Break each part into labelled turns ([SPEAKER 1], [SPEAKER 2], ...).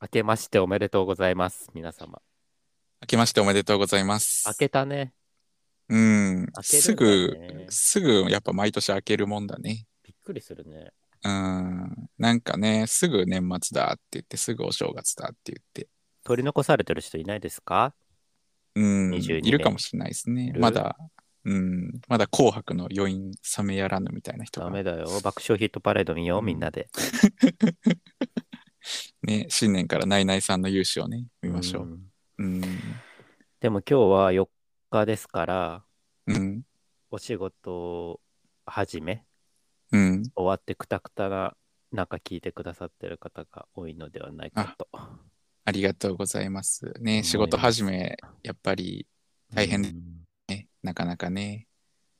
[SPEAKER 1] 明けましておめでとうございます、皆様。
[SPEAKER 2] 明けましておめでとうございます。
[SPEAKER 1] 明けたね。
[SPEAKER 2] うん。
[SPEAKER 1] 明ける
[SPEAKER 2] す
[SPEAKER 1] ん
[SPEAKER 2] ぐ
[SPEAKER 1] だ、ね
[SPEAKER 2] すぐ、やっぱ毎年明けるもんだね。
[SPEAKER 1] びっくりするね。
[SPEAKER 2] うん。なんかね、すぐ年末だって言って、すぐお正月だって言って。
[SPEAKER 1] 取り残されてる人いないですか
[SPEAKER 2] うん。
[SPEAKER 1] 22
[SPEAKER 2] いるかもしれないです
[SPEAKER 1] い
[SPEAKER 2] ね。
[SPEAKER 1] る
[SPEAKER 2] まだ、うん。まだ紅白の余韻冷めやらぬみたいな人
[SPEAKER 1] ダ
[SPEAKER 2] が、
[SPEAKER 1] メだよ。爆笑ヒットパレード見よう、みんなで。
[SPEAKER 2] ね、新年からナイナイさんの勇姿をね、見ましょう。
[SPEAKER 1] ん
[SPEAKER 2] うん。
[SPEAKER 1] でも今日は4日ですから、
[SPEAKER 2] うん。
[SPEAKER 1] お仕事始め、
[SPEAKER 2] うん。
[SPEAKER 1] 終わってくたくたな、なんか聞いてくださってる方が多いのではないかと。
[SPEAKER 2] ありがとうございます。
[SPEAKER 1] 思い
[SPEAKER 2] ね、
[SPEAKER 1] ます
[SPEAKER 2] 仕事始め、やっぱり大変
[SPEAKER 1] うん
[SPEAKER 2] ね、なかなかね。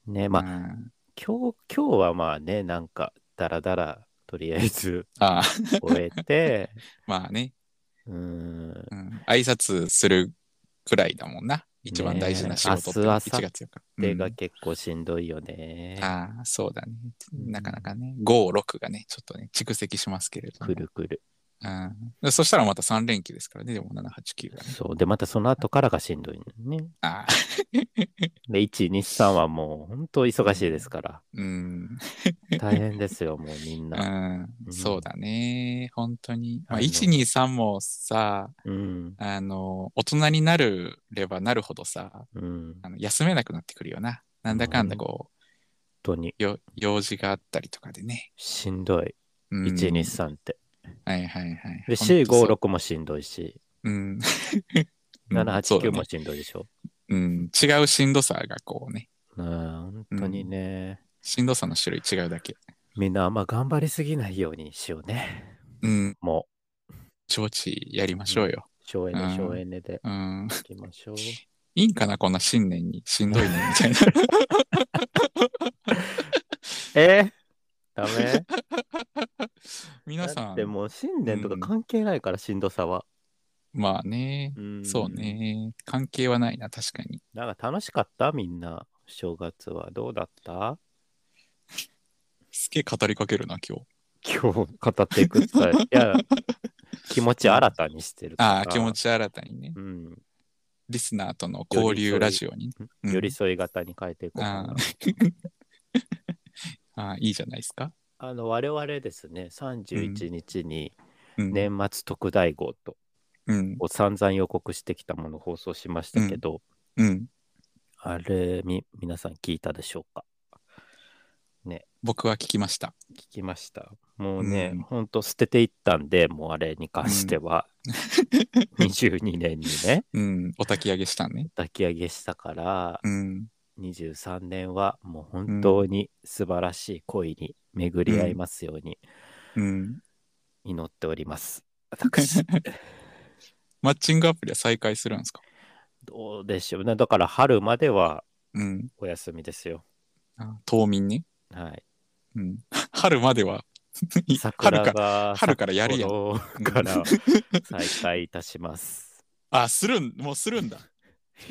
[SPEAKER 1] ね、まあ、
[SPEAKER 2] あ、
[SPEAKER 1] 今日、今日はまあね、なんか、だらだら、とりあえず
[SPEAKER 2] ああ、
[SPEAKER 1] 終えて、
[SPEAKER 2] まあね、
[SPEAKER 1] うーん、
[SPEAKER 2] うん、挨拶するくらいだもんな。一番大事な仕事って
[SPEAKER 1] ねえ明日
[SPEAKER 2] 1月4日。
[SPEAKER 1] 手
[SPEAKER 2] う
[SPEAKER 1] が
[SPEAKER 2] ん
[SPEAKER 1] 結構しんどいよね。
[SPEAKER 2] ああ、そうだね。
[SPEAKER 1] うん
[SPEAKER 2] なかなかね、5、6がね、ちょっとね、蓄積しますけれども。
[SPEAKER 1] くるくる。
[SPEAKER 2] うん、そしたらまた3連休ですからね、でも7、8、9がね。
[SPEAKER 1] そう。で、またその後からがしんどいのね。
[SPEAKER 2] ああ、
[SPEAKER 1] で、1、2、3はもう本当忙しいですから。
[SPEAKER 2] うん、
[SPEAKER 1] 大変ですよ、もうみん
[SPEAKER 2] う
[SPEAKER 1] な。
[SPEAKER 2] ん、そうだね。本当に。まあ、
[SPEAKER 1] あの
[SPEAKER 2] 1、2、3もさ、
[SPEAKER 1] うん。
[SPEAKER 2] あの、大人になるればなるほどさ、
[SPEAKER 1] うん。
[SPEAKER 2] あの休めなくなってくるよな。なんだかんだこ
[SPEAKER 1] 本当に
[SPEAKER 2] う、よ用事があったりとかでね。
[SPEAKER 1] しんどい。
[SPEAKER 2] うん、
[SPEAKER 1] 1、2、3って。
[SPEAKER 2] はいはいはい。
[SPEAKER 1] で、
[SPEAKER 2] ほんとそう
[SPEAKER 1] 4、5、6もしんどいし、
[SPEAKER 2] うん。
[SPEAKER 1] 7、8、9も
[SPEAKER 2] そうだね
[SPEAKER 1] しんどいでしょ。
[SPEAKER 2] うん。違うしんどさがこうね。
[SPEAKER 1] うん、本当にね。
[SPEAKER 2] しんどさの種類違うだけ。
[SPEAKER 1] みんなあんま頑張りすぎないようにしようね。
[SPEAKER 2] うん。
[SPEAKER 1] も
[SPEAKER 2] 承知やりましょうよ。
[SPEAKER 1] う、省エ
[SPEAKER 2] う
[SPEAKER 1] ネ、
[SPEAKER 2] ん
[SPEAKER 1] 省エネで
[SPEAKER 2] うん。
[SPEAKER 1] いきましょ う。
[SPEAKER 2] いいんかなこんな新年にしんどいねみ たいな。
[SPEAKER 1] えダメ
[SPEAKER 2] 皆
[SPEAKER 1] だ
[SPEAKER 2] さ
[SPEAKER 1] っ
[SPEAKER 2] ん
[SPEAKER 1] て、もう新年とか
[SPEAKER 2] うん
[SPEAKER 1] 関係ないから、しんどさは。
[SPEAKER 2] まあね。
[SPEAKER 1] うん
[SPEAKER 2] そう。ね。関係はないな、確かに。
[SPEAKER 1] なんか楽しかったみんな。正月はどうだった
[SPEAKER 2] すげえ語りかけるな、今日。
[SPEAKER 1] 今日語っていくス タイル。いや、気持ち新たにしてるから。
[SPEAKER 2] ああ、気持。ち新たにね。
[SPEAKER 1] うん。
[SPEAKER 2] リスナーとの交流ラジオに。うん
[SPEAKER 1] 寄り添い型に変えていこうかな。
[SPEAKER 2] ああああ、いいじゃないですか。
[SPEAKER 1] あの、我々ですね、31日に
[SPEAKER 2] うん。
[SPEAKER 1] 年末特大号と、
[SPEAKER 2] うん。
[SPEAKER 1] を散々予告してきたものを放送しましたけど、
[SPEAKER 2] うん。
[SPEAKER 1] あれ、み、皆さん聞いたでしょうか
[SPEAKER 2] 僕は聞きました。
[SPEAKER 1] 聞きました。もうね、
[SPEAKER 2] うん
[SPEAKER 1] ほんと捨てていったんで、もうあれに関しては、22年 にね、
[SPEAKER 2] うん。お焚き上げしたね。
[SPEAKER 1] 抱き上げしたから、
[SPEAKER 2] うん。
[SPEAKER 1] 23年はもう本当に素晴らしい恋に巡り合いますように
[SPEAKER 2] うん。
[SPEAKER 1] 祈っております。私、
[SPEAKER 2] マッチングアプリは再開するんですか
[SPEAKER 1] どうでしょうね。だから春までは
[SPEAKER 2] うん。
[SPEAKER 1] お休みですよ。
[SPEAKER 2] あ冬眠ね。
[SPEAKER 1] はい。
[SPEAKER 2] うん。春までは、 春
[SPEAKER 1] 桜
[SPEAKER 2] か。
[SPEAKER 1] が
[SPEAKER 2] 春からやるや
[SPEAKER 1] 札
[SPEAKER 2] ん
[SPEAKER 1] 幌から再開いたします。
[SPEAKER 2] あ、するん、もうするんだ。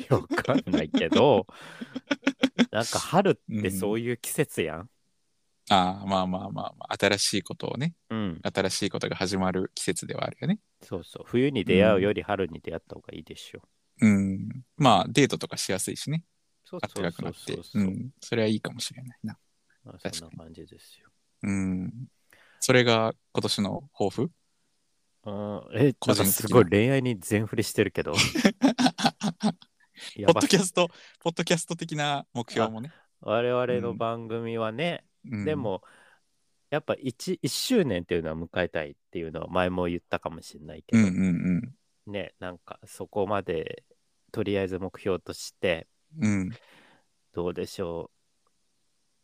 [SPEAKER 1] わかんないけど、なんか春ってそういう季節やん。
[SPEAKER 2] ああ、まあまあまあまあ、新しいことをね、
[SPEAKER 1] うん。
[SPEAKER 2] 新しいことが始まる季節ではあるよね。
[SPEAKER 1] そうそう。冬に出会うより春に出会った方がいいでしょ。
[SPEAKER 2] うん。まあ、デートとかしやすいしね。
[SPEAKER 1] そう
[SPEAKER 2] 暖
[SPEAKER 1] そう
[SPEAKER 2] かく
[SPEAKER 1] そ
[SPEAKER 2] な
[SPEAKER 1] う
[SPEAKER 2] って。
[SPEAKER 1] そう。
[SPEAKER 2] うん。それはいいかもしれないな。
[SPEAKER 1] まあ
[SPEAKER 2] 確か
[SPEAKER 1] そん
[SPEAKER 2] に
[SPEAKER 1] な感じですよ。
[SPEAKER 2] うん。それが今年の抱負
[SPEAKER 1] あーえ、
[SPEAKER 2] 個
[SPEAKER 1] なん
[SPEAKER 2] 人的な
[SPEAKER 1] かすごい恋愛に全振りしてるけど、 や
[SPEAKER 2] ポ
[SPEAKER 1] ば
[SPEAKER 2] ッドキャスト、ポッドキャスト的な目標もね。
[SPEAKER 1] 我々の番組はね、
[SPEAKER 2] うん
[SPEAKER 1] で、も、やっぱ 1, 1周年っていうのは迎えたいっていうのは前も言ったかもしれないけ
[SPEAKER 2] うん
[SPEAKER 1] ど、
[SPEAKER 2] うんうん。
[SPEAKER 1] ね、なんかそこまでとりあえず目標として、
[SPEAKER 2] うん
[SPEAKER 1] どうでしょ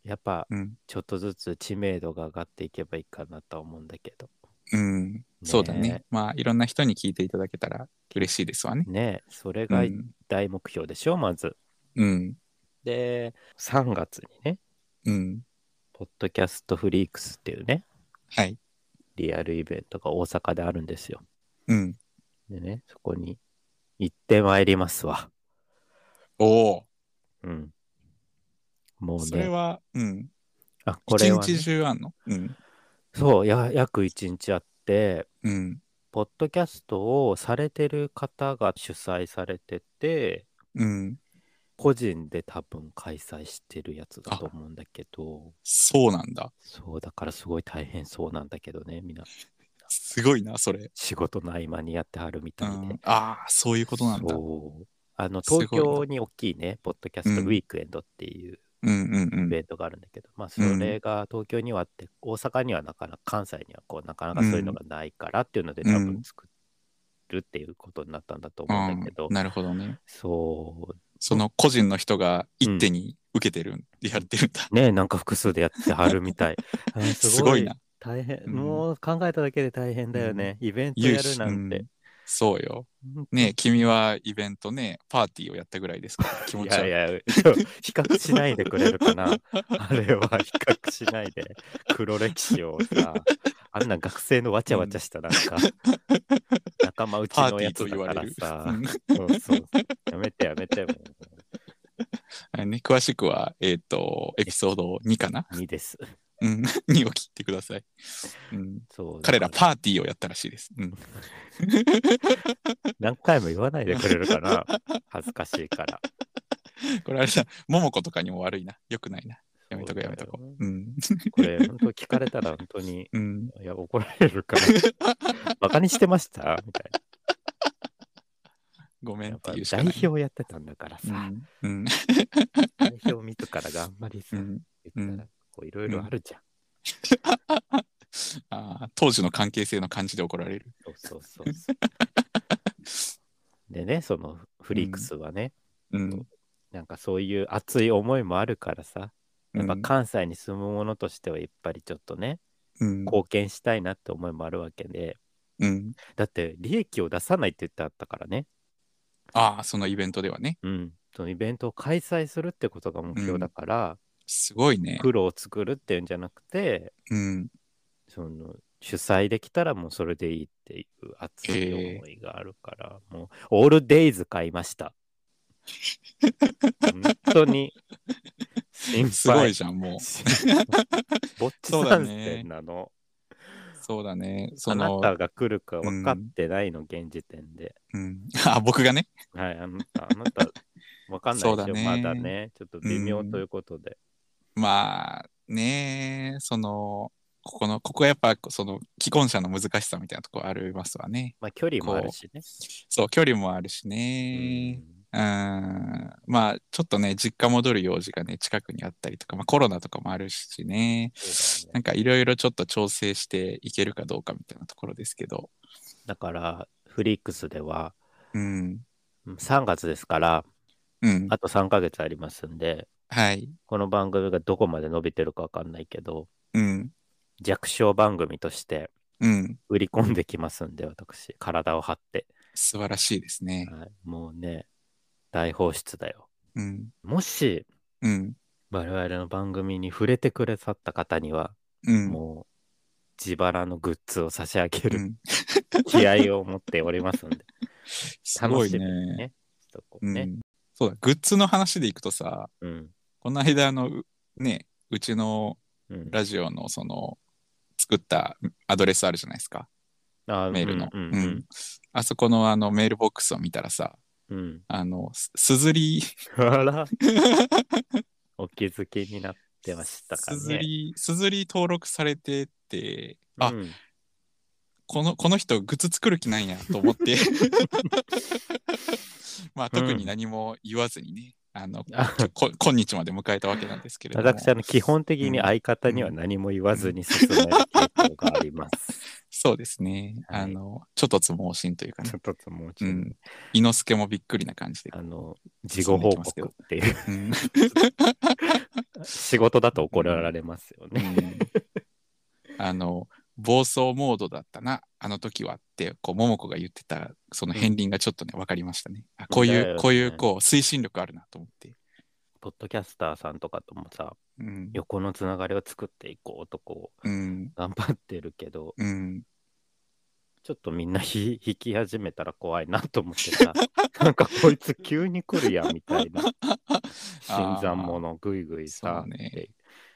[SPEAKER 1] う。やっぱ
[SPEAKER 2] うん
[SPEAKER 1] ちょっとずつ知名度が上がっていけばいいかなとは思うんだけど。
[SPEAKER 2] うん。そうだね。まあ、いろんな人に聞いていただけたら嬉しいですわね。
[SPEAKER 1] ね、それ
[SPEAKER 2] う
[SPEAKER 1] が
[SPEAKER 2] ん。
[SPEAKER 1] 大目標でしょ、まず。
[SPEAKER 2] うん。
[SPEAKER 1] で、3月にね、
[SPEAKER 2] うん。
[SPEAKER 1] ポッドキャストフリークスっていうね、
[SPEAKER 2] はい。
[SPEAKER 1] リアルイベントが大阪であるんですよ。
[SPEAKER 2] うん。
[SPEAKER 1] でね、そこに行ってまいりますわ。
[SPEAKER 2] おお、
[SPEAKER 1] うん。もう
[SPEAKER 2] それ
[SPEAKER 1] ね、
[SPEAKER 2] は、うん。
[SPEAKER 1] あ、これ
[SPEAKER 2] 一
[SPEAKER 1] はね、
[SPEAKER 2] 日中あんのうん。
[SPEAKER 1] そう、や約1日あって、
[SPEAKER 2] うん。
[SPEAKER 1] ポッドキャストをされてる方が主催されてて、
[SPEAKER 2] うん。
[SPEAKER 1] 個人で多分開催してるやつだと思うんだけど、
[SPEAKER 2] そうなんだ。
[SPEAKER 1] そうだからすごい大変そうなんだけどね、みんな
[SPEAKER 2] すごいな、それ。
[SPEAKER 1] 仕事の合間にやってはるみ
[SPEAKER 2] う
[SPEAKER 1] たいで。
[SPEAKER 2] ん、ああ、そういうことなんだ。う
[SPEAKER 1] そうあの
[SPEAKER 2] すごい
[SPEAKER 1] 東京に大きいね、ポッドキャストウィークエンドっていうん
[SPEAKER 2] うんう
[SPEAKER 1] イ
[SPEAKER 2] ん。
[SPEAKER 1] ベントがあるんだけど、まあそれが東京にはあって、大阪にはなかなか、関西にはこうなかなかそういうのがないからっていうので、
[SPEAKER 2] うん
[SPEAKER 1] 多分作るっていうことになったんだと思うんだけど、
[SPEAKER 2] うんなるほどね。
[SPEAKER 1] そ
[SPEAKER 2] その個人の人が一手に受けてる、やってるんだ。
[SPEAKER 1] う、ね、なんか複数でやってはるみ たい。あー
[SPEAKER 2] すごいな。
[SPEAKER 1] 大変、
[SPEAKER 2] うん
[SPEAKER 1] もう考えただけで大変だよね。イベント
[SPEAKER 2] 有
[SPEAKER 1] や
[SPEAKER 2] 志
[SPEAKER 1] るなん
[SPEAKER 2] う
[SPEAKER 1] て
[SPEAKER 2] ん。そうよ。
[SPEAKER 1] うん
[SPEAKER 2] ね君はイベントね、パーティーをやったぐらいですから、気持
[SPEAKER 1] い
[SPEAKER 2] ちは。
[SPEAKER 1] やいや、ちょ比較しないでくれるか な。あれは比較しないで。黒歴史をさ、あんな学生のわちゃわちゃしたなんか、仲間内
[SPEAKER 2] パー
[SPEAKER 1] の
[SPEAKER 2] ティ
[SPEAKER 1] や
[SPEAKER 2] ーと
[SPEAKER 1] つ
[SPEAKER 2] 言
[SPEAKER 1] だ
[SPEAKER 2] わ
[SPEAKER 1] から
[SPEAKER 2] れる。う
[SPEAKER 1] さ
[SPEAKER 2] ん。
[SPEAKER 1] そうそうやめてやめても
[SPEAKER 2] あね、詳しくは、えっ、と、エピソード2かな、
[SPEAKER 1] う。2です。
[SPEAKER 2] うん、?2 を切ってください。うん、
[SPEAKER 1] そう
[SPEAKER 2] 彼ら
[SPEAKER 1] だから
[SPEAKER 2] パーティーをやったらしいです。うん、
[SPEAKER 1] 何回も言わないでくれるかな。恥ずかしいから。
[SPEAKER 2] これあれだ、ももことかにも悪いな。よくないな。やめとこうやめとこ
[SPEAKER 1] そうだよ
[SPEAKER 2] う。うん。
[SPEAKER 1] これ、本当聞かれたら本当に。
[SPEAKER 2] うん、
[SPEAKER 1] いや、怒られるから。バカにしてましたみたいな。
[SPEAKER 2] ごめん
[SPEAKER 1] や
[SPEAKER 2] っ
[SPEAKER 1] っぱ
[SPEAKER 2] ていうしか
[SPEAKER 1] 代
[SPEAKER 2] ない。
[SPEAKER 1] 表やってたんだから
[SPEAKER 2] う
[SPEAKER 1] さ。
[SPEAKER 2] ん、うん、
[SPEAKER 1] 代表自らがあんまり
[SPEAKER 2] う
[SPEAKER 1] さ、
[SPEAKER 2] ん。
[SPEAKER 1] 言ったら、こういろいろあるじゃん。
[SPEAKER 2] あー当時の関係性の感じで怒られる。
[SPEAKER 1] そうそうそうそう。でね、そのフリークスはね、
[SPEAKER 2] うん。
[SPEAKER 1] なんかそういう熱い思いもあるからさ、やっぱ
[SPEAKER 2] うん
[SPEAKER 1] 関西に住む者としてはやっぱりちょっとね、
[SPEAKER 2] うん
[SPEAKER 1] 貢献したいなって思いもあるわけで、
[SPEAKER 2] うん、
[SPEAKER 1] だって利益を出さないって言ってあったからね、
[SPEAKER 2] ああ、そのイベントではね。
[SPEAKER 1] うん、そのイベントを開催するってことが目標だから、
[SPEAKER 2] すごいね。
[SPEAKER 1] 苦労を作るっていうんじゃなくて、
[SPEAKER 2] うん。
[SPEAKER 1] その主催できたらもうそれでいいっていう熱い思いがあるから、もうオールデイズ買いました。本当に心
[SPEAKER 2] すご
[SPEAKER 1] 配
[SPEAKER 2] い。じゃん、もう。
[SPEAKER 1] ぼっち
[SPEAKER 2] そう
[SPEAKER 1] さ
[SPEAKER 2] だ
[SPEAKER 1] ん
[SPEAKER 2] ね
[SPEAKER 1] ってなの、
[SPEAKER 2] そうだね。そ
[SPEAKER 1] あな
[SPEAKER 2] の、
[SPEAKER 1] たが来るか分かってないの、現時点で。
[SPEAKER 2] うん、 あ、僕がね。
[SPEAKER 1] はい、あなた、あなた、分かんない
[SPEAKER 2] そう
[SPEAKER 1] で
[SPEAKER 2] だ
[SPEAKER 1] しょ、
[SPEAKER 2] ね
[SPEAKER 1] まだね。ちょっと微妙ということで。
[SPEAKER 2] まあ、ねその、ここの、ここはやっぱ、その、既婚者の難しさみたいなとこありますわね。
[SPEAKER 1] まあ、距離もあるしね。
[SPEAKER 2] そう、距離もあるしね。
[SPEAKER 1] うん
[SPEAKER 2] うん、まあ、ちょっとね、実家戻る用事がね、近くにあったりとか、まあ、コロナとかもあるしね。
[SPEAKER 1] そうだよ
[SPEAKER 2] な
[SPEAKER 1] ね
[SPEAKER 2] んか、いろいろちょっと調整していけるかどうかみたいなところですけど。
[SPEAKER 1] だから、フリックスでは、
[SPEAKER 2] うん。
[SPEAKER 1] 3月ですから、
[SPEAKER 2] うん。
[SPEAKER 1] あと3ヶ月ありますんで、
[SPEAKER 2] はい。
[SPEAKER 1] この番組がどこまで伸びてるかわかんないけど、
[SPEAKER 2] うん。
[SPEAKER 1] 弱小番組として
[SPEAKER 2] うん。
[SPEAKER 1] 売り込んできますんで、私、体を張って。
[SPEAKER 2] 素晴らしいですね。
[SPEAKER 1] はい、もうね、大放出だよ。
[SPEAKER 2] うん。
[SPEAKER 1] もし、
[SPEAKER 2] うん。
[SPEAKER 1] 我々の番組に触れてくださった方には、
[SPEAKER 2] うん。
[SPEAKER 1] もう、自腹のグッズを差し上げ
[SPEAKER 2] う
[SPEAKER 1] る
[SPEAKER 2] ん、
[SPEAKER 1] 気合を持っておりますんで、
[SPEAKER 2] すご
[SPEAKER 1] 楽
[SPEAKER 2] い
[SPEAKER 1] しみに
[SPEAKER 2] ね。
[SPEAKER 1] ね、しとこ
[SPEAKER 2] う
[SPEAKER 1] うんね。
[SPEAKER 2] そうだ、グッズの話でいくとさ、
[SPEAKER 1] うん。
[SPEAKER 2] この間、あの、うね、うちの
[SPEAKER 1] うん、
[SPEAKER 2] ラジオの、その、作ったアドレスあるじゃないですか、
[SPEAKER 1] あ
[SPEAKER 2] メールの。
[SPEAKER 1] うん。
[SPEAKER 2] う
[SPEAKER 1] うん
[SPEAKER 2] んあそこの、あの、メールボックスを見たらさ、
[SPEAKER 1] うんうん。
[SPEAKER 2] あの、すすずり、
[SPEAKER 1] あら、 お気づきになってましたか
[SPEAKER 2] す
[SPEAKER 1] ね。
[SPEAKER 2] ずり、すずり登録されてて、あ、
[SPEAKER 1] うん
[SPEAKER 2] この、この人、グッズ作る気なんやと思 って。まあ、特に何も言わずにね、あの、
[SPEAKER 1] あ
[SPEAKER 2] こ今日まで迎えたわけなんですけれども。
[SPEAKER 1] 私あの基本的に相方には何も言わずに進める傾向があります。
[SPEAKER 2] そうですね。
[SPEAKER 1] はい
[SPEAKER 2] あの、ちょっとつ盲信というか ね
[SPEAKER 1] ちょ。っともうち
[SPEAKER 2] う
[SPEAKER 1] ょっと、
[SPEAKER 2] ん。伊之助もびっくりな感じで。
[SPEAKER 1] あの事後報告っていう
[SPEAKER 2] うん
[SPEAKER 1] 仕事だと怒られますよね。
[SPEAKER 2] あの、暴走モードだったな、あの時はって、こう、桃子が言ってた、その片鱗がちょっとね、分かりましたね。あこう
[SPEAKER 1] だ
[SPEAKER 2] い
[SPEAKER 1] よ
[SPEAKER 2] う、
[SPEAKER 1] ね
[SPEAKER 2] こういう、こう、推進力あるなと思って。
[SPEAKER 1] ポッドキャスターさんとかともさ
[SPEAKER 2] うん。
[SPEAKER 1] 横のつながりを作っていこうとこう
[SPEAKER 2] うん。
[SPEAKER 1] 頑張ってるけど
[SPEAKER 2] うん。
[SPEAKER 1] ちょっとみんなひ 引き始めたら怖いなと思ってさ なんかこいつ 急に来るやんみたいな新参者ぐいぐい
[SPEAKER 2] そ
[SPEAKER 1] さ
[SPEAKER 2] うね
[SPEAKER 1] って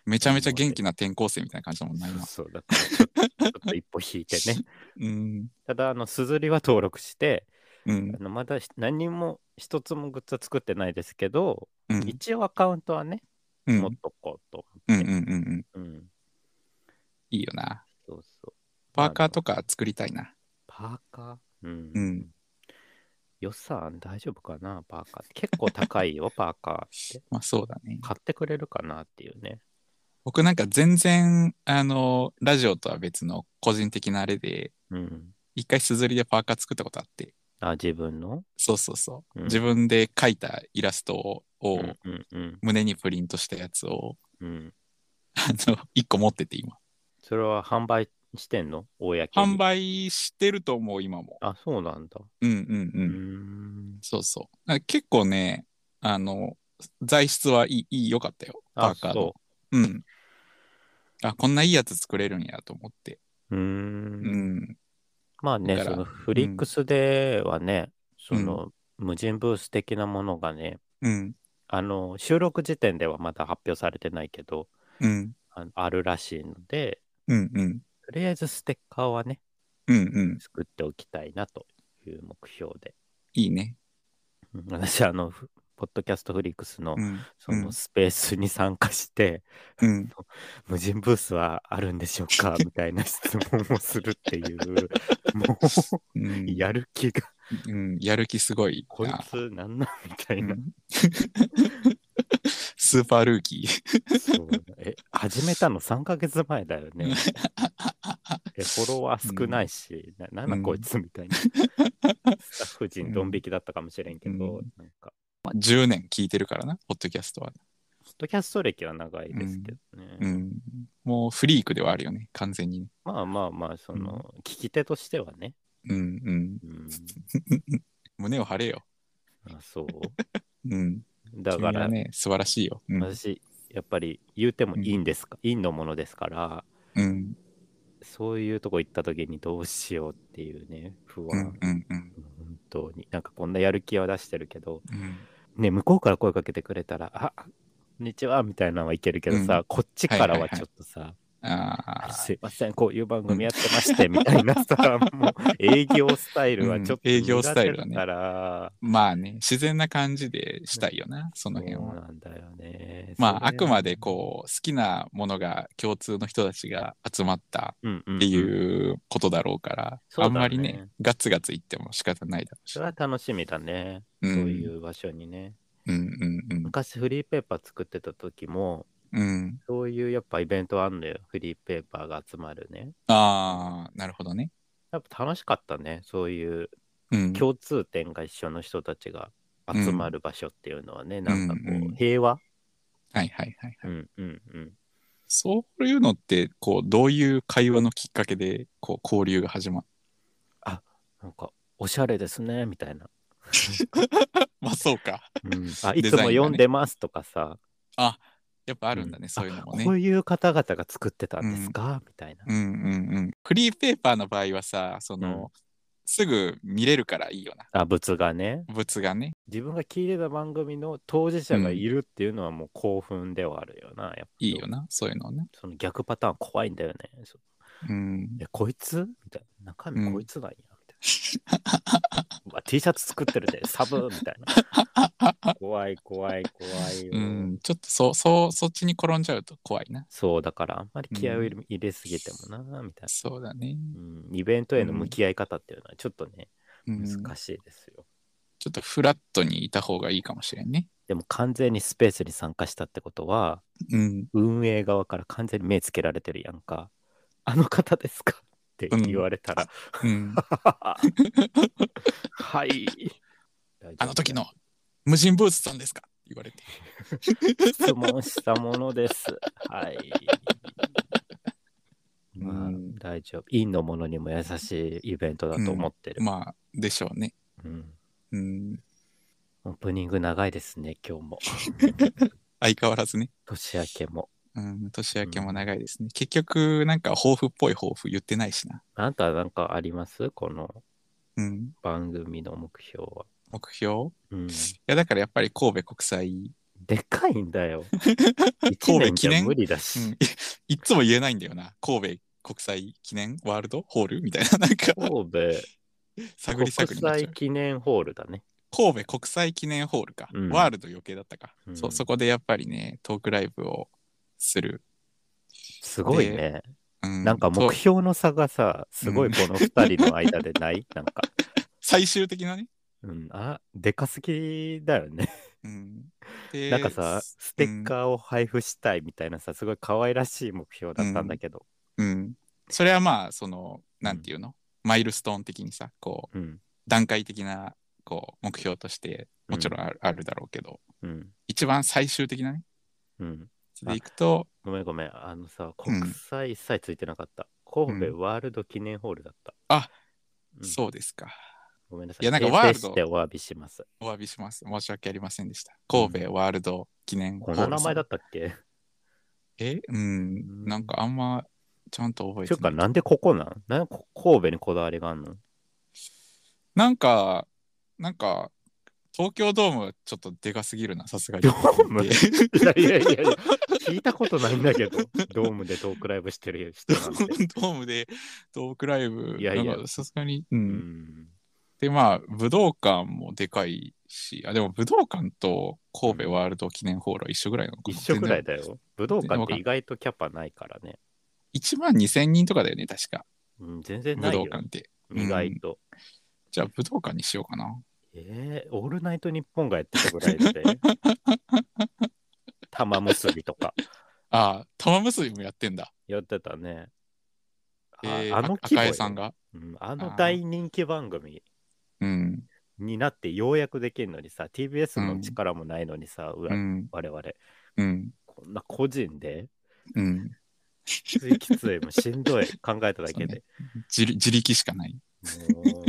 [SPEAKER 2] めちゃめちゃ元気な転校生みたいな感じだもんな、今。
[SPEAKER 1] そうだからちょっとちょっと一歩引いて ね。
[SPEAKER 2] うん。
[SPEAKER 1] ただ、あの、すずりは登録して、
[SPEAKER 2] うん。
[SPEAKER 1] あのまだひ何にも一つもグッズは作ってないですけど、
[SPEAKER 2] うん。
[SPEAKER 1] 一応アカウントはね、
[SPEAKER 2] うん。
[SPEAKER 1] 持っとこうと
[SPEAKER 2] うん。う
[SPEAKER 1] 思
[SPEAKER 2] ん。
[SPEAKER 1] って。
[SPEAKER 2] うん。
[SPEAKER 1] うん。
[SPEAKER 2] いいよな。
[SPEAKER 1] そうそう。
[SPEAKER 2] パーカーとか作りたいな。
[SPEAKER 1] パーカーうん。
[SPEAKER 2] うん。
[SPEAKER 1] 予算大丈夫かなパーカーって。結構高いよ、パーカーって。
[SPEAKER 2] まあそうだね。
[SPEAKER 1] 買ってくれるかなっていうね。
[SPEAKER 2] 僕なんか全然、あの、ラジオとは別の個人的なあれで、
[SPEAKER 1] うん。
[SPEAKER 2] 一回すずりでパーカー作ったことあって。
[SPEAKER 1] あ、自分の
[SPEAKER 2] そうそうそう。
[SPEAKER 1] うん
[SPEAKER 2] 自分で描いたイラストを、
[SPEAKER 1] う
[SPEAKER 2] を
[SPEAKER 1] んうんうん
[SPEAKER 2] 胸にプリントしたやつを、
[SPEAKER 1] うん。
[SPEAKER 2] あの、一個持ってて今。
[SPEAKER 1] それは販売してんの公に。
[SPEAKER 2] 販売してると思う、今も。
[SPEAKER 1] あ、そうなんだ。
[SPEAKER 2] うんうんう。
[SPEAKER 1] うんん。
[SPEAKER 2] そうそう。なんか結構ね、あの、材質はいい、いい、良かったよ。パ
[SPEAKER 1] あ、
[SPEAKER 2] ーカーの。。
[SPEAKER 1] そう
[SPEAKER 2] ん。あ、こんないいやつ作れるんやと思って。
[SPEAKER 1] う。うー。
[SPEAKER 2] うんん。
[SPEAKER 1] まあね、
[SPEAKER 2] だから
[SPEAKER 1] そのフリックスではね、その無人ブース的なものがね、
[SPEAKER 2] うん。
[SPEAKER 1] あの、収録時点ではまだ発表されてないけど、
[SPEAKER 2] うん。
[SPEAKER 1] あのあるらしいので、
[SPEAKER 2] うんうん。
[SPEAKER 1] とりあえずステッカーはね、
[SPEAKER 2] うんうん。
[SPEAKER 1] 作っておきたいなという目標で。
[SPEAKER 2] いいね。
[SPEAKER 1] うん私、あの、ふポッドキャストフリックスの
[SPEAKER 2] うん。
[SPEAKER 1] そのスペースに参加して、
[SPEAKER 2] うん。
[SPEAKER 1] 無人ブースはあるんでしょう かみたいな質問をするっていう、も
[SPEAKER 2] うん
[SPEAKER 1] う、やる気が、
[SPEAKER 2] うん。やる気すごい
[SPEAKER 1] こい
[SPEAKER 2] な。
[SPEAKER 1] つなんなんみたいうな。
[SPEAKER 2] ん スーパールーキー。
[SPEAKER 1] そうえ、始めたの3ヶ月前だよね。え、フォロワー少ないし、ななんだこいつみたいな。スタッフ陣ドン引きだったかもしれんけど、
[SPEAKER 2] うん
[SPEAKER 1] なんか、
[SPEAKER 2] まあ10年聞いてるからな、ポッドキャストは。
[SPEAKER 1] ポッドキャスト歴は長いですけどね。
[SPEAKER 2] うん。もうフリークではあるよね、完全にね。
[SPEAKER 1] まあまあまあ、その、聞き手としてはね。
[SPEAKER 2] うんうん。
[SPEAKER 1] うん、
[SPEAKER 2] 胸を張れよ。
[SPEAKER 1] あそう。
[SPEAKER 2] うん。
[SPEAKER 1] だか
[SPEAKER 2] 君
[SPEAKER 1] ら、
[SPEAKER 2] はね、素晴らしいよ。うん。
[SPEAKER 1] 私、やっぱり言うてもいいんですか、いいのものですから、
[SPEAKER 2] うん
[SPEAKER 1] そういうとこ行った時にどうしようっていうね、不
[SPEAKER 2] う
[SPEAKER 1] 安
[SPEAKER 2] ん。うんう
[SPEAKER 1] 本
[SPEAKER 2] ん
[SPEAKER 1] 当に。なんかこんなやる気は出してるけど、
[SPEAKER 2] うん
[SPEAKER 1] ね、向こうから声かけてくれたら、あこんにちはみたいなのはいけるけどさ、
[SPEAKER 2] う
[SPEAKER 1] こっちから
[SPEAKER 2] はい
[SPEAKER 1] はい
[SPEAKER 2] ははい
[SPEAKER 1] ちょっとさ、
[SPEAKER 2] ああ、
[SPEAKER 1] すいません、こういう番組やってまして、みたいなさ、もう営業スタイルはちょっと
[SPEAKER 2] うん営業スタイルだね
[SPEAKER 1] 苦手だから、
[SPEAKER 2] まあね、自然な感じでしたいよな、その辺
[SPEAKER 1] そう
[SPEAKER 2] は。
[SPEAKER 1] なんだよね。
[SPEAKER 2] まあ、あくまで
[SPEAKER 1] う、
[SPEAKER 2] こう、好きなものが共通の人たちが集まった
[SPEAKER 1] うんうんうん
[SPEAKER 2] っていうことだろうから、
[SPEAKER 1] そうだ
[SPEAKER 2] あん
[SPEAKER 1] ね
[SPEAKER 2] まりね、ガツガツ言っても仕方ないだろうし
[SPEAKER 1] そ。れは楽しみだね。
[SPEAKER 2] う
[SPEAKER 1] そうい
[SPEAKER 2] ん、
[SPEAKER 1] う場所にね。
[SPEAKER 2] うん、うん、
[SPEAKER 1] 昔フリーペーパー作ってた時も、
[SPEAKER 2] うん。うん、
[SPEAKER 1] そういうやっぱイベントあんのよ。フリーペーパーが集まるね。
[SPEAKER 2] ああ、なるほどね。
[SPEAKER 1] やっぱ楽しかったね。そういう
[SPEAKER 2] うん、
[SPEAKER 1] 共通点が一緒の人たちが集まる場所っていうのはね、なんかこ
[SPEAKER 2] うんうん
[SPEAKER 1] う、平和。
[SPEAKER 2] はいはいはい、
[SPEAKER 1] う
[SPEAKER 2] はい
[SPEAKER 1] んうんうん。
[SPEAKER 2] そういうのって、こう、どういう会話のきっかけで、こう、交流が始まる
[SPEAKER 1] なんか、おしゃれですね、みたいな。
[SPEAKER 2] まあ、そうか。
[SPEAKER 1] うん、あい
[SPEAKER 2] デ
[SPEAKER 1] つ
[SPEAKER 2] ザイ
[SPEAKER 1] も
[SPEAKER 2] ンがね
[SPEAKER 1] 読んでますとかさ、
[SPEAKER 2] やっぱあるんだね、
[SPEAKER 1] ん
[SPEAKER 2] そういうのも
[SPEAKER 1] あ
[SPEAKER 2] ね
[SPEAKER 1] こ。ういう方々が作ってたんですか、みたいな
[SPEAKER 2] う。んうんうん。フリーペーパーの場合はさ、その、
[SPEAKER 1] うん
[SPEAKER 2] すぐ見れるからいいよな。
[SPEAKER 1] あ、物がね。
[SPEAKER 2] 物がね。
[SPEAKER 1] 自分が聞いてた番組の当事者がいるっていうのはもう興奮ではあるよな。やっぱ
[SPEAKER 2] いいよな、そういうのね。
[SPEAKER 1] その逆パターン怖いんだよね。そう
[SPEAKER 2] うん。
[SPEAKER 1] え、こいつみたいな。中
[SPEAKER 2] う
[SPEAKER 1] 身
[SPEAKER 2] ん
[SPEAKER 1] こいつなんや。みたいな うわ T シャツ作ってるで、サブみたいな。怖い怖い怖いよ。
[SPEAKER 2] うん、ちょっとそう、そう、そっちに転んじゃうと怖いな。
[SPEAKER 1] そうだから、あんまり気合を入れ入れすぎてもな、みたい
[SPEAKER 2] そうだね。
[SPEAKER 1] な、うん。イベントへの向き合い方っていうのはちょっとね、
[SPEAKER 2] うん、ちょ
[SPEAKER 1] 難しいですよ。
[SPEAKER 2] っとフラットにいた方がいいかもしれんね。
[SPEAKER 1] でも完全にスペースに参加したってことは、
[SPEAKER 2] うん。
[SPEAKER 1] 運営側から完全に目つけられてるやんか。あの方ですかって言われたら、
[SPEAKER 2] うん、
[SPEAKER 1] はい。
[SPEAKER 2] あの時の無人ブースさんですかって言われて。
[SPEAKER 1] 質問したものです。はい。まあ
[SPEAKER 2] うん、
[SPEAKER 1] 大丈夫。院のものにも優しいイベントだと思ってる。
[SPEAKER 2] まあ、でしょうね。
[SPEAKER 1] うん
[SPEAKER 2] うん。
[SPEAKER 1] オープニング長いですね、今 日も。
[SPEAKER 2] 相変わらずね。
[SPEAKER 1] 年明けも。
[SPEAKER 2] うん、年明けも長いですね。結局、なんか抱負っぽい抱負言ってないしな。
[SPEAKER 1] あなたは何かありますこの
[SPEAKER 2] うん。
[SPEAKER 1] 番組の目標は。
[SPEAKER 2] 目標
[SPEAKER 1] うん
[SPEAKER 2] いやだからやっぱり神戸国際
[SPEAKER 1] でかいんだ よ。1
[SPEAKER 2] 神戸
[SPEAKER 1] 年
[SPEAKER 2] 記
[SPEAKER 1] じゃ
[SPEAKER 2] 念
[SPEAKER 1] 無理だ
[SPEAKER 2] う
[SPEAKER 1] し、
[SPEAKER 2] ん、いっつも言えないんだよな。神戸国際記念ワールドホールみたいな、 なんか、
[SPEAKER 1] 神
[SPEAKER 2] 探り
[SPEAKER 1] 戸
[SPEAKER 2] 探り
[SPEAKER 1] 国
[SPEAKER 2] になっちゃ
[SPEAKER 1] 際
[SPEAKER 2] う。
[SPEAKER 1] 記念ホールだね。
[SPEAKER 2] 神戸国際記念ホールか。
[SPEAKER 1] うん
[SPEAKER 2] ワールド余計だったか、
[SPEAKER 1] うん
[SPEAKER 2] そう。そこでやっぱりね、トークライブをする。
[SPEAKER 1] すごいね。
[SPEAKER 2] うん
[SPEAKER 1] なんか目
[SPEAKER 2] と
[SPEAKER 1] 標の差がさ、すごいこの2人の間でない なんか、
[SPEAKER 2] 最終的なね。
[SPEAKER 1] うん、あ、でかすぎだよね。
[SPEAKER 2] うん、で
[SPEAKER 1] なんかさ、ステッカーを配布したいみたいなさ、すごい可愛らしい目標だったんだけど。
[SPEAKER 2] うん。それはまあ、その、なんていうの、マイルストーン的にさ、こう、
[SPEAKER 1] うん。
[SPEAKER 2] 段階的な、こう、目標として、もちろんある,、あるだろうけど、
[SPEAKER 1] うん。
[SPEAKER 2] 一番最終的なね、
[SPEAKER 1] うん。
[SPEAKER 2] それでいくと、
[SPEAKER 1] ごめんごめん。あのさ、
[SPEAKER 2] うん
[SPEAKER 1] 国際一切ついてなかった。神戸ワールド記念ホールだった。
[SPEAKER 2] あ
[SPEAKER 1] うん
[SPEAKER 2] そうですか。
[SPEAKER 1] ごめんなさい。
[SPEAKER 2] いやなんか
[SPEAKER 1] 訂正
[SPEAKER 2] ワールド
[SPEAKER 1] してお詫びします。
[SPEAKER 2] お詫びします。申し訳ありませんでした。神戸ワールド記念ホ
[SPEAKER 1] こ
[SPEAKER 2] ール
[SPEAKER 1] の
[SPEAKER 2] さん
[SPEAKER 1] 名前だったっけ
[SPEAKER 2] えうん、なんかあんま、ちゃんと覚え
[SPEAKER 1] ちゅ
[SPEAKER 2] て
[SPEAKER 1] うか、
[SPEAKER 2] ない。
[SPEAKER 1] なんでここなんなんこ神戸にこだわりがあんの
[SPEAKER 2] なんか、なんか、東京ドームはちょっとでかすぎるな、さすがに。
[SPEAKER 1] ドー ム
[SPEAKER 2] で
[SPEAKER 1] いやいやいやいや、聞いたことないんだけど、ドームでトークライブしてる人
[SPEAKER 2] ド
[SPEAKER 1] なんて。
[SPEAKER 2] ームでトークライブ、
[SPEAKER 1] いやいや
[SPEAKER 2] なんかさすが に、う。
[SPEAKER 1] うんん。
[SPEAKER 2] で、まあ、武道館もでかいし、あ、でも武道館と神戸ワールド記念ホールは一緒ぐらいなのかな
[SPEAKER 1] 一緒ぐらいだ。
[SPEAKER 2] 全然
[SPEAKER 1] よ。武道館って意外とキャパないからね。
[SPEAKER 2] 1万2000人とかだよね、確か。
[SPEAKER 1] うん、全然
[SPEAKER 2] 武
[SPEAKER 1] ない
[SPEAKER 2] 道
[SPEAKER 1] よ。
[SPEAKER 2] 館って。
[SPEAKER 1] 意外と。
[SPEAKER 2] じゃあ、武道館にしようかな。
[SPEAKER 1] えー、オールナイトニッポンがやってたぐらいで。玉結びとか
[SPEAKER 2] ああ、玉結びもやってんだ。
[SPEAKER 1] やってたね。あ,、
[SPEAKER 2] えー
[SPEAKER 1] あの規模
[SPEAKER 2] 赤
[SPEAKER 1] よ
[SPEAKER 2] 江さんが。
[SPEAKER 1] うん、あの大人気番組
[SPEAKER 2] うん。
[SPEAKER 1] になってようやくできるのにさ、TBS の力もないのにさ、うわ
[SPEAKER 2] うん。
[SPEAKER 1] 我々、
[SPEAKER 2] うん。
[SPEAKER 1] こんな個人で
[SPEAKER 2] うん。
[SPEAKER 1] きついきつい、もうしんどい、考えただけで。
[SPEAKER 2] 自力自力しかない。
[SPEAKER 1] もう、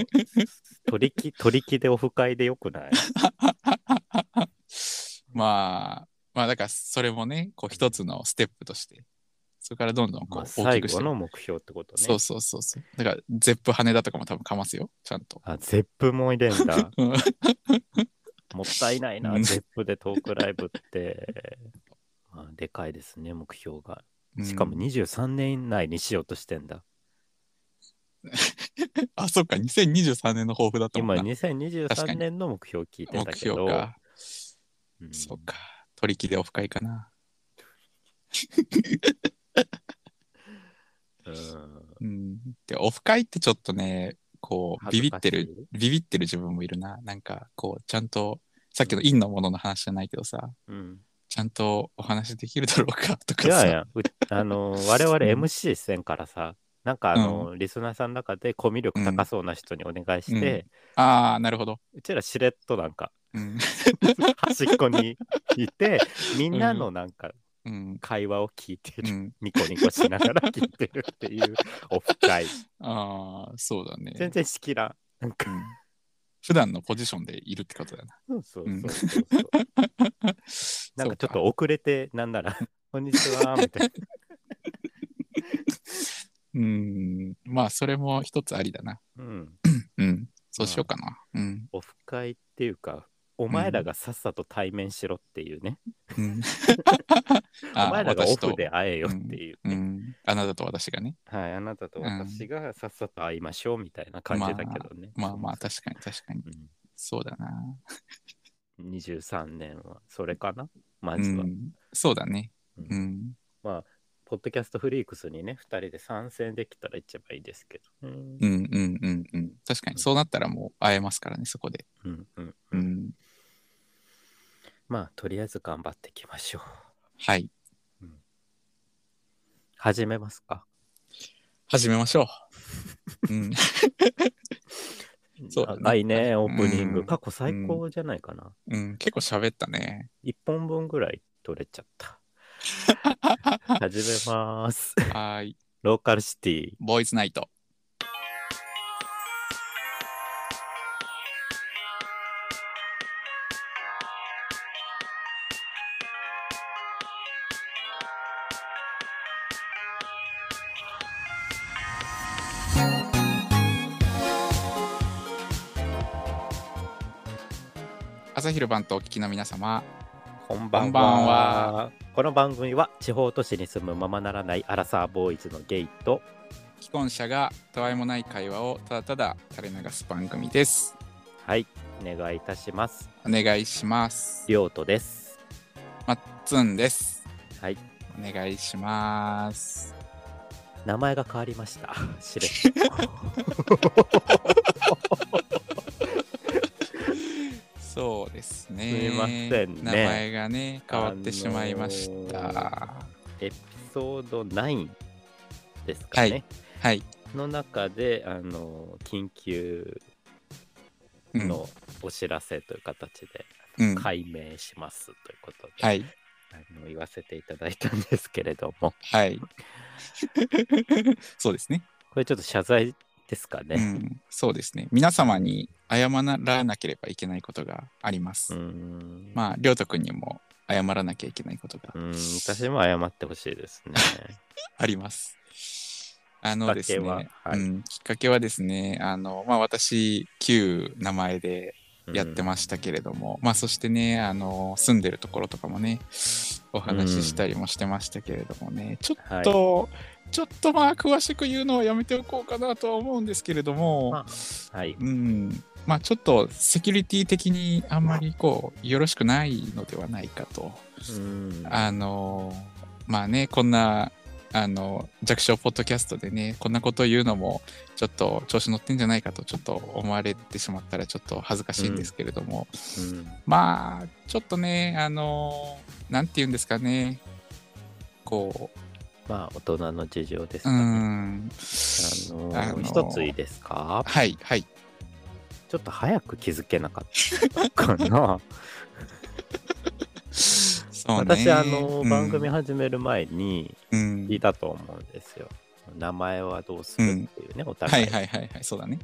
[SPEAKER 1] 取り木、取り木でオフ会でよくない
[SPEAKER 2] まあ、まあだからそれもね、こう一つのステップとして、それからどんどん
[SPEAKER 1] ま
[SPEAKER 2] こ
[SPEAKER 1] あ、
[SPEAKER 2] う大き
[SPEAKER 1] 最
[SPEAKER 2] くして、
[SPEAKER 1] 後の目標ってことね。
[SPEAKER 2] そうそうそうそう。だから、ゼップ羽田とかも多分かますよ、ちゃんと。
[SPEAKER 1] あ、ゼップも入れん だ。
[SPEAKER 2] うん
[SPEAKER 1] もったいないな
[SPEAKER 2] う、ん
[SPEAKER 1] ゼップでトークライブって。 まあ、でかいですね、目標が。しかも
[SPEAKER 2] うん
[SPEAKER 1] 23年以内にしようとしてんだ。
[SPEAKER 2] あ、そっか、2023年の抱負だったも
[SPEAKER 1] 今、
[SPEAKER 2] んな。確か
[SPEAKER 1] 2023
[SPEAKER 2] に
[SPEAKER 1] 年の目標を聞いてた
[SPEAKER 2] 目
[SPEAKER 1] け
[SPEAKER 2] 標
[SPEAKER 1] ど。
[SPEAKER 2] か。
[SPEAKER 1] うん
[SPEAKER 2] そっか。取り木でオフ会かな。
[SPEAKER 1] うん
[SPEAKER 2] うん。で、オフ会ってちょっとね、こう、
[SPEAKER 1] 恥
[SPEAKER 2] ビ
[SPEAKER 1] ず
[SPEAKER 2] ビっ
[SPEAKER 1] か
[SPEAKER 2] て
[SPEAKER 1] しい
[SPEAKER 2] る、ビビってる自分もいるな。なんか、こう、ちゃんと、さっきの陰のものの話じゃないけどさ、
[SPEAKER 1] うん。
[SPEAKER 2] ちゃんとお話できるだろうか とかさ。
[SPEAKER 1] いやいや、うあの、我々
[SPEAKER 2] うん
[SPEAKER 1] MC せんからさ、なんかあの、リスナーさんの中でコミュ力高そうな人にお願いして、
[SPEAKER 2] ああ、なるほど。
[SPEAKER 1] うちらしれっとなんか、
[SPEAKER 2] うん。
[SPEAKER 1] 端っこにい て、みんなのなんか
[SPEAKER 2] うん。
[SPEAKER 1] 会話を聞いて
[SPEAKER 2] う
[SPEAKER 1] る。
[SPEAKER 2] ん、
[SPEAKER 1] ニコニコしながら聞いてるっていうオフ会。
[SPEAKER 2] ああ、そうだね。
[SPEAKER 1] 全然しきらん。なんか
[SPEAKER 2] う、ん普段のポジションでいるってことだな。
[SPEAKER 1] そうそう
[SPEAKER 2] うん
[SPEAKER 1] そうそうそう。なんかちょっ
[SPEAKER 2] そう
[SPEAKER 1] と遅れて、なんなら、 こんにちは、みたいな。
[SPEAKER 2] うん。まあ、それも一つありだな。
[SPEAKER 1] うん。
[SPEAKER 2] うん。そうしようかな。うん。
[SPEAKER 1] オフ会っていうか、お前らがさっさと対面しろっていうね。
[SPEAKER 2] うん。
[SPEAKER 1] お前らがオ
[SPEAKER 2] 私と
[SPEAKER 1] フで会えよっていう
[SPEAKER 2] う
[SPEAKER 1] ね。
[SPEAKER 2] ん。あなたと私がね。
[SPEAKER 1] はい、あなたと私がさっさと会いましょうみたいな感じだけどね。
[SPEAKER 2] まあまあ、確かに確かに。そうだな。
[SPEAKER 1] うん、23年はそれかなま
[SPEAKER 2] う
[SPEAKER 1] ずは、
[SPEAKER 2] ん。そうだね。
[SPEAKER 1] うん
[SPEAKER 2] うん。
[SPEAKER 1] まあ、ポッドキャストフリークスにね、2人で参戦できたら一番いいですけど。うん
[SPEAKER 2] う。んうんうんうん。確かに、そうなったらもう会えますからね、そこで。
[SPEAKER 1] うんうんう、
[SPEAKER 2] うんん。
[SPEAKER 1] まあ、とりあえず頑張っていきましょう。
[SPEAKER 2] はい。
[SPEAKER 1] 始めますか。
[SPEAKER 2] 始めましょう。うん。そうだね
[SPEAKER 1] 長いね、オープニン
[SPEAKER 2] う
[SPEAKER 1] グ。
[SPEAKER 2] ん
[SPEAKER 1] 過去最高じゃないかな。
[SPEAKER 2] うん、結構喋ったね。
[SPEAKER 1] 1本分ぐらい取れちゃ った。始めまーす。
[SPEAKER 2] はーい。
[SPEAKER 1] ローカルシティ。
[SPEAKER 2] ボーイズナイト。朝昼晩とお聞きの皆様、
[SPEAKER 1] こんば
[SPEAKER 2] こ
[SPEAKER 1] んは
[SPEAKER 2] んばんは
[SPEAKER 1] この番組は地方都市に住むままならないアラサーボーイズのゲイと
[SPEAKER 2] 既婚者がたわいもない会話をただただ垂れ流す番組です。
[SPEAKER 1] はいお願いいたします
[SPEAKER 2] お願いします。
[SPEAKER 1] りょうとです
[SPEAKER 2] まっつんです。
[SPEAKER 1] はい
[SPEAKER 2] お願いします。
[SPEAKER 1] 名前が変わりましたしれっ
[SPEAKER 2] そうですね。
[SPEAKER 1] すいませんね
[SPEAKER 2] 名前がね、変わってしまいました。
[SPEAKER 1] あのとエピソード9ですかね、
[SPEAKER 2] はいはい。
[SPEAKER 1] の中であの緊急
[SPEAKER 2] うん。
[SPEAKER 1] のお知らせという形で
[SPEAKER 2] うん、はい。
[SPEAKER 1] 解明しますということで、あの言わせていただいたんですけれども
[SPEAKER 2] はい。 そうですね
[SPEAKER 1] これちょっと謝罪ですか
[SPEAKER 2] う
[SPEAKER 1] ね、
[SPEAKER 2] ん。そうですね。皆様に謝らなければいけないことがあります。
[SPEAKER 1] うーん
[SPEAKER 2] まあ、りょうとくんにも謝らなきゃいけないことが
[SPEAKER 1] うーん私も謝ってほしいですね
[SPEAKER 2] あります。あのです
[SPEAKER 1] き
[SPEAKER 2] ね、
[SPEAKER 1] っかけははい、
[SPEAKER 2] うん、きっかけはですね、あの、まあ、私、旧名前で やってましたたけれども、まあそしてねあの住んでるところとかもねお話ししたりもしてましたけれどもね、ちょ
[SPEAKER 1] は
[SPEAKER 2] っ
[SPEAKER 1] い、
[SPEAKER 2] と、ちょっとまあ詳しく言うのはやめておこうかなとは思うんですけれども、
[SPEAKER 1] まはい、
[SPEAKER 2] うんまあちょっとセキュリティ的にあんまりこうよろしくないのではないかと、
[SPEAKER 1] うん
[SPEAKER 2] あのまあねこんなあの弱小ポッドキャストでねこんなことを言うのもちょっと調子乗ってんじゃないかとちょっと思われてしまったらちょっと恥ずかしいんですけれども、
[SPEAKER 1] うん
[SPEAKER 2] まあ、ちょっとね、あのなんて言うんですかね、こ
[SPEAKER 1] まあ大人の事情です
[SPEAKER 2] う、
[SPEAKER 1] か
[SPEAKER 2] うー
[SPEAKER 1] ね、
[SPEAKER 2] ん、
[SPEAKER 1] あの
[SPEAKER 2] あの
[SPEAKER 1] 一ついいですか
[SPEAKER 2] はい、はい、
[SPEAKER 1] ちょっと早く気づけなかったかな
[SPEAKER 2] そうね。
[SPEAKER 1] 私あの、
[SPEAKER 2] うん
[SPEAKER 1] 番組始める前に
[SPEAKER 2] うん
[SPEAKER 1] 聞いたと思うんですよ名前はどうするっていうね、お
[SPEAKER 2] は
[SPEAKER 1] 互い
[SPEAKER 2] い、はい、はい、はい、そうだね。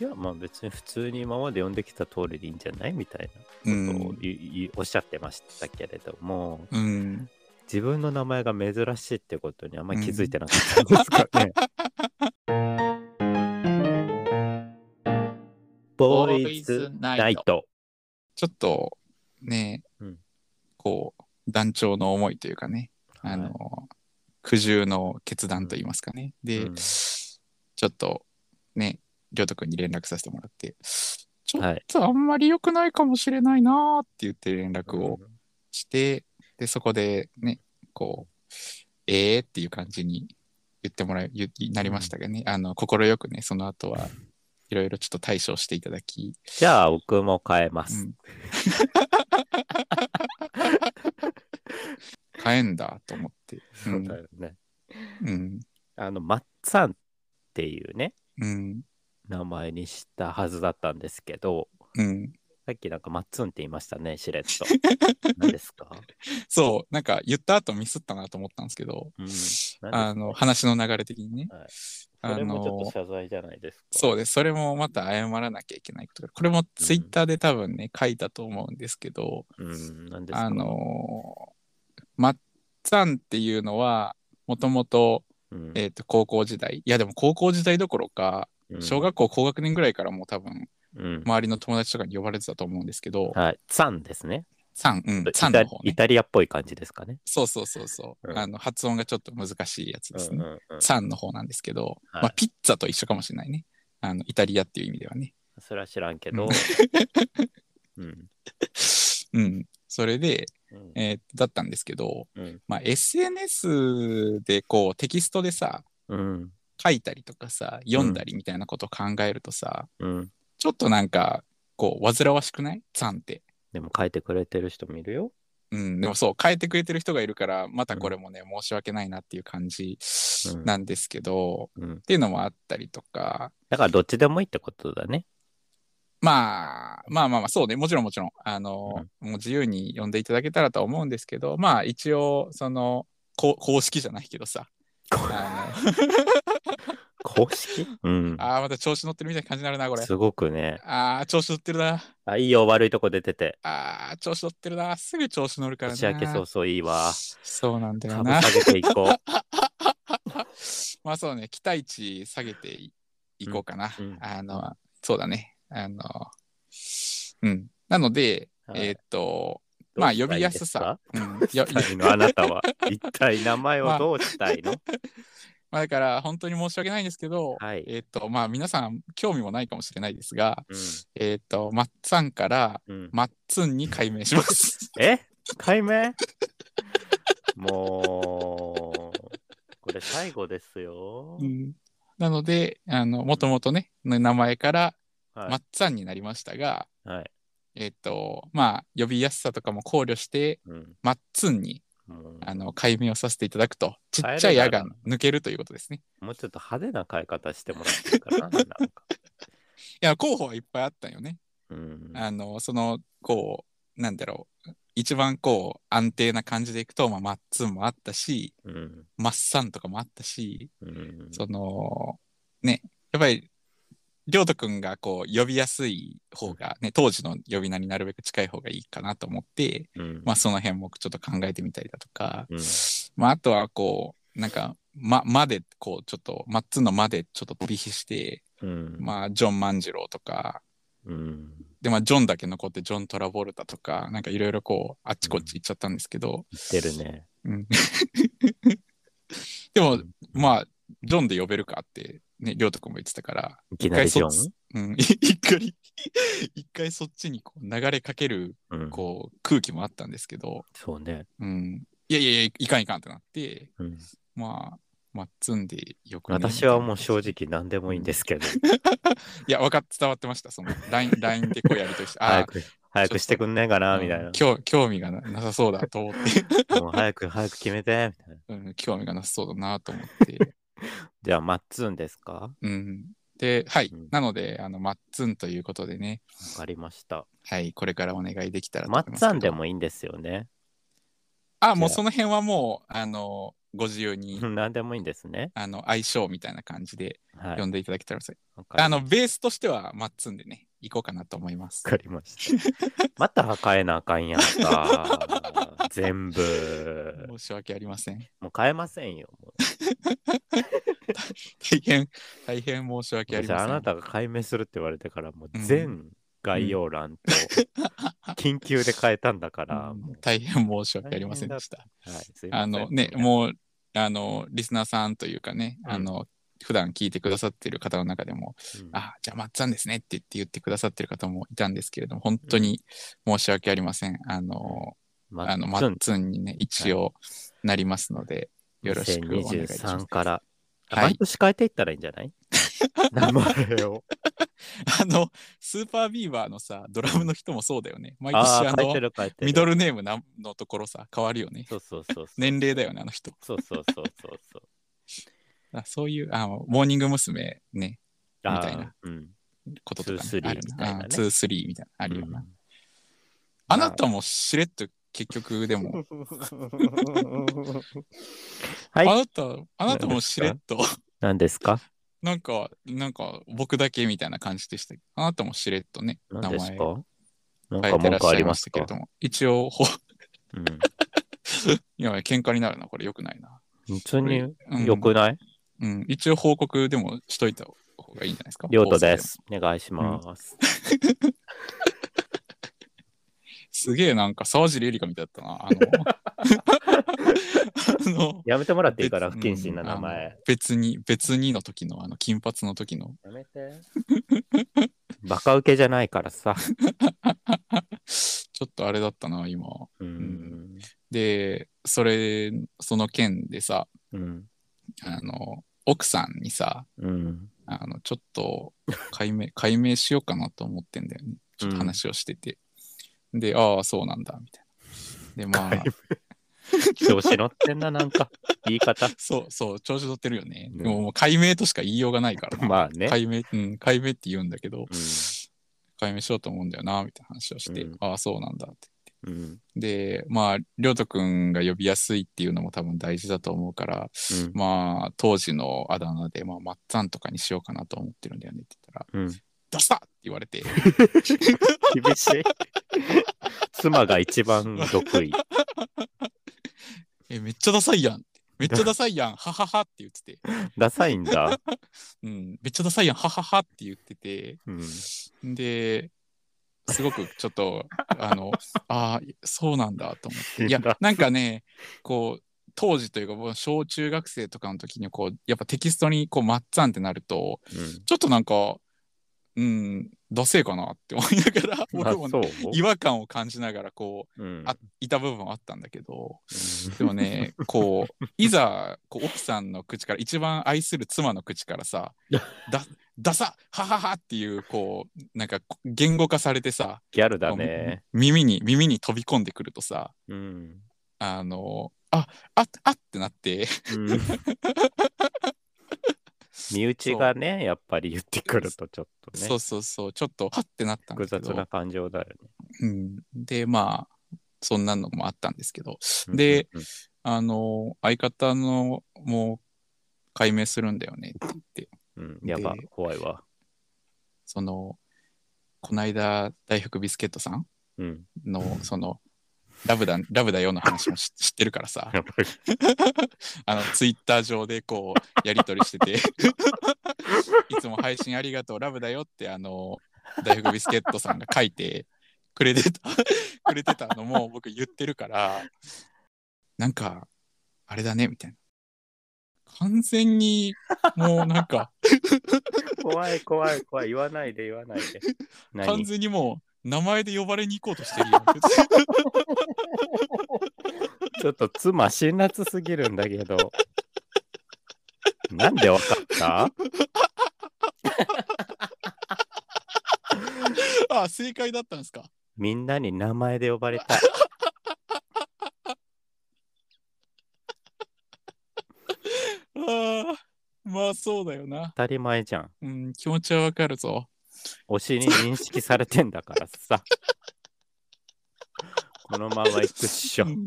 [SPEAKER 1] いや、まあ別に普通に今まで読んできた通りでいいんじゃないみたいな
[SPEAKER 2] う
[SPEAKER 1] ことを
[SPEAKER 2] ん、
[SPEAKER 1] いいおっしゃってましたけれども、
[SPEAKER 2] うん、
[SPEAKER 1] 自分の名前が珍しいってことにあんまり気づいてなかったんですか ね。ボーイズナイト。
[SPEAKER 2] ちょっと、ね、
[SPEAKER 1] うん
[SPEAKER 2] こう、団長の思いというかね、あの、苦渋の決断と言いますかね。で、
[SPEAKER 1] うん
[SPEAKER 2] ちょっと、ね、りょうとくんに連絡させてもらって、ちょっ
[SPEAKER 1] はい。
[SPEAKER 2] ちょっとあんまり良くないかもしれないなーって言って連絡をして、で、そこでね、こう、ええー、っていう感じに言ってもらえ、言なりましたがね、あの、快くね、その後はいろいろちょっと対処していただき、
[SPEAKER 1] じゃあ僕も変えま
[SPEAKER 2] う
[SPEAKER 1] す。
[SPEAKER 2] ん変えんだと思って。う
[SPEAKER 1] そうんだよね。
[SPEAKER 2] うん。
[SPEAKER 1] あの、マッツァンっていうね、
[SPEAKER 2] うん。
[SPEAKER 1] 名前にしたはずだったんですけど、
[SPEAKER 2] うん。
[SPEAKER 1] さっきなんかマッツンって言いましたね、しれっ と。何ですか、
[SPEAKER 2] そう、なんか言った後ミスったなと思ったんですけど、
[SPEAKER 1] うん、
[SPEAKER 2] あの、話の流れ的にね。
[SPEAKER 1] はい
[SPEAKER 2] あの
[SPEAKER 1] それもちょっと謝罪じゃないですか。
[SPEAKER 2] そうです。それもまた謝らなきゃいけないことが。これもツイッターで多分ね、書いたと思うんですけど、
[SPEAKER 1] うん、なんですか
[SPEAKER 2] あ、のー、まっつぁんっていうのは、もともと、
[SPEAKER 1] うん
[SPEAKER 2] えっ、と、高校時代。いや、でも高校時代どころか、小学校高学年ぐらいからもう多分、
[SPEAKER 1] うん、
[SPEAKER 2] 周りの友達とかに呼ばれてたと思うんですけど、
[SPEAKER 1] はい、ツァンですね。
[SPEAKER 2] さん、うん
[SPEAKER 1] イ、タ
[SPEAKER 2] さんの方
[SPEAKER 1] イ
[SPEAKER 2] ね。
[SPEAKER 1] タリアっぽい感じですかね。
[SPEAKER 2] そうそうそうそう。
[SPEAKER 1] うん
[SPEAKER 2] あの、発音がちょっと難しいやつですね。
[SPEAKER 1] んうん
[SPEAKER 2] さんの方なんですけど、
[SPEAKER 1] はい
[SPEAKER 2] まあ、ピッツァと一緒かもしれないね。あの、イタリアっていう意味ではね。
[SPEAKER 1] それは知らんけど。うん。
[SPEAKER 2] うん。それで、
[SPEAKER 1] うん
[SPEAKER 2] えーだったんですけど、
[SPEAKER 1] うん
[SPEAKER 2] まあ、SNS でこうテキストでさ
[SPEAKER 1] うん。
[SPEAKER 2] 書いたりとかさ読んだりみたいなことを考えるとさ、
[SPEAKER 1] うん。
[SPEAKER 2] ちょっとなんかこう煩わしくないさんって。
[SPEAKER 1] でも書いてくれてる人もいるよ。
[SPEAKER 2] うん、でもそう変えてくれてる人がいるからまたこれもね、申し訳ないなっていう感じ
[SPEAKER 1] うん
[SPEAKER 2] なんですけど、
[SPEAKER 1] うん
[SPEAKER 2] っていうのもあったりとか
[SPEAKER 1] だからどっちでもいいってことだね。
[SPEAKER 2] まあまあまあまあそうねもちろんもちろんあの、もう自由に呼んでいただけたらとは思うんですけどまあ一応そのこ公式じゃないけどさあの
[SPEAKER 1] 公式うん。
[SPEAKER 2] あーまた調子乗ってるみたいな感じになるなこれ
[SPEAKER 1] すごくね。
[SPEAKER 2] ああ、調子乗ってるな。
[SPEAKER 1] あ、いいよ、悪いとこ出てて。
[SPEAKER 2] ああ、調子乗ってるな。すぐ調子乗るからな。
[SPEAKER 1] 年明け早々いいわ。
[SPEAKER 2] そうなんだよ
[SPEAKER 1] 株
[SPEAKER 2] な。
[SPEAKER 1] 下げていこ
[SPEAKER 2] まあそうね、期待値下げていいこうかな。
[SPEAKER 1] うんうん
[SPEAKER 2] あの、そうだね。あの、うん。なので、
[SPEAKER 1] はい
[SPEAKER 2] えーっと、
[SPEAKER 1] どう
[SPEAKER 2] まあ
[SPEAKER 1] したい
[SPEAKER 2] 呼びやすさうん よ
[SPEAKER 1] ですか。二人のあなたは一体名前 をどうしたいの、
[SPEAKER 2] まあ、だから本当に申し訳ないんですけど、
[SPEAKER 1] はい
[SPEAKER 2] えっ、とまあ皆さん興味もないかもしれないですが、
[SPEAKER 1] うん
[SPEAKER 2] えっ、とマッツァンから
[SPEAKER 1] うん
[SPEAKER 2] マッツンに改名します。
[SPEAKER 1] え解明 もう、これ最後ですよ
[SPEAKER 2] う。んなのであのもともとねの名前からマ
[SPEAKER 1] は
[SPEAKER 2] ッツァンになりましたが、
[SPEAKER 1] い。はい。
[SPEAKER 2] えっ、とまあ呼びやすさとかも考慮して
[SPEAKER 1] うん。
[SPEAKER 2] マッツンに
[SPEAKER 1] もう
[SPEAKER 2] あの改名をさせていただくとちっちゃい「や」が抜けるということですね。
[SPEAKER 1] もうちょっと派手な変え方してもらっていいか な。なんか
[SPEAKER 2] いや候補はいっぱいあったよね。
[SPEAKER 1] うん。
[SPEAKER 2] あの、その、こう、なんだろう、一番こう、安定な感じでいくと、まあ、マッツンもあったし、
[SPEAKER 1] うん。
[SPEAKER 2] マッサンとかもあったし、
[SPEAKER 1] うん。
[SPEAKER 2] その、ね、やっぱり、りょうとくんがこう、呼びやすい方が、ね、当時の呼び名になるべく近い方がいいかなと思って、
[SPEAKER 1] うん。
[SPEAKER 2] まあ、その辺もちょっと考えてみたりだとか、
[SPEAKER 1] うん
[SPEAKER 2] まあ、あとはこう、なんか、ま、まで、こう、ちょっと、マッツンのまでちょっと飛び火して、
[SPEAKER 1] うん。
[SPEAKER 2] まあ、ジョン万次郎とか、
[SPEAKER 1] うん。
[SPEAKER 2] で、まあ、ジョンだけ残って、ジョン・トラボルタとか、なんかいろいろこう、あっちこっち行っちゃったんですけど、
[SPEAKER 1] 言ってるね。
[SPEAKER 2] うんでも、まあ、ジョンで呼べるかって、ね、りょうとくんも言ってたから、
[SPEAKER 1] いきなりジョン
[SPEAKER 2] うん、 一回、一回そっちにこう流れかける、
[SPEAKER 1] うん
[SPEAKER 2] こう、空気もあったんですけど、
[SPEAKER 1] そうね。
[SPEAKER 2] うん、いやいやいや、いかんいかんってなって、
[SPEAKER 1] うん
[SPEAKER 2] まあ、まっつんでよくね
[SPEAKER 1] 私はもう正直何でもいいんですけど、
[SPEAKER 2] いや、わかっ伝わってました、その、LINE LINE でこうやりと りして、あ
[SPEAKER 1] 早
[SPEAKER 2] あ、
[SPEAKER 1] く、早くしてくんねえかな、みたいな。
[SPEAKER 2] 興興味がななさそうだと思って。
[SPEAKER 1] もう早く、早く決めて、みたいな。
[SPEAKER 2] うん、興味がなさそうだなと思って。
[SPEAKER 1] じゃあ、マッツンですかわ
[SPEAKER 2] うん、で、はい、
[SPEAKER 1] うん
[SPEAKER 2] なので、あの、マッツンということでね、
[SPEAKER 1] かりました。
[SPEAKER 2] はい、これからお願いできたらと
[SPEAKER 1] マ
[SPEAKER 2] 思い
[SPEAKER 1] ッ
[SPEAKER 2] ます
[SPEAKER 1] ツ
[SPEAKER 2] けど
[SPEAKER 1] ァンで。もいいんですよね。
[SPEAKER 2] あ、もうその辺はもう、あの、ご自由に、
[SPEAKER 1] 何でもいいんですね。
[SPEAKER 2] あの、相性みたいな感じで
[SPEAKER 1] はい
[SPEAKER 2] 呼。んでいただけたらと思い
[SPEAKER 1] わか
[SPEAKER 2] ます、あ
[SPEAKER 1] り
[SPEAKER 2] の、ベースとしてはマッツンでね、行こうかなと思います
[SPEAKER 1] わ。かりました。 また変えなあかんやん か。全部。
[SPEAKER 2] 申し訳ありません。
[SPEAKER 1] もう変えませんよ。もう
[SPEAKER 2] 大変、大変申し訳あり
[SPEAKER 1] 私
[SPEAKER 2] ません。
[SPEAKER 1] あなたが解明するって言われてから、もう全概要欄 と緊急で変えたんだから、
[SPEAKER 2] うん
[SPEAKER 1] もう
[SPEAKER 2] 大変申し訳ありませんでした。
[SPEAKER 1] はい、すいません
[SPEAKER 2] あのね、もう、あの、リスナーさんというかね、
[SPEAKER 1] うん
[SPEAKER 2] あの、普段聞いてくださってる方の中でも、
[SPEAKER 1] うん
[SPEAKER 2] あ、じゃあ、まっつぁんですねって言って言ってくださってる方もいたんですけれども、本当に申し訳ありません。あの、
[SPEAKER 1] ま
[SPEAKER 2] あの、
[SPEAKER 1] マ
[SPEAKER 2] ま
[SPEAKER 1] ッ
[SPEAKER 2] っ
[SPEAKER 1] ツ
[SPEAKER 2] つ
[SPEAKER 1] ン
[SPEAKER 2] んにね、一応なりますので、よろしくお願いします
[SPEAKER 1] 2023。から、
[SPEAKER 2] はい
[SPEAKER 1] 毎年変えていったらいいんじゃない名前 を。
[SPEAKER 2] あの、スーパービーバーのさ、ドラムの人もそうだよね。毎
[SPEAKER 1] あ
[SPEAKER 2] 年
[SPEAKER 1] あ
[SPEAKER 2] あ
[SPEAKER 1] ー、変えて
[SPEAKER 2] の、
[SPEAKER 1] る変えてる。
[SPEAKER 2] ミドルネームなのところさ、変わるよね。
[SPEAKER 1] そうそうそうそう。
[SPEAKER 2] 年齢だよね、あの人。
[SPEAKER 1] そうそうそうそうそう。
[SPEAKER 2] あそういう、あの、モーニング娘。ね、
[SPEAKER 1] あー
[SPEAKER 2] みたいな。
[SPEAKER 1] うん。
[SPEAKER 2] こととか、ね
[SPEAKER 1] 2-3、
[SPEAKER 2] ある
[SPEAKER 1] みたいなね
[SPEAKER 2] な。2、3みたいな、あるよな。
[SPEAKER 1] うん
[SPEAKER 2] あなたもしれっと結局でも、
[SPEAKER 1] はい
[SPEAKER 2] あなた、あなたもしれっと、
[SPEAKER 1] 何ですか
[SPEAKER 2] なんか、なんか僕だけみたいな感じでしたけど、あなたもしれっとね、名
[SPEAKER 1] 何です
[SPEAKER 2] 前変
[SPEAKER 1] かなんか
[SPEAKER 2] えて
[SPEAKER 1] 文
[SPEAKER 2] らっ
[SPEAKER 1] 句あ
[SPEAKER 2] しゃ
[SPEAKER 1] り
[SPEAKER 2] いま
[SPEAKER 1] ま
[SPEAKER 2] し
[SPEAKER 1] す
[SPEAKER 2] たけ
[SPEAKER 1] か
[SPEAKER 2] れども、一応、ほ
[SPEAKER 1] う
[SPEAKER 2] いや、喧嘩になるな、これ良くないな。
[SPEAKER 1] ん。普通に
[SPEAKER 2] うん
[SPEAKER 1] 良くない
[SPEAKER 2] うん、一応報告でもしといた方がいいんじゃないですか。
[SPEAKER 1] りょうとです。お願いします。
[SPEAKER 2] すげえなんか沢尻エリカみたいだったな。あの、 あの
[SPEAKER 1] やめてもらっていいから、
[SPEAKER 2] 別
[SPEAKER 1] 不謹慎な名
[SPEAKER 2] うんあの
[SPEAKER 1] 前。
[SPEAKER 2] 別に、別にの時の、あの、金髪の時の、
[SPEAKER 1] やめて。バカウケじゃないからさ。
[SPEAKER 2] ちょっとあれだったな、今。
[SPEAKER 1] うん。
[SPEAKER 2] で、それ、その件でさ、
[SPEAKER 1] うん。
[SPEAKER 2] あの、奥さんにさ、
[SPEAKER 1] うん。
[SPEAKER 2] あの、ちょっと解明、 解明しようかなと思ってんだよね。ちょっと話をしてて。で、ああ、そうなんだ、みたいな。で、まあ、
[SPEAKER 1] 調子乗ってんな、なんか。言い方。
[SPEAKER 2] そう、そう、調子乗ってるよね。
[SPEAKER 1] うん
[SPEAKER 2] でももう解明としか言いようがないからな。
[SPEAKER 1] まあね。
[SPEAKER 2] 解明、うん、解明って言うんだけど、
[SPEAKER 1] うん
[SPEAKER 2] 解明しようと思うんだよな、みたいな話をして、
[SPEAKER 1] うん
[SPEAKER 2] ああ、そうなんだって。
[SPEAKER 1] うん。うん
[SPEAKER 2] で、まあ、りょうとくんが呼びやすいっていうのも多分大事だと思うから、まあ、当時のあだ名で、まあ、まっつぁんとかにしようかなと思ってるんだよねって言ったら、
[SPEAKER 1] うん。
[SPEAKER 2] 出したって言われて、
[SPEAKER 1] 厳しい。妻が一番得意。
[SPEAKER 2] え、めっちゃダサいやんって。めっちゃダサいやん、はははって言ってて、
[SPEAKER 1] ダサいんだ。
[SPEAKER 2] うん、めっちゃダサいやん、はははって言ってて、
[SPEAKER 1] うん。
[SPEAKER 2] で、すごくちょ っと、あの、ああ、そうなんだと思って。いや
[SPEAKER 1] 辛い、
[SPEAKER 2] なんかね、こう、当時というか、もう小中学生とかの時に、こう、やっぱテキストに、こう、まっつぁんってなると、ちょっとなんか、うん、ダセえかなって思いながら、
[SPEAKER 1] うん、あ
[SPEAKER 2] 俺も
[SPEAKER 1] そう、
[SPEAKER 2] 違和感を感じながら、こう、
[SPEAKER 1] うん、
[SPEAKER 2] あいた部分はあったんだけど、でもね、こう、いざ、こう、奥さんの口から、一番愛する妻の口から さ、だ、ダサハハハっていう、こう、なんか、言語化されてさ、
[SPEAKER 1] ギャルだね。
[SPEAKER 2] 耳に、耳に飛び込んでくるとさ、
[SPEAKER 1] うん。
[SPEAKER 2] あの、あ、あ、あってなって、
[SPEAKER 1] うん身内がね、やっぱり言ってくるとちょっとね、
[SPEAKER 2] そうそうそう、ちょっと、はってなったん
[SPEAKER 1] 複
[SPEAKER 2] だけ
[SPEAKER 1] 雑
[SPEAKER 2] ど
[SPEAKER 1] な、感情だよ
[SPEAKER 2] うん、で、まあ、そんなのもあったんですけど、
[SPEAKER 1] ね。
[SPEAKER 2] で
[SPEAKER 1] うん、
[SPEAKER 2] あの、相方の、もう、解明するんだよねって言って、
[SPEAKER 1] うんうんやば
[SPEAKER 2] で、
[SPEAKER 1] 怖いわ。
[SPEAKER 2] その、こないだ大福ビスケットさん
[SPEAKER 1] うん。
[SPEAKER 2] の、その、ラブだ、ラブだよの話も し知ってるからさ、
[SPEAKER 1] やばい
[SPEAKER 2] あの、ツイッター上でこう、やり取りして て、いつも配信ありがとう、ラブだよって、あの、大福ビスケットさんが書いてくれてた、 くれてたのも僕言ってるから、なんか、あれだね、みたいな。完全に、もうなん か、
[SPEAKER 1] 怖い怖い怖い。言わないで言わないで。
[SPEAKER 2] 完
[SPEAKER 1] 何
[SPEAKER 2] 全にもう、名前で呼ばれに行こうとしてるよ。
[SPEAKER 1] ちょっと妻辛辣すぎるんだけど。なんでわかった
[SPEAKER 2] あ、正解だったんですか。
[SPEAKER 1] みんなに名前で呼ばれたい。
[SPEAKER 2] あーまあそうだよな。
[SPEAKER 1] 当たり前じゃん。
[SPEAKER 2] うん、気持ちはわかるぞ。
[SPEAKER 1] 推しに認識されてんだからさ。このまま行くっ しょ
[SPEAKER 2] う。ん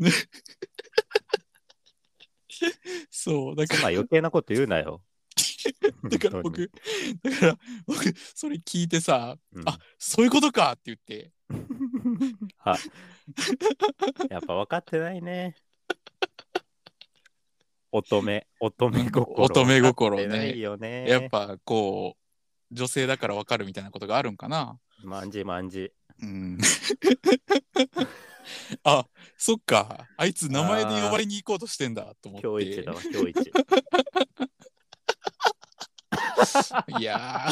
[SPEAKER 2] そう、だから
[SPEAKER 1] 妻、余計なこと言うなよ。
[SPEAKER 2] だから僕、だから僕、それ聞いてさ、
[SPEAKER 1] 本当に、
[SPEAKER 2] あそういうことかって言って、
[SPEAKER 1] うんはい。 やっぱ分かってないね。乙女、乙女心。
[SPEAKER 2] 乙女心ね
[SPEAKER 1] 分かってないよね。
[SPEAKER 2] やっ。ぱこう、女性だからわかるみたいなことがあるんかな。
[SPEAKER 1] まんじまんじ。
[SPEAKER 2] うん。 あ、そっか、あいつ名前で呼ばれに行こうとしてんだと思って。
[SPEAKER 1] 今日一 だわ、今日一。
[SPEAKER 2] いや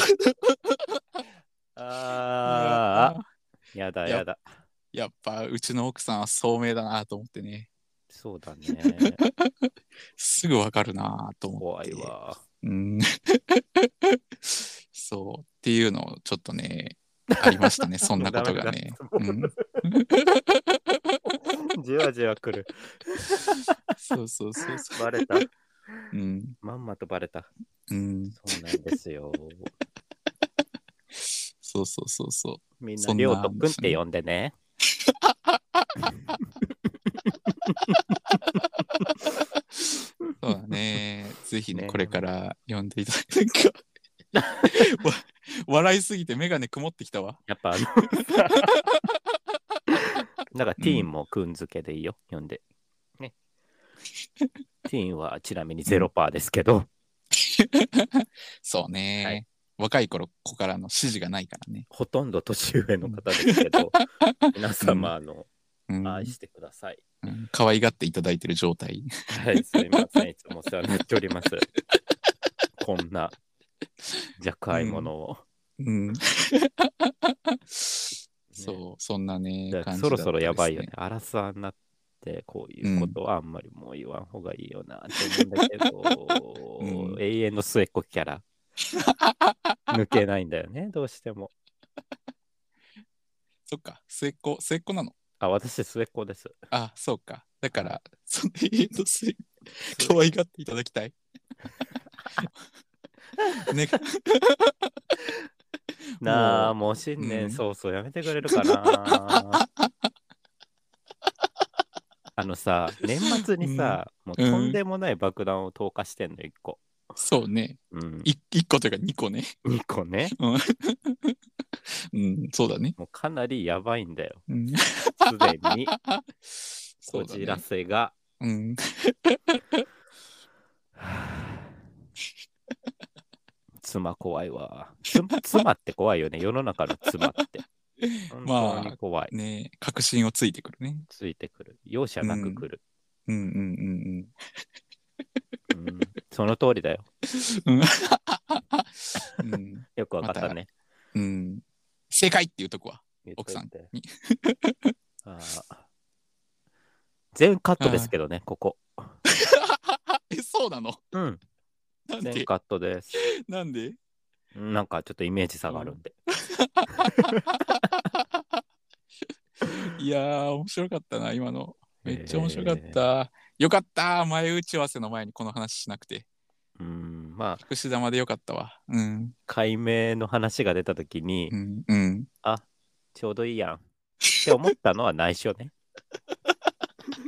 [SPEAKER 2] ー
[SPEAKER 1] ああ、やだやだ。
[SPEAKER 2] やっぱうちの奥さんは聡明だなと思ってね
[SPEAKER 1] そうだ ね。
[SPEAKER 2] すぐわかるなと思っ
[SPEAKER 1] 怖
[SPEAKER 2] て
[SPEAKER 1] いわ。
[SPEAKER 2] うん そうっていうのをちょっとねあり ましたねそんなことがね、
[SPEAKER 1] ダメ
[SPEAKER 2] う
[SPEAKER 1] だ
[SPEAKER 2] ん、
[SPEAKER 1] じわじわ来る。
[SPEAKER 2] そうそうそうそ
[SPEAKER 1] バレた。
[SPEAKER 2] ううん、
[SPEAKER 1] まんまとバレた。
[SPEAKER 2] うん、
[SPEAKER 1] そうなんですよ。
[SPEAKER 2] そうそうそうそう
[SPEAKER 1] みん
[SPEAKER 2] そ
[SPEAKER 1] な、
[SPEAKER 2] んな
[SPEAKER 1] りょうとくんって呼んでね。
[SPEAKER 2] そうだ ねぜひね
[SPEAKER 1] ね
[SPEAKER 2] これから呼んでいただいてなんか わ笑いすぎて眼鏡曇ってきたわ
[SPEAKER 1] やっぱあ のだからティーンもくん付けでいいよ、読んで。ね。ティーンはちなみにゼロパーですけど、
[SPEAKER 2] そうね、
[SPEAKER 1] はい
[SPEAKER 2] 若い頃子からの指示がないからね、
[SPEAKER 1] ほとんど年上の方ですけ ど、皆様あの、
[SPEAKER 2] うん
[SPEAKER 1] 愛してください。
[SPEAKER 2] うん可愛がっていただいてる状態
[SPEAKER 1] はい、すいません、いつもお世話になっております。こんな弱愛者を。
[SPEAKER 2] うん。そう、そんなね、
[SPEAKER 1] だから
[SPEAKER 2] 感じ
[SPEAKER 1] そ
[SPEAKER 2] だ
[SPEAKER 1] ろ
[SPEAKER 2] った
[SPEAKER 1] そろやばいよね
[SPEAKER 2] で。
[SPEAKER 1] アラサーになって、こういうことはあんまりもう言わん方がいいよなって思うんだけど、
[SPEAKER 2] うん
[SPEAKER 1] 永遠の末っ子キャ ラ。抜けないんだよね、どうしても。
[SPEAKER 2] すね。そっか、末っ子、末っ子なの。
[SPEAKER 1] あ、私、末っ子です。
[SPEAKER 2] あ、そうか。だから、その永遠の末っ子、可愛がっていただきたい。ね、
[SPEAKER 1] なあ、もう新
[SPEAKER 2] う
[SPEAKER 1] 年
[SPEAKER 2] ん
[SPEAKER 1] 早々やめてくれるか な。あのさ、年末にさ、もうとんでもない爆弾を投下してんの、1個。
[SPEAKER 2] そうね。
[SPEAKER 1] うん、
[SPEAKER 2] い一個というか二個ね。
[SPEAKER 1] 2個ね。
[SPEAKER 2] うん、そうだね。
[SPEAKER 1] もうかなりやばいんだ よ、
[SPEAKER 2] うん、
[SPEAKER 1] すでに。
[SPEAKER 2] そ
[SPEAKER 1] こ
[SPEAKER 2] うだ
[SPEAKER 1] じら
[SPEAKER 2] ね。
[SPEAKER 1] せが。
[SPEAKER 2] うん、
[SPEAKER 1] 妻怖いわ。妻妻って怖いよね、世の中の妻って。本当に怖い。
[SPEAKER 2] ね確信をついてくるね。
[SPEAKER 1] ついてくる。容赦なく来る。
[SPEAKER 2] うんうんうん
[SPEAKER 1] うんその通りだよ。
[SPEAKER 2] うん。うん。
[SPEAKER 1] よくわかったね。
[SPEAKER 2] うん。正解っていうとこは。
[SPEAKER 1] 言っといて
[SPEAKER 2] 奥さんに
[SPEAKER 1] あー全カットですけどね、ここ。
[SPEAKER 2] え、そうなの
[SPEAKER 1] うん、
[SPEAKER 2] なん
[SPEAKER 1] 全
[SPEAKER 2] で
[SPEAKER 1] カットです。
[SPEAKER 2] なんで
[SPEAKER 1] なんかちょっとイメージ差があるんで。
[SPEAKER 2] いやー、面白かったな、今の。めっちゃ面白かっ
[SPEAKER 1] えー。
[SPEAKER 2] た。よかった前打ち合わせの前にこの話しなくて。
[SPEAKER 1] うん、まあ、
[SPEAKER 2] 隠し玉でよかったわ。うん。
[SPEAKER 1] 解明の話が出たときに
[SPEAKER 2] う、ん。うん。
[SPEAKER 1] ちょうどいいやん。って思ったのは内緒ね。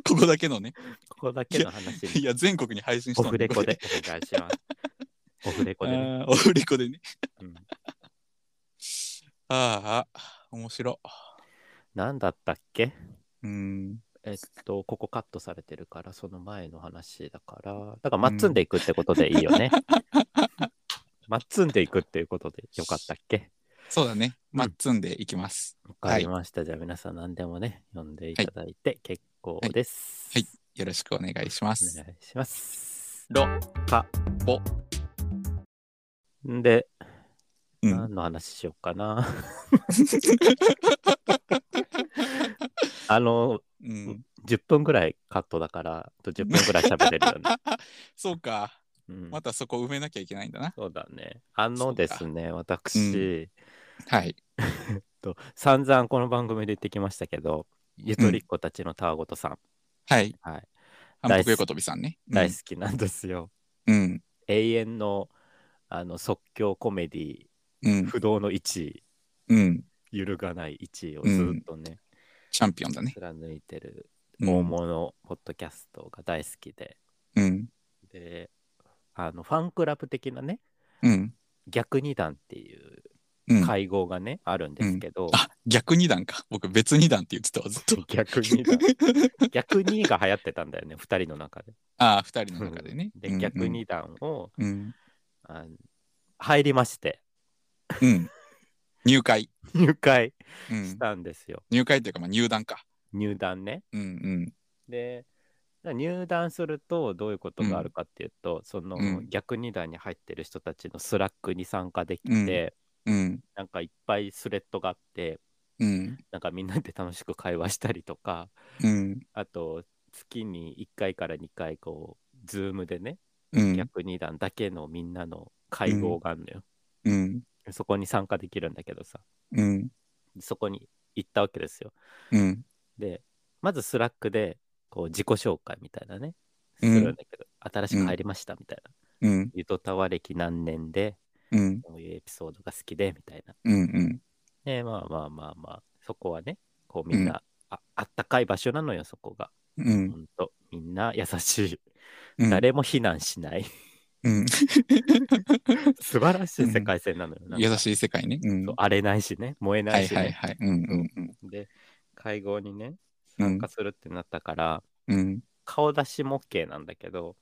[SPEAKER 2] ここだけ のね。
[SPEAKER 1] ここだけの話
[SPEAKER 2] い
[SPEAKER 1] に。
[SPEAKER 2] や、全国に配信し
[SPEAKER 1] オ
[SPEAKER 2] た
[SPEAKER 1] フレコで
[SPEAKER 2] こ
[SPEAKER 1] お願いします。 オフレコ
[SPEAKER 2] こ
[SPEAKER 1] で
[SPEAKER 2] で。
[SPEAKER 1] ね。
[SPEAKER 2] あーオフレコでね。
[SPEAKER 1] うん
[SPEAKER 2] あーあ、面白。
[SPEAKER 1] 何だったっけ
[SPEAKER 2] うん。
[SPEAKER 1] えっと、ここカットされてるから、その前の話だから、だから、まっつんでいくってことでいいよ ね。まっつんでいくっていうことでよかったっけ
[SPEAKER 2] そうだね。
[SPEAKER 1] うん
[SPEAKER 2] まっつんでいきます。
[SPEAKER 1] わかりました。じゃあ、皆さん何でもね、読んでいただいて結構です。
[SPEAKER 2] はいよろしくお願いしま
[SPEAKER 1] お
[SPEAKER 2] す。
[SPEAKER 1] 願いします。
[SPEAKER 2] ろ、
[SPEAKER 1] か、
[SPEAKER 2] ぼ。
[SPEAKER 1] んで、
[SPEAKER 2] うん。
[SPEAKER 1] 何の話しようか な。あの、
[SPEAKER 2] うん。
[SPEAKER 1] 10分ぐらいカットだから、あと10分ぐらい喋れるよ ね。
[SPEAKER 2] そうか。
[SPEAKER 1] うん
[SPEAKER 2] またそこ埋めなきゃいけないんだな。
[SPEAKER 1] そうだね。あのですね、私、
[SPEAKER 2] うはい。
[SPEAKER 1] と散々この番組で言ってきましたけど、ゆとりっ子たちのたわごとさん、
[SPEAKER 2] はい。
[SPEAKER 1] はい、
[SPEAKER 2] 反復横跳びさんね。
[SPEAKER 1] 大好きなんですよ。
[SPEAKER 2] うん。
[SPEAKER 1] 永遠のあの即興コメディ
[SPEAKER 2] うん。
[SPEAKER 1] 不動の1位、
[SPEAKER 2] うん。
[SPEAKER 1] 揺るがない1位をずっとね、
[SPEAKER 2] チャンピオンだね。
[SPEAKER 1] 貫いてる
[SPEAKER 2] も
[SPEAKER 1] 大
[SPEAKER 2] うも
[SPEAKER 1] 物ポッドキャストが大好きで、
[SPEAKER 2] う。うん。
[SPEAKER 1] で、あのファンクラブ的なね、
[SPEAKER 2] うん。
[SPEAKER 1] 逆二段っていう
[SPEAKER 2] うん。
[SPEAKER 1] 会合がね、あるんですけど、
[SPEAKER 2] あ、逆二段か。僕別二段って言ってたわ、ずっと。
[SPEAKER 1] 逆二 段逆二が流行ってたんだよね、2人の中で。
[SPEAKER 2] ああ、二人の中でね。
[SPEAKER 1] で、逆。二段を、
[SPEAKER 2] うん。
[SPEAKER 1] あの入りまして、
[SPEAKER 2] うん。入会。
[SPEAKER 1] 入会
[SPEAKER 2] う
[SPEAKER 1] し
[SPEAKER 2] ん。
[SPEAKER 1] たんですよ。
[SPEAKER 2] 入会っていうか、まあ入団か。
[SPEAKER 1] 入団ね。
[SPEAKER 2] うん
[SPEAKER 1] で、入団するとどういうことがあるかっていうと、その
[SPEAKER 2] うん
[SPEAKER 1] 逆二段に入ってる人たちのスラックに参加できて、
[SPEAKER 2] うんうん。うん。
[SPEAKER 1] なんかいっぱいスレッドがあって、
[SPEAKER 2] うん。
[SPEAKER 1] なんかみんなで楽しく会話したりとか、
[SPEAKER 2] うん。
[SPEAKER 1] あと月に1回から2回、こう、ズームでね、
[SPEAKER 2] うん。
[SPEAKER 1] 逆二段だけのみんなの会合があるのよ。
[SPEAKER 2] うん。
[SPEAKER 1] そこに参加できるんだけどさ、
[SPEAKER 2] うん。
[SPEAKER 1] そこに行ったわけですよ。
[SPEAKER 2] うん。
[SPEAKER 1] で、まずスラックでこう自己紹介みたいなね、す
[SPEAKER 2] う
[SPEAKER 1] る
[SPEAKER 2] ん
[SPEAKER 1] んだけど、新しく入りましたみたいな。
[SPEAKER 2] うん。
[SPEAKER 1] ゆとたわ歴何年で、
[SPEAKER 2] うん。
[SPEAKER 1] こういうエピソードが好きでみたいな。
[SPEAKER 2] うん。
[SPEAKER 1] ね、まあまあまあまあ、そこはね、こうみんな、ああったかい場所なのよ、そこが。
[SPEAKER 2] うん
[SPEAKER 1] ほ。んと、みんな優し
[SPEAKER 2] う
[SPEAKER 1] い。
[SPEAKER 2] ん。
[SPEAKER 1] 誰も非難しない。
[SPEAKER 2] うん。
[SPEAKER 1] 素晴らしい世界線なのよ。なんか
[SPEAKER 2] 優しい世界ね。うん。
[SPEAKER 1] そう
[SPEAKER 2] は
[SPEAKER 1] 荒れないしね、燃えない
[SPEAKER 2] い
[SPEAKER 1] し
[SPEAKER 2] はい
[SPEAKER 1] ね。
[SPEAKER 2] はい。うんうんうん。
[SPEAKER 1] で、会合にね、
[SPEAKER 2] うん
[SPEAKER 1] 参加するってなったから、
[SPEAKER 2] うん。
[SPEAKER 1] 顔出しも OK なんだけど、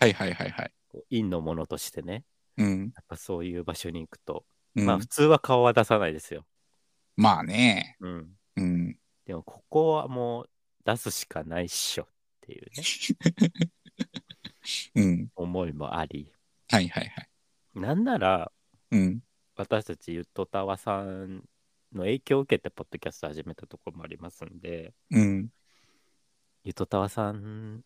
[SPEAKER 2] はいはいはいはい。
[SPEAKER 1] こう陰のものとしてね、
[SPEAKER 2] うん。
[SPEAKER 1] やっぱそういう場所に行くと、
[SPEAKER 2] うん
[SPEAKER 1] まあ普通は顔は出さないですよ。
[SPEAKER 2] まあね。
[SPEAKER 1] うん。
[SPEAKER 2] うん。
[SPEAKER 1] でもここはもう出すしかないっしょっていう ね、
[SPEAKER 2] うん。
[SPEAKER 1] 思いもあり。
[SPEAKER 2] はいはいはい。
[SPEAKER 1] なんなら
[SPEAKER 2] うん。
[SPEAKER 1] 私たちゆとたわさんの影響を受けてポッドキャスト始めたところもありますんで、
[SPEAKER 2] うん。
[SPEAKER 1] ゆとたわさん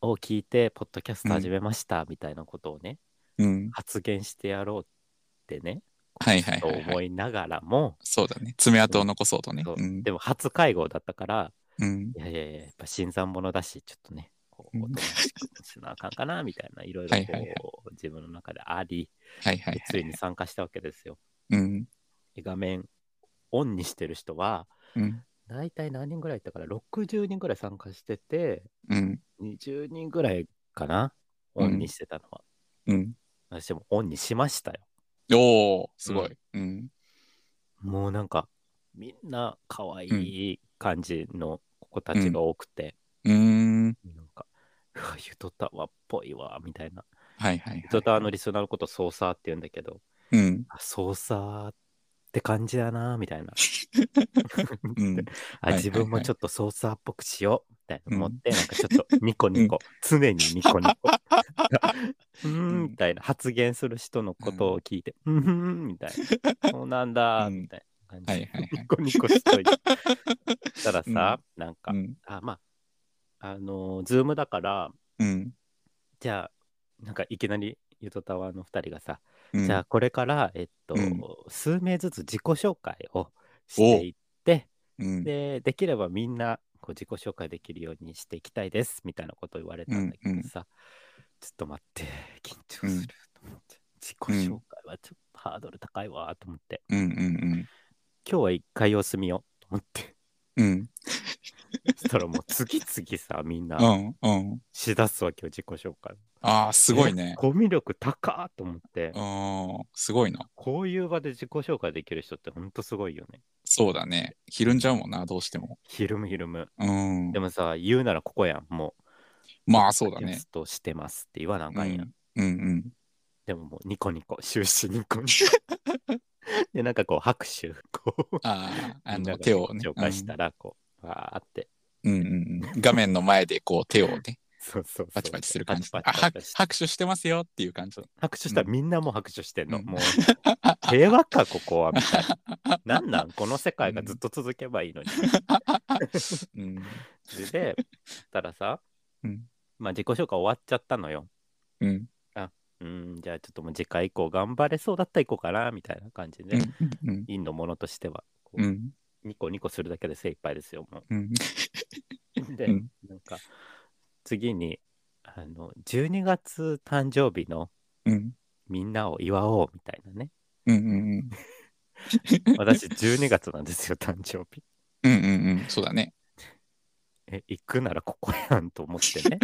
[SPEAKER 1] を聞いてポッドキャスト始めましたみたいなことをね、
[SPEAKER 2] うん。
[SPEAKER 1] 発言してやろうってね、
[SPEAKER 2] はいはい
[SPEAKER 1] と
[SPEAKER 2] はいはい
[SPEAKER 1] 思いながらも、
[SPEAKER 2] そうだね。爪痕を残そうとね。
[SPEAKER 1] そう
[SPEAKER 2] うん。
[SPEAKER 1] でも初会合だったから、
[SPEAKER 2] うん。
[SPEAKER 1] いやいやいや、やっぱ新参者だし、ちょっとね、こう、
[SPEAKER 2] うん
[SPEAKER 1] おとなしくしなあかんかな、みたいな、いろい
[SPEAKER 2] は
[SPEAKER 1] ろ
[SPEAKER 2] いはいはい
[SPEAKER 1] こう、自分の中であり、
[SPEAKER 2] はいはいは
[SPEAKER 1] つい
[SPEAKER 2] い
[SPEAKER 1] に。参加したわけですよ。
[SPEAKER 2] うん。
[SPEAKER 1] で画面オンにしてる人は、
[SPEAKER 2] うん。
[SPEAKER 1] 大体何人ぐらいいたから、60人ぐらい参加してて、
[SPEAKER 2] うん。
[SPEAKER 1] 20人ぐらいかな、オンにしてたのは。
[SPEAKER 2] うん。
[SPEAKER 1] 私もオンにしましたよ。
[SPEAKER 2] おー、すごい。うん。
[SPEAKER 1] もうなんか、みんな可愛い感じの子たちが多くて、
[SPEAKER 2] うーん。
[SPEAKER 1] なんか、うわ、ゆとたわっぽいわ、みたいな。
[SPEAKER 2] はいはいはい。
[SPEAKER 1] ゆとたわのリスナーのこと、ソーサーって言うんだけど、
[SPEAKER 2] うん。
[SPEAKER 1] あ、操作って感じだな、みたいな。
[SPEAKER 2] うん。
[SPEAKER 1] あ、
[SPEAKER 2] はい
[SPEAKER 1] 自分もちょっとソーサーっぽくしようみたいな思って、なんかちょっと ニコニコ、常にニコニコ。うーん、みたいな発言する人のことを聞いて、うん、ふん、みたい な。そうなんだ、
[SPEAKER 2] うん
[SPEAKER 1] みたいな感じ。
[SPEAKER 2] はいはいはい
[SPEAKER 1] ニコニコしといて。したらさ、なんか、
[SPEAKER 2] うん。
[SPEAKER 1] あ、まあ、あのー、ズームだから、
[SPEAKER 2] うん。
[SPEAKER 1] じゃあ、なんかいきなり、ゆとたわの2人がさ、
[SPEAKER 2] うん
[SPEAKER 1] じゃあ、これから、えっと、
[SPEAKER 2] うん
[SPEAKER 1] 数名ずつ自己紹介をしていって、
[SPEAKER 2] うん。
[SPEAKER 1] で、できればみんなこう自己紹介できるようにしていきたいですみたいなことを言われたんだけどさ、ちょっと待って、緊張すると思って、自己紹介はちょっとハードル高いわと思って、
[SPEAKER 2] うんうん
[SPEAKER 1] 今日は一回様子見ようと思って、
[SPEAKER 2] うん。うん。
[SPEAKER 1] そしたらもう次々さ、みん
[SPEAKER 2] う。
[SPEAKER 1] なん
[SPEAKER 2] うん。
[SPEAKER 1] しだすわけよ、自己紹介。
[SPEAKER 2] ああ、すごいね
[SPEAKER 1] え。コミュ力高っと思って、
[SPEAKER 2] ああ、すごいな。
[SPEAKER 1] こういう場で自己紹介できる人ってほんとすごいよね。
[SPEAKER 2] そうだね。ひるんじゃうもんな、どうしても。
[SPEAKER 1] ひるむひるむ。
[SPEAKER 2] うん
[SPEAKER 1] で。もさ、言うならここやん、もう。
[SPEAKER 2] まあ、そうだね
[SPEAKER 1] ゲ。ストしてますって言わなあ
[SPEAKER 2] う
[SPEAKER 1] かんやん。
[SPEAKER 2] ん。うんうん。
[SPEAKER 1] でももうニコニコ、終始ニコニコ。 で、なんかこう拍手、こう、
[SPEAKER 2] ああ、あ
[SPEAKER 1] みんな
[SPEAKER 2] の、
[SPEAKER 1] が
[SPEAKER 2] 手をね。
[SPEAKER 1] 紹介したら、こう、わーって、
[SPEAKER 2] うんうんうん。画面の前で、こう、手をね、
[SPEAKER 1] そうそうそう
[SPEAKER 2] パチパチする感じ。あ、
[SPEAKER 1] パチパチパチ
[SPEAKER 2] 拍
[SPEAKER 1] パチ
[SPEAKER 2] 拍手してますよっていう感じ。
[SPEAKER 1] 拍手したらみんなもう拍手してんの。
[SPEAKER 2] うん
[SPEAKER 1] もう、平和か、ここは、みたいな。 なんなんこの世界がずっと続けばいいのに。
[SPEAKER 2] うん。
[SPEAKER 1] で、たらさ、
[SPEAKER 2] うん
[SPEAKER 1] まあ自己紹介終わっちゃったのよ。
[SPEAKER 2] うん。
[SPEAKER 1] うん、じゃあちょっともう次回以降頑張れそうだったら行こうかな、みたいな感じで、
[SPEAKER 2] うんうん。
[SPEAKER 1] インのものとしては、こ
[SPEAKER 2] う。
[SPEAKER 1] うんニコニコするだけで精一杯ですよ、もう。
[SPEAKER 2] うん。
[SPEAKER 1] で、
[SPEAKER 2] うん
[SPEAKER 1] なんか次にあの12月誕生日の
[SPEAKER 2] うん。
[SPEAKER 1] みんなを祝おうみたいなね
[SPEAKER 2] うんうん
[SPEAKER 1] 私12月なんですよ 誕生日
[SPEAKER 2] うん。うんうんうん。そうだね。
[SPEAKER 1] え行くならここやんと思って ね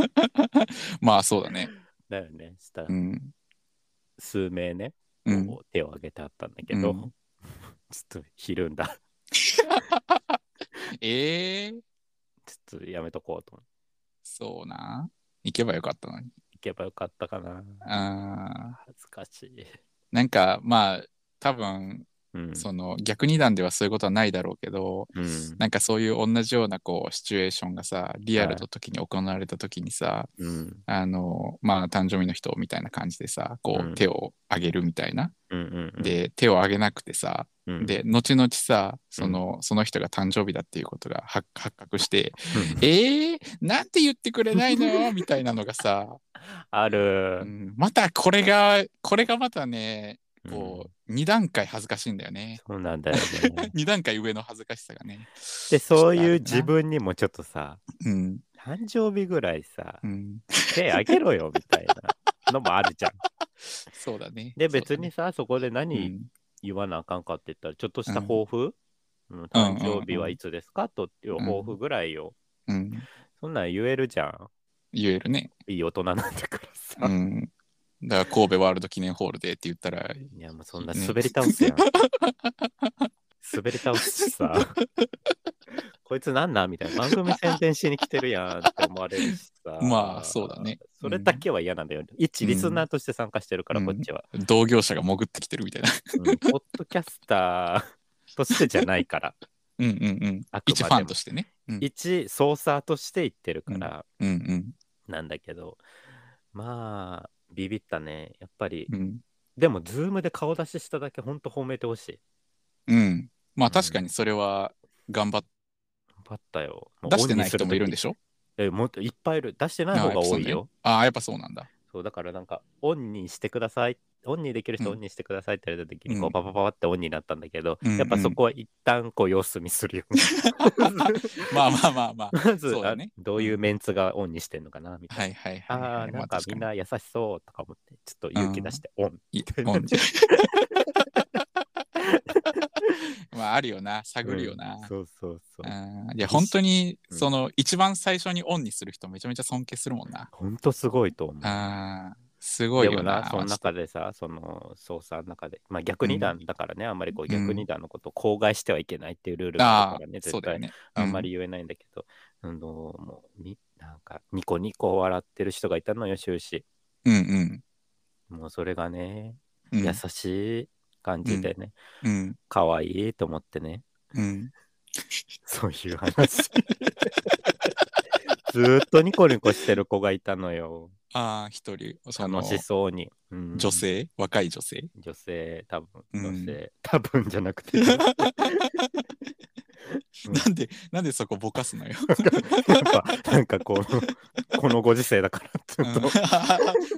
[SPEAKER 2] まあ、そうだね。
[SPEAKER 1] だよねしたら
[SPEAKER 2] うん。
[SPEAKER 1] 数名ね、
[SPEAKER 2] うん。
[SPEAKER 1] こう手を挙げてあったんだけど、
[SPEAKER 2] うん
[SPEAKER 1] ちょっとひるんだ
[SPEAKER 2] ええ
[SPEAKER 1] ちょっとやめとこうと思って
[SPEAKER 2] そうな。行けばよかったのに。
[SPEAKER 1] 行けばよかったかな
[SPEAKER 2] あー
[SPEAKER 1] 恥ずかしい、
[SPEAKER 2] なんか、まあ、多分、
[SPEAKER 1] うん、
[SPEAKER 2] その逆二段ではそういうことはないだろうけど、
[SPEAKER 1] うん
[SPEAKER 2] なんかそういう同じようなこうシチュエーションがさリアルの時に行われた時にさ、
[SPEAKER 1] うん
[SPEAKER 2] あのまあ誕生日の人みたいな感じでさこ
[SPEAKER 1] うん
[SPEAKER 2] う手を挙げるみたいな、
[SPEAKER 1] うんうんうん、
[SPEAKER 2] で手を挙げなくてさ、
[SPEAKER 1] うん、
[SPEAKER 2] で後々さその,、その人が誕生日だっていうことが発発覚して「えー、なんて言ってくれな いの?」みたいなのがさ、
[SPEAKER 1] ある
[SPEAKER 2] う、ん、またこれがこれがまたねこう、2段階恥ずかしいんだよね。
[SPEAKER 1] そうなんだよね
[SPEAKER 2] 2段階上の恥ずかしさがね。
[SPEAKER 1] でそういう
[SPEAKER 2] ちょ
[SPEAKER 1] 自
[SPEAKER 2] っとある
[SPEAKER 1] 分にもちょっとさ
[SPEAKER 2] な。うん。
[SPEAKER 1] 誕生日ぐらいさ
[SPEAKER 2] うん。
[SPEAKER 1] 手あげろよみたいなのもある じゃん。
[SPEAKER 2] そうだね。
[SPEAKER 1] で
[SPEAKER 2] そうだね
[SPEAKER 1] 別にさそこで
[SPEAKER 2] う
[SPEAKER 1] 何
[SPEAKER 2] ん
[SPEAKER 1] 言わなあかんかって言ったらちょっとした
[SPEAKER 2] うん
[SPEAKER 1] 抱負、うん誕生日はいつですかとっていう抱負ぐらいよ。
[SPEAKER 2] うん、
[SPEAKER 1] そんなん言えるじゃん。
[SPEAKER 2] 言えるね。
[SPEAKER 1] いい大人なんだから さ。
[SPEAKER 2] うん。だから神戸ワールド記念ホールでって言ったら、
[SPEAKER 1] いやもうそんな滑り倒す やん。滑り倒すしさ。こいつなんなんみたいな番組宣伝しに来てるやんって思われるしさ。
[SPEAKER 2] まあそうだね。
[SPEAKER 1] それだけは嫌なんだよ。一リスナーとして参加してるから、
[SPEAKER 2] うん
[SPEAKER 1] こっちは、
[SPEAKER 2] 同業者が潜ってきてるみたいな。
[SPEAKER 1] うんポッドキャスターとしてじゃないから。
[SPEAKER 2] うんうんうん。
[SPEAKER 1] あく
[SPEAKER 2] 一フ
[SPEAKER 1] ま
[SPEAKER 2] ァ
[SPEAKER 1] で
[SPEAKER 2] ン
[SPEAKER 1] も
[SPEAKER 2] としてね。うん
[SPEAKER 1] 一ソーサーとして言ってるから
[SPEAKER 2] うん
[SPEAKER 1] なんだけど、まあ、ビビったね。やっぱり、
[SPEAKER 2] うん。うん。
[SPEAKER 1] でも、ズームで顔出ししただけ、ほんと褒めてほしい。
[SPEAKER 2] うん。ま
[SPEAKER 1] うん
[SPEAKER 2] あ確かにそれは頑張っ
[SPEAKER 1] 頑張ったよ。もう
[SPEAKER 2] 出してない人もいるんで
[SPEAKER 1] し
[SPEAKER 2] しょ
[SPEAKER 1] ょえ、もっといっぱいいる。出してない方が多いよ。
[SPEAKER 2] ああ、やっぱそうなんだ。
[SPEAKER 1] そう、だからなんか、オンにしてください。オンにできる人
[SPEAKER 2] う
[SPEAKER 1] オ
[SPEAKER 2] ん
[SPEAKER 1] ンにしてくださいって言われた時に、こ
[SPEAKER 2] う
[SPEAKER 1] う、
[SPEAKER 2] ん
[SPEAKER 1] パパパパってオンになったんだけど、
[SPEAKER 2] うんうん
[SPEAKER 1] やっぱそこは一旦、こう、様子見するよ ね。
[SPEAKER 2] まあまあまあまあ。
[SPEAKER 1] まず、
[SPEAKER 2] そう
[SPEAKER 1] あ
[SPEAKER 2] だね
[SPEAKER 1] どういうメンツがオンにしてんのかなみたい
[SPEAKER 2] はいは
[SPEAKER 1] な。
[SPEAKER 2] いはいはい。
[SPEAKER 1] ああー、なん
[SPEAKER 2] ま
[SPEAKER 1] かみんな優しそうとか思って、ちょっと勇気出してオン。
[SPEAKER 2] 確かにいうん まああるよな。探るよな。
[SPEAKER 1] うんそうそうそう。
[SPEAKER 2] うんいや本当に
[SPEAKER 1] うん
[SPEAKER 2] その一番最初にオンにする人めちゃめちゃ尊敬するもんな。
[SPEAKER 1] ほんとすごいと思う。
[SPEAKER 2] あーすご
[SPEAKER 1] で
[SPEAKER 2] い
[SPEAKER 1] も
[SPEAKER 2] よな。
[SPEAKER 1] な、その中でさ、その捜査の中で、まあ逆二段だからね、あんまりこう逆二段のことを公害してはいけないっていうルールがある
[SPEAKER 2] あ
[SPEAKER 1] からね、
[SPEAKER 2] あ、そ
[SPEAKER 1] 絶
[SPEAKER 2] うだよ
[SPEAKER 1] 対
[SPEAKER 2] ね。
[SPEAKER 1] あんまり言えないんだけど、あの、もうみ、なんかニコニコ笑ってる人がいたのよ、終始。
[SPEAKER 2] うんうん
[SPEAKER 1] もうそれがね、
[SPEAKER 2] うん。
[SPEAKER 1] 優しい感じでね、
[SPEAKER 2] うん
[SPEAKER 1] 可愛いと思ってね。
[SPEAKER 2] うん。
[SPEAKER 1] そういう話。 ずーっとニコニコしてる子がいたのよ。
[SPEAKER 2] ああ、一人、その
[SPEAKER 1] 楽、しそうに。うん
[SPEAKER 2] 女性、若い女性。
[SPEAKER 1] 女性、多分
[SPEAKER 2] うん
[SPEAKER 1] 女性、 多分じゃなくて。やっうん
[SPEAKER 2] なんで、なんでそこぼかすのよ。
[SPEAKER 1] ぱ、なんかこ う、このご時世だから、ち
[SPEAKER 2] うん
[SPEAKER 1] ょっと。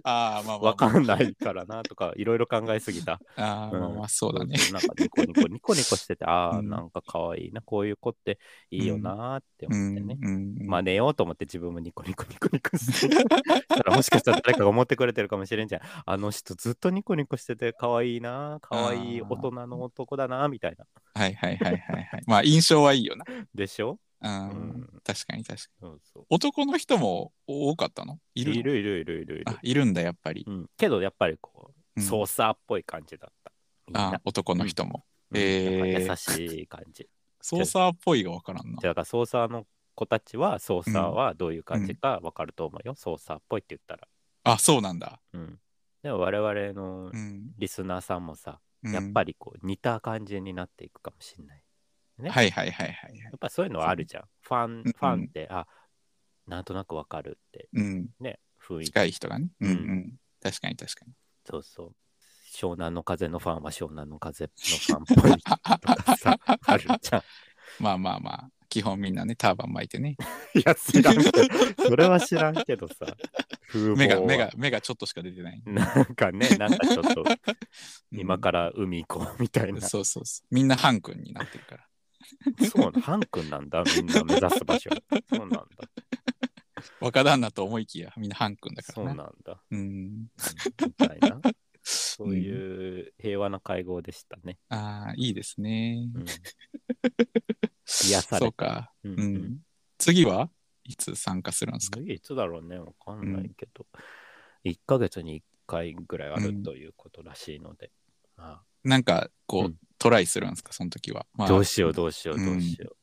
[SPEAKER 2] ああ、まあまあまあ。
[SPEAKER 1] わかんないからなとかいろいろ考えすぎた。
[SPEAKER 2] ああ、まあまあ、そうだね。
[SPEAKER 1] なんかニコニコニコニコしてて、ああ、
[SPEAKER 2] うん
[SPEAKER 1] なんか可愛いな、こういう子っていいよなーって
[SPEAKER 2] う
[SPEAKER 1] 思っ
[SPEAKER 2] ん
[SPEAKER 1] てね。
[SPEAKER 2] うん。
[SPEAKER 1] まあ寝ようと思って自分もニコニコニコニコして たらもしかしたら誰かが思ってくれてるかもしれんじゃん。あの人ずっとニコニコしてて可愛いな、可愛い
[SPEAKER 2] あー
[SPEAKER 1] 大人の男だな、みたいな。
[SPEAKER 2] はいはいはいはいはい。 まあ、印象はいいよな。
[SPEAKER 1] でしょ
[SPEAKER 2] あ
[SPEAKER 1] う
[SPEAKER 2] ー
[SPEAKER 1] ん
[SPEAKER 2] 確かに確か
[SPEAKER 1] そ
[SPEAKER 2] に。
[SPEAKER 1] うそう
[SPEAKER 2] 男の人も多かったのい
[SPEAKER 1] い
[SPEAKER 2] る
[SPEAKER 1] る
[SPEAKER 2] の
[SPEAKER 1] いるいるいるいる
[SPEAKER 2] あ、いるんだ、やっぱり。
[SPEAKER 1] うん。けどやっぱりこう、
[SPEAKER 2] うん
[SPEAKER 1] ソーサーっぽい感じだった。みんな
[SPEAKER 2] あ男の人も。
[SPEAKER 1] うん
[SPEAKER 2] えー
[SPEAKER 1] やっぱ優しい感じ。
[SPEAKER 2] ソーサーっぽいがわからんな。
[SPEAKER 1] だからソーサーの子たちはソーサーはどういう感じかわかると思うよ、ソーサーっぽいって言ったら。
[SPEAKER 2] あ、そうなんだ。
[SPEAKER 1] うん、でも我々の
[SPEAKER 2] うん。
[SPEAKER 1] リスナーさんもさ、やっぱ
[SPEAKER 2] り。
[SPEAKER 1] りこう似た感じになっていくかもしれない。ね
[SPEAKER 2] はいはいはいはいはい
[SPEAKER 1] や。っぱそういうのはあるじゃん。ファン
[SPEAKER 2] うん
[SPEAKER 1] ファンって、あなんとなくわかるって
[SPEAKER 2] うん。
[SPEAKER 1] ね雰囲気。
[SPEAKER 2] 近い人がね。うんう。
[SPEAKER 1] うん
[SPEAKER 2] 確かに確かに。
[SPEAKER 1] そうそう。湘南の風のファンは湘南の風のファンっぽいとかさあるじゃん。
[SPEAKER 2] まあまあまあ、基本みんなね、ターバン巻いてね。
[SPEAKER 1] いや知らんけど それは知らんけどさ。風貌は
[SPEAKER 2] 目が、目が、目がちょっとしか出てない。
[SPEAKER 1] なんかね、なんかちょっと
[SPEAKER 2] うん
[SPEAKER 1] 今から海行こうみたいな。
[SPEAKER 2] そうそうそう。みんなハン君になってるから。
[SPEAKER 1] そうなの、ハン君なんだ、みんな目指す場所。そうなんだ、
[SPEAKER 2] 若旦那と思いきや、みんなハン君だか
[SPEAKER 1] そう
[SPEAKER 2] ら
[SPEAKER 1] なん
[SPEAKER 2] な。
[SPEAKER 1] だ、
[SPEAKER 2] うん。
[SPEAKER 1] みたいな。そ
[SPEAKER 2] そ
[SPEAKER 1] ういう平和な会合でしたね。
[SPEAKER 2] ああ、いいですね。
[SPEAKER 1] うん癒された
[SPEAKER 2] そうか。
[SPEAKER 1] う
[SPEAKER 2] うんん。次はいつ参加するんですか
[SPEAKER 1] 次いつだろうね、わかんないけど、1ヶ月に1回ぐらいあるということらしいので、ま
[SPEAKER 2] なんか、こう、
[SPEAKER 1] うん
[SPEAKER 2] トライするんですかその時は。ま
[SPEAKER 1] あ
[SPEAKER 2] あ
[SPEAKER 1] どうしよう、どうしよう、
[SPEAKER 2] うん
[SPEAKER 1] どうしよ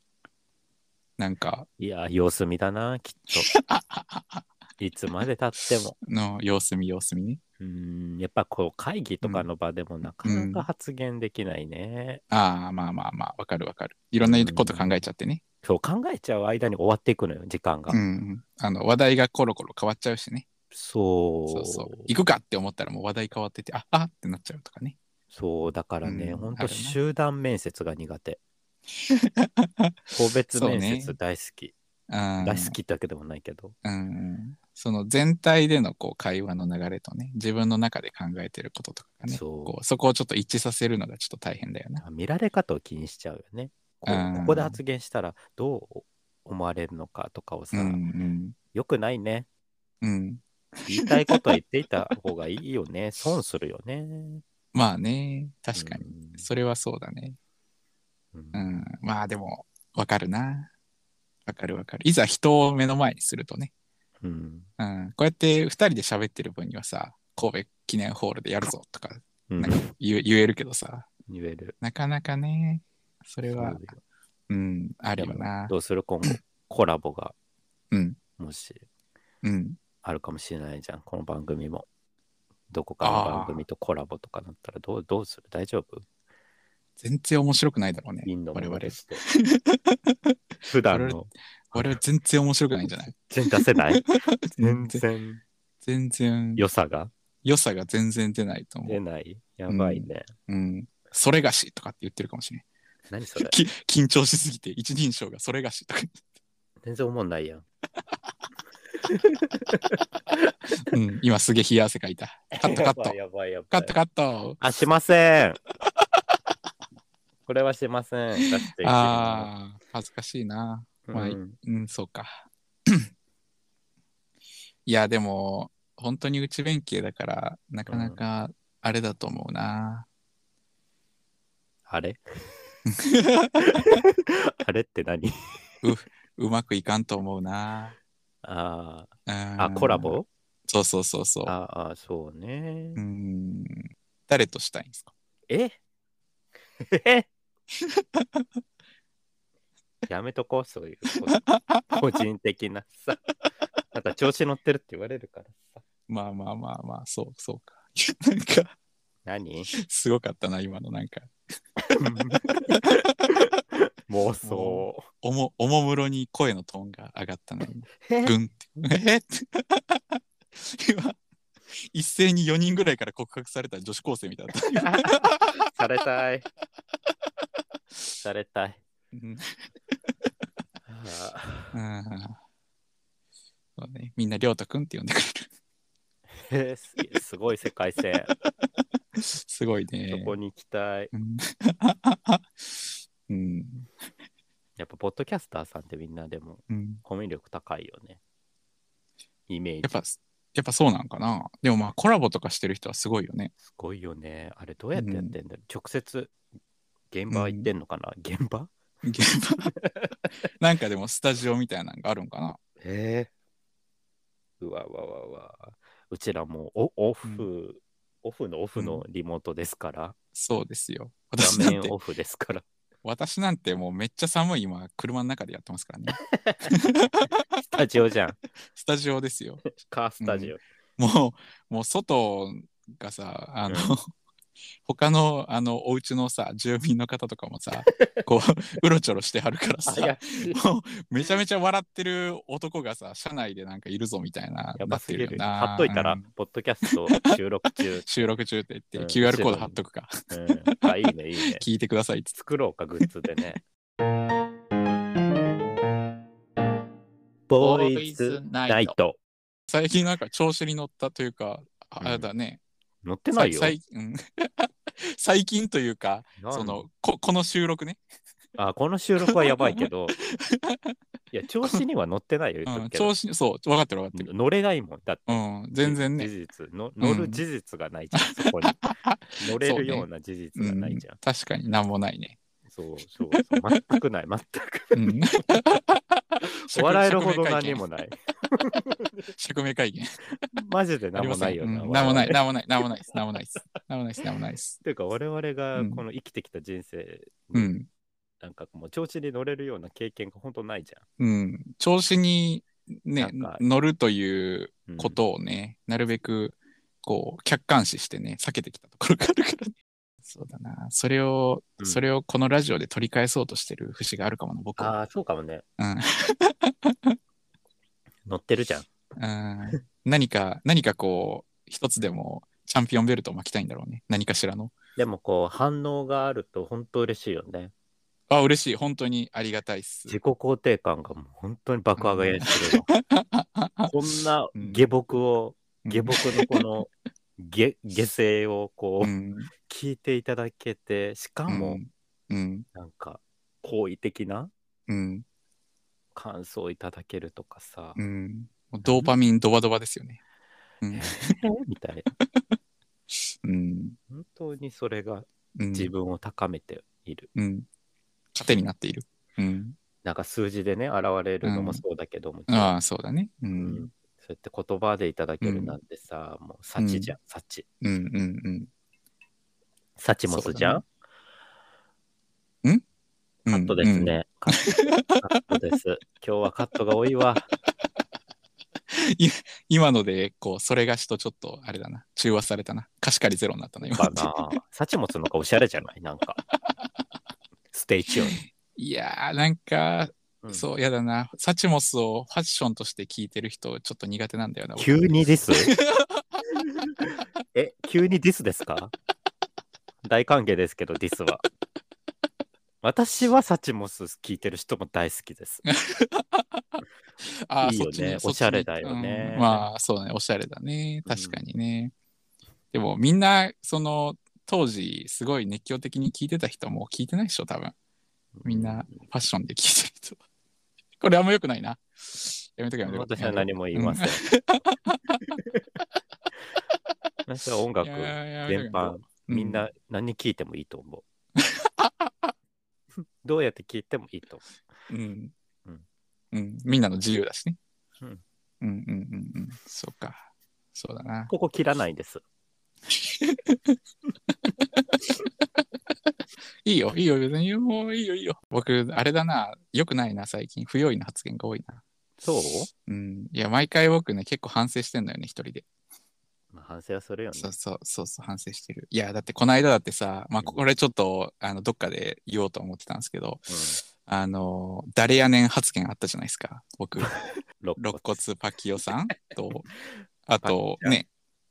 [SPEAKER 2] なんか、
[SPEAKER 1] う。いや、様子見だな、きっ と。いつまでたっても。
[SPEAKER 2] の様子見様子見ね。
[SPEAKER 1] うん、やっぱこう会議とかの場でもなかなか発言できないね。
[SPEAKER 2] ああ、まあまあまあ、わかるわかる。いろんなこと考えちゃってね。
[SPEAKER 1] そう考えちゃう間に終わっていくのよ、時間が。
[SPEAKER 2] うん、あの、話題がコロコロ変わっちゃうしね。
[SPEAKER 1] そう
[SPEAKER 2] そうそう。行くかって思ったらもう話題変わってて、ああってなっちゃうとかね。
[SPEAKER 1] そうだからね、
[SPEAKER 2] うん
[SPEAKER 1] ほん
[SPEAKER 2] あ
[SPEAKER 1] と
[SPEAKER 2] るね
[SPEAKER 1] 集団面接が苦 手。個別面接大好き、大
[SPEAKER 2] 大
[SPEAKER 1] 好。きだけでもないけど。
[SPEAKER 2] うん。その全体でのこう会話の流れとね、自分の中で考えてることとかがね、
[SPEAKER 1] そう
[SPEAKER 2] こうそこをちょっと一致させるのがちょっと大変だよな。
[SPEAKER 1] 見られ方を気にしちゃうよね。こう
[SPEAKER 2] うん
[SPEAKER 1] ここで発言したらどう思われるのかとかを
[SPEAKER 2] う
[SPEAKER 1] さ、
[SPEAKER 2] ん
[SPEAKER 1] よくないね。
[SPEAKER 2] うん。うん。
[SPEAKER 1] 言いたいことは言っていた方がいいよ ね。損するよね。
[SPEAKER 2] まあね、確かに。
[SPEAKER 1] うん
[SPEAKER 2] それはそうだね。
[SPEAKER 1] うん
[SPEAKER 2] うん。まあでも、わかるな。わかるわかる。いざ人を目の前にするとね。
[SPEAKER 1] うん
[SPEAKER 2] うん。こうやって二人で喋ってる分にはさ、神戸記念ホールでやるぞとか
[SPEAKER 1] うん
[SPEAKER 2] なんか言え言えるけどさ、
[SPEAKER 1] 言える。
[SPEAKER 2] なかなかね、それは
[SPEAKER 1] そう、よ
[SPEAKER 2] うん、あるよ
[SPEAKER 1] で
[SPEAKER 2] な
[SPEAKER 1] も。どうする今後、コラボが、
[SPEAKER 2] うん
[SPEAKER 1] もし
[SPEAKER 2] うん。
[SPEAKER 1] あるかもしれないじゃん、この番組も。どこかの番組とコラボとかなったらどうどうする大丈夫
[SPEAKER 2] 全然面白くないだろうね
[SPEAKER 1] イン。ド
[SPEAKER 2] 我々
[SPEAKER 1] の。として。普段の
[SPEAKER 2] 我々全然面白くないんじゃない
[SPEAKER 1] 全然出せない
[SPEAKER 2] 全
[SPEAKER 1] 全
[SPEAKER 2] 然、
[SPEAKER 1] 然
[SPEAKER 2] 全然、
[SPEAKER 1] 良さが
[SPEAKER 2] 良さが全然出ないと思
[SPEAKER 1] 出
[SPEAKER 2] う。
[SPEAKER 1] ないやばいね。
[SPEAKER 2] うん。それがしとかって言ってるかもしれない。
[SPEAKER 1] 何それ
[SPEAKER 2] き緊張しすぎて、一人称がそれがしとか。
[SPEAKER 1] 全然思んないやん。
[SPEAKER 2] うん、今すげえ冷や汗かいた。カットカット。
[SPEAKER 1] やばいやばいやばい。
[SPEAKER 2] カットカット。
[SPEAKER 1] あ、しませ ん。これはしません。だって
[SPEAKER 2] ああ、恥ずかしいな。まあ
[SPEAKER 1] うん
[SPEAKER 2] うん、そうか。 いや、でも、本当に内弁慶だから、なかなか、あれだと思うな。
[SPEAKER 1] あ れあれって何
[SPEAKER 2] うまくいかんと思うな。
[SPEAKER 1] あ
[SPEAKER 2] うん
[SPEAKER 1] あ、あ、コラボ
[SPEAKER 2] そうそうそうそう。
[SPEAKER 1] ああ、そうね
[SPEAKER 2] う。ん。誰としたいんですか
[SPEAKER 1] ええ やめとこう、そういうこと。個人的なさ。なんか調子乗ってるって言われるからさ。
[SPEAKER 2] まあまあまあまあ、そうそうか。 いやなんか、
[SPEAKER 1] 何
[SPEAKER 2] すごかったな、今のなんか。
[SPEAKER 1] 妄想。
[SPEAKER 2] おも、おもむろに声のトーンが上がったのに、
[SPEAKER 1] え
[SPEAKER 2] ぐんって、えっ って。今、一斉に4人ぐらいから告白された女子高生みたい だった。
[SPEAKER 1] されたい。されたい。
[SPEAKER 2] うん
[SPEAKER 1] あ
[SPEAKER 2] あーそうね、みんな、りょうた くんって呼んでくれる。
[SPEAKER 1] ーへー すげえすごい世界線。
[SPEAKER 2] すごいね
[SPEAKER 1] そ。こに行きたい。
[SPEAKER 2] うんうん。
[SPEAKER 1] やっぱ、ポッドキャスターさんってみんなでも
[SPEAKER 2] うん
[SPEAKER 1] コミュ力高いよね。イメー
[SPEAKER 2] や
[SPEAKER 1] ジ
[SPEAKER 2] っ。ぱ、やっぱそうなんかな。でもまあコラボとかしてる人はすごいよね。
[SPEAKER 1] すごいよね。あれ、どうやってやってんだろう。直接、現場行ってんのかな、現場
[SPEAKER 2] 現場なんかでもスタジオみたいなのがあるんかな。
[SPEAKER 1] ええうわうわうわうわ。うちらもうオオフ、オフのオフのリモートですから、
[SPEAKER 2] そうですよ。私
[SPEAKER 1] 画
[SPEAKER 2] なん
[SPEAKER 1] 面
[SPEAKER 2] て、
[SPEAKER 1] オフですから、
[SPEAKER 2] 私なんてもうめっちゃ寒い今、車の中でやってますからね。
[SPEAKER 1] スタジオじゃん、
[SPEAKER 2] スタジオですよ。
[SPEAKER 1] カースタジオ。
[SPEAKER 2] もう、もう外がさ、あの、
[SPEAKER 1] う
[SPEAKER 2] 他のあのお家のさ住民の方とかも さこううろちょろしてはるからさ
[SPEAKER 1] 怪しい
[SPEAKER 2] もうめちゃめちゃ笑ってる男がさ車内でなんかいるぞみたいな
[SPEAKER 1] や
[SPEAKER 2] な
[SPEAKER 1] ば
[SPEAKER 2] っ
[SPEAKER 1] す
[SPEAKER 2] て
[SPEAKER 1] ぎ
[SPEAKER 2] る
[SPEAKER 1] る。
[SPEAKER 2] よな
[SPEAKER 1] 貼っといたら、
[SPEAKER 2] うん。
[SPEAKER 1] ポッドキャスト収録中
[SPEAKER 2] 収録中って言
[SPEAKER 1] う
[SPEAKER 2] っ
[SPEAKER 1] ん
[SPEAKER 2] て、QR コード貼っとくか、
[SPEAKER 1] うん、あ、いいね、いいね。
[SPEAKER 2] 聞いてくださいって
[SPEAKER 1] 作ろうか、グッズでね。ボーイズナイト。
[SPEAKER 2] 最近なんか調子に乗ったというか、ああれだね。
[SPEAKER 1] 乗ってないよ
[SPEAKER 2] さ。いうん 最近というか、
[SPEAKER 1] なん
[SPEAKER 2] そのこ、この収録ね、
[SPEAKER 1] あ、この収録はやばいけ ど、いや、調子には乗ってないよ、言っ
[SPEAKER 2] う
[SPEAKER 1] と
[SPEAKER 2] ん、
[SPEAKER 1] くけど
[SPEAKER 2] 調子に、そう、分かってる分かってる。
[SPEAKER 1] 乗れないもん。だって
[SPEAKER 2] うん、全然ね。
[SPEAKER 1] 事実の
[SPEAKER 2] うん
[SPEAKER 1] 乗る事実がないじゃん、そ こに乗れるような事実
[SPEAKER 2] う
[SPEAKER 1] が
[SPEAKER 2] ん
[SPEAKER 1] ないじゃん、
[SPEAKER 2] 確かになんもないね。
[SPEAKER 1] そうそうそう全くない
[SPEAKER 2] う
[SPEAKER 1] 全
[SPEAKER 2] ん
[SPEAKER 1] く笑えるほど何もない
[SPEAKER 2] 釈明会見。釈明会見。
[SPEAKER 1] マジで
[SPEAKER 2] あり
[SPEAKER 1] 何
[SPEAKER 2] ま
[SPEAKER 1] も
[SPEAKER 2] せ
[SPEAKER 1] なんいよ
[SPEAKER 2] う
[SPEAKER 1] な、
[SPEAKER 2] んなんもない、
[SPEAKER 1] っ
[SPEAKER 2] なんもない、なんもないです。なんもないです。なんもないです。なんもないです。
[SPEAKER 1] ていうか我々が
[SPEAKER 2] うん
[SPEAKER 1] この生きてきた人生
[SPEAKER 2] う
[SPEAKER 1] に、
[SPEAKER 2] ん。
[SPEAKER 1] なんかもう調子に乗れるような経験が本当ないじ
[SPEAKER 2] うん。調子に
[SPEAKER 1] な
[SPEAKER 2] ね
[SPEAKER 1] んか、
[SPEAKER 2] 乗るという
[SPEAKER 1] ゃん、うん
[SPEAKER 2] ことをね、なるべくこう客観視してね避けてきたところがあるから、ね、そうだなそれを、
[SPEAKER 1] うん
[SPEAKER 2] それをこのラジオで取り返そうとしてる節があるかもな僕は
[SPEAKER 1] ああそうかもね
[SPEAKER 2] うん、
[SPEAKER 1] 乗ってるじゃん
[SPEAKER 2] うん、何か何かこう一つでもチャンピオンベルトを巻きたいんだろうね何かしらの
[SPEAKER 1] でもこう反応があると本当嬉しいよね
[SPEAKER 2] あ嬉しい本当にありがたいっす
[SPEAKER 1] 自己肯定感がもう本当に爆上がりしてるの、こんな下僕を下僕のこの 下下声をこ
[SPEAKER 2] う
[SPEAKER 1] うん聞いていただけてしか
[SPEAKER 2] うん
[SPEAKER 1] も
[SPEAKER 2] うん
[SPEAKER 1] なんか好意的な
[SPEAKER 2] うん
[SPEAKER 1] 感想をいただけるとかさ、
[SPEAKER 2] うんもうドーパミンドバドバですよねうん、
[SPEAKER 1] みたいな
[SPEAKER 2] うん
[SPEAKER 1] 本当にそれが
[SPEAKER 2] うん、
[SPEAKER 1] 自分を高めている、
[SPEAKER 2] うん糧になっているうん
[SPEAKER 1] なんか数字でね現れるのもそうだけども、
[SPEAKER 2] ああそうだねう
[SPEAKER 1] うんんそうやって言葉でいただけるなんてさ、もう幸じゃん幸
[SPEAKER 2] うんうんうん
[SPEAKER 1] 幸もすじゃん、カ
[SPEAKER 2] カ
[SPEAKER 1] ットです。ね。カットカットです。今日はカットが多い わ。
[SPEAKER 2] 今ので、こう、それがしとちょっと、あれだな、中和されたな。貸し借りゼロになったな、今。
[SPEAKER 1] かな。サチモツの方がおしゃれじゃないなんか。ステイチュー
[SPEAKER 2] いやー、なんか、
[SPEAKER 1] ン。うん
[SPEAKER 2] そう、やだな。サチモスをファッションとして聞いてる人、ちょっと苦手なんだよな。僕
[SPEAKER 1] 急にディスえ、急にディスですか大歓迎ですけど、ディスは。私はサチモス聞いてる人も大好きです。
[SPEAKER 2] あー
[SPEAKER 1] いいよ
[SPEAKER 2] そっち
[SPEAKER 1] ね
[SPEAKER 2] にそ
[SPEAKER 1] お
[SPEAKER 2] っちに
[SPEAKER 1] しゃれだよね
[SPEAKER 2] うんまあ、そうね、おしゃれだね。確かにね。でも、みんな、その、当時、すごい熱狂的に聞いてた人も聞いてないでしょ、多分。みんな、ファッションで聞いてる人は。 これあんま良くないな。やめとけやめとけ
[SPEAKER 1] 私は何も言いません。 私は音楽
[SPEAKER 2] いやいややめとけ
[SPEAKER 1] 全般、みんな何聞いてもいいと思う。 どうやって聞いてもいいと思
[SPEAKER 2] うん
[SPEAKER 1] うん。
[SPEAKER 2] うん。みんなの自由だしね。
[SPEAKER 1] う
[SPEAKER 2] うん
[SPEAKER 1] ん。
[SPEAKER 2] うんうんうんうん。そうか。そうだな
[SPEAKER 1] う。。ここ切らないです。
[SPEAKER 2] いいよ、いいよ、別に。もういいよ、いいよ。僕、あれだな。よくないな、最近。不用意な発言が多いな。
[SPEAKER 1] そう
[SPEAKER 2] うん。いや、毎回僕ね、結構反省してんだよね、一人で。
[SPEAKER 1] まあ、反省はするよね。
[SPEAKER 2] そうそうそうそう反省してるいやだってこの間だってさ、まあ、これちょっとあのどっかで言おうと思ってたんですけどあの誰やねん発言あったじゃないですか僕
[SPEAKER 1] うん、肋
[SPEAKER 2] 肋
[SPEAKER 1] 骨
[SPEAKER 2] 骨パキオさんとあとね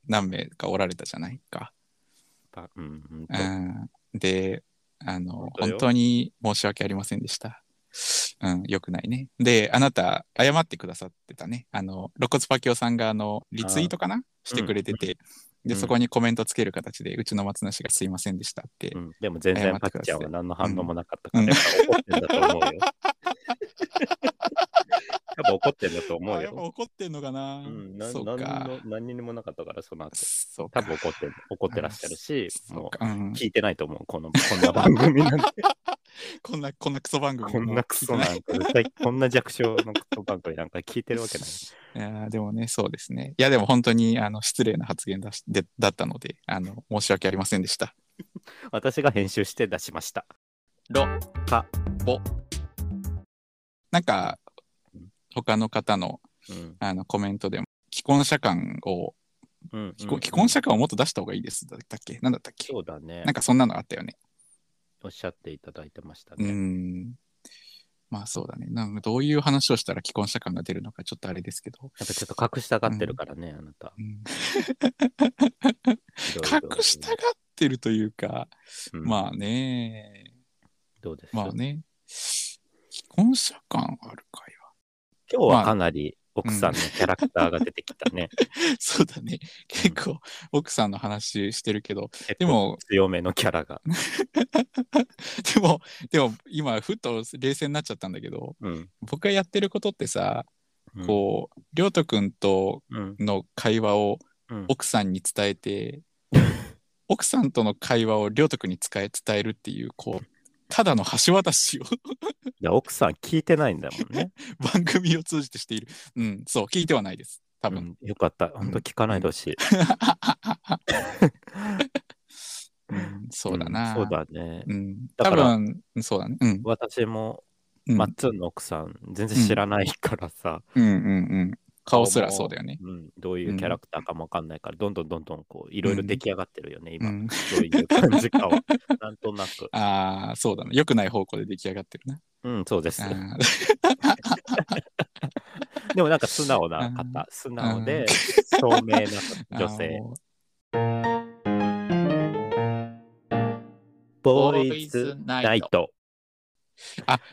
[SPEAKER 2] 何名かおられたじゃないか、
[SPEAKER 1] パうん、ほんと
[SPEAKER 2] うん、であ
[SPEAKER 1] 本
[SPEAKER 2] の
[SPEAKER 1] 当よ
[SPEAKER 2] 本当に申し訳ありませんでしたうん、よくないね。で、あなた、謝ってくださってたね。あの、肋骨パキオさんが、あの、リツイートかなしてくれてて、
[SPEAKER 1] う
[SPEAKER 2] で、
[SPEAKER 1] ん
[SPEAKER 2] そこにコメントつける形で、うちの松梨がすいませんでしたって
[SPEAKER 1] う。ん、でも全然パッチャーは何の反応もなかったから、
[SPEAKER 2] うん
[SPEAKER 1] やっぱ怒ってんだと思うよ。やっ ぱ怒ってんだと思
[SPEAKER 2] あ
[SPEAKER 1] う
[SPEAKER 2] やっぱ
[SPEAKER 1] よ。
[SPEAKER 2] 怒ってんのかな、
[SPEAKER 1] うん、な
[SPEAKER 2] そう
[SPEAKER 1] 何
[SPEAKER 2] か。
[SPEAKER 1] の何にもなかったから、その後。
[SPEAKER 2] そう
[SPEAKER 1] 多
[SPEAKER 2] か。
[SPEAKER 1] 分怒ってん怒ってらっしゃるし、
[SPEAKER 2] そ
[SPEAKER 1] も
[SPEAKER 2] うか。うん
[SPEAKER 1] う聞いてないと思う、この こんな番組なん て。
[SPEAKER 2] こんな、こんなクソ番組。
[SPEAKER 1] こんなクソなんか、絶対こんな弱小のクソ番組なんか聞いてるわけない。
[SPEAKER 2] いやーでもね、そうですね。いや、でも本当にあの失礼な発言だしでだったのであの、申し訳ありませんでした。
[SPEAKER 1] 私が編集して出しました。
[SPEAKER 2] ろ
[SPEAKER 1] か
[SPEAKER 2] ぼ。なんか
[SPEAKER 1] うん、
[SPEAKER 2] 他の方の
[SPEAKER 1] うん。
[SPEAKER 2] あのコメントでも、既婚者感を、
[SPEAKER 1] うん、
[SPEAKER 2] 既婚既婚者感をもっと出した方がいいです。だったっけなんだったっけ
[SPEAKER 1] そうだね
[SPEAKER 2] なん。かそんなのあったよね。
[SPEAKER 1] おっしゃっていただいてました
[SPEAKER 2] う
[SPEAKER 1] ね。
[SPEAKER 2] ん。まあそうだね。なんかどういう話をしたら既婚者感が出るのかちょっとあれですけど。
[SPEAKER 1] やっぱちょっと隠したがってるからね、あなた。
[SPEAKER 2] うん
[SPEAKER 1] いろいろ
[SPEAKER 2] 隠したがってるというか、
[SPEAKER 1] うん
[SPEAKER 2] まあね、
[SPEAKER 1] どうです
[SPEAKER 2] まあね、既婚者感あるかよ。
[SPEAKER 1] 今日はかなり奥さんのキャラクターが出てきたね。
[SPEAKER 2] そうだね。結構奥さんの話してるけど、でも、
[SPEAKER 1] 強めのキャラが。
[SPEAKER 2] でも、でも今ふと冷静になっちゃったんだけど、
[SPEAKER 1] うん。
[SPEAKER 2] 僕がやってることってさ、こう、りょうとくんと
[SPEAKER 1] うん。
[SPEAKER 2] の会話を
[SPEAKER 1] うん。
[SPEAKER 2] 奥さんに伝え て、奥さんとの会話をりょうとくんに使え伝えるっていう、こう、ただの橋渡しを
[SPEAKER 1] い や、奥さん聞いてないんだもんね。
[SPEAKER 2] 番組を通じてしている。うん、そう、聞いてはないです。 多分。
[SPEAKER 1] うんよかった。本当聞かないでほしい。
[SPEAKER 2] うんそうだな。
[SPEAKER 1] んそうだね。
[SPEAKER 2] うん。
[SPEAKER 1] だ
[SPEAKER 2] 多
[SPEAKER 1] から
[SPEAKER 2] 分、そうだね。うん。
[SPEAKER 1] 私も、
[SPEAKER 2] うん
[SPEAKER 1] マッツンの奥さん、全然知らないからさ、
[SPEAKER 2] うんうんうん。顔すらそうだよね。
[SPEAKER 1] うんどういうキャラクターかもわかんないから、どんどんどんどんこう、いろいろ出来上がってるよね、
[SPEAKER 2] う
[SPEAKER 1] 今。
[SPEAKER 2] ん、
[SPEAKER 1] どういう感じ かは。なんとなく。
[SPEAKER 2] ああ、そうだね。良くない方向で出来上がってるな。
[SPEAKER 1] うん、そうです。
[SPEAKER 2] あ
[SPEAKER 1] でもなんか素直な
[SPEAKER 2] うん
[SPEAKER 1] 方、素直で、聡明
[SPEAKER 2] ー
[SPEAKER 1] な 女性。。
[SPEAKER 2] ボ
[SPEAKER 1] ボ
[SPEAKER 2] ー
[SPEAKER 1] ー
[SPEAKER 2] イ
[SPEAKER 1] イ
[SPEAKER 2] ズ
[SPEAKER 1] ズ
[SPEAKER 2] ナ
[SPEAKER 1] ナ
[SPEAKER 2] イ
[SPEAKER 1] イト。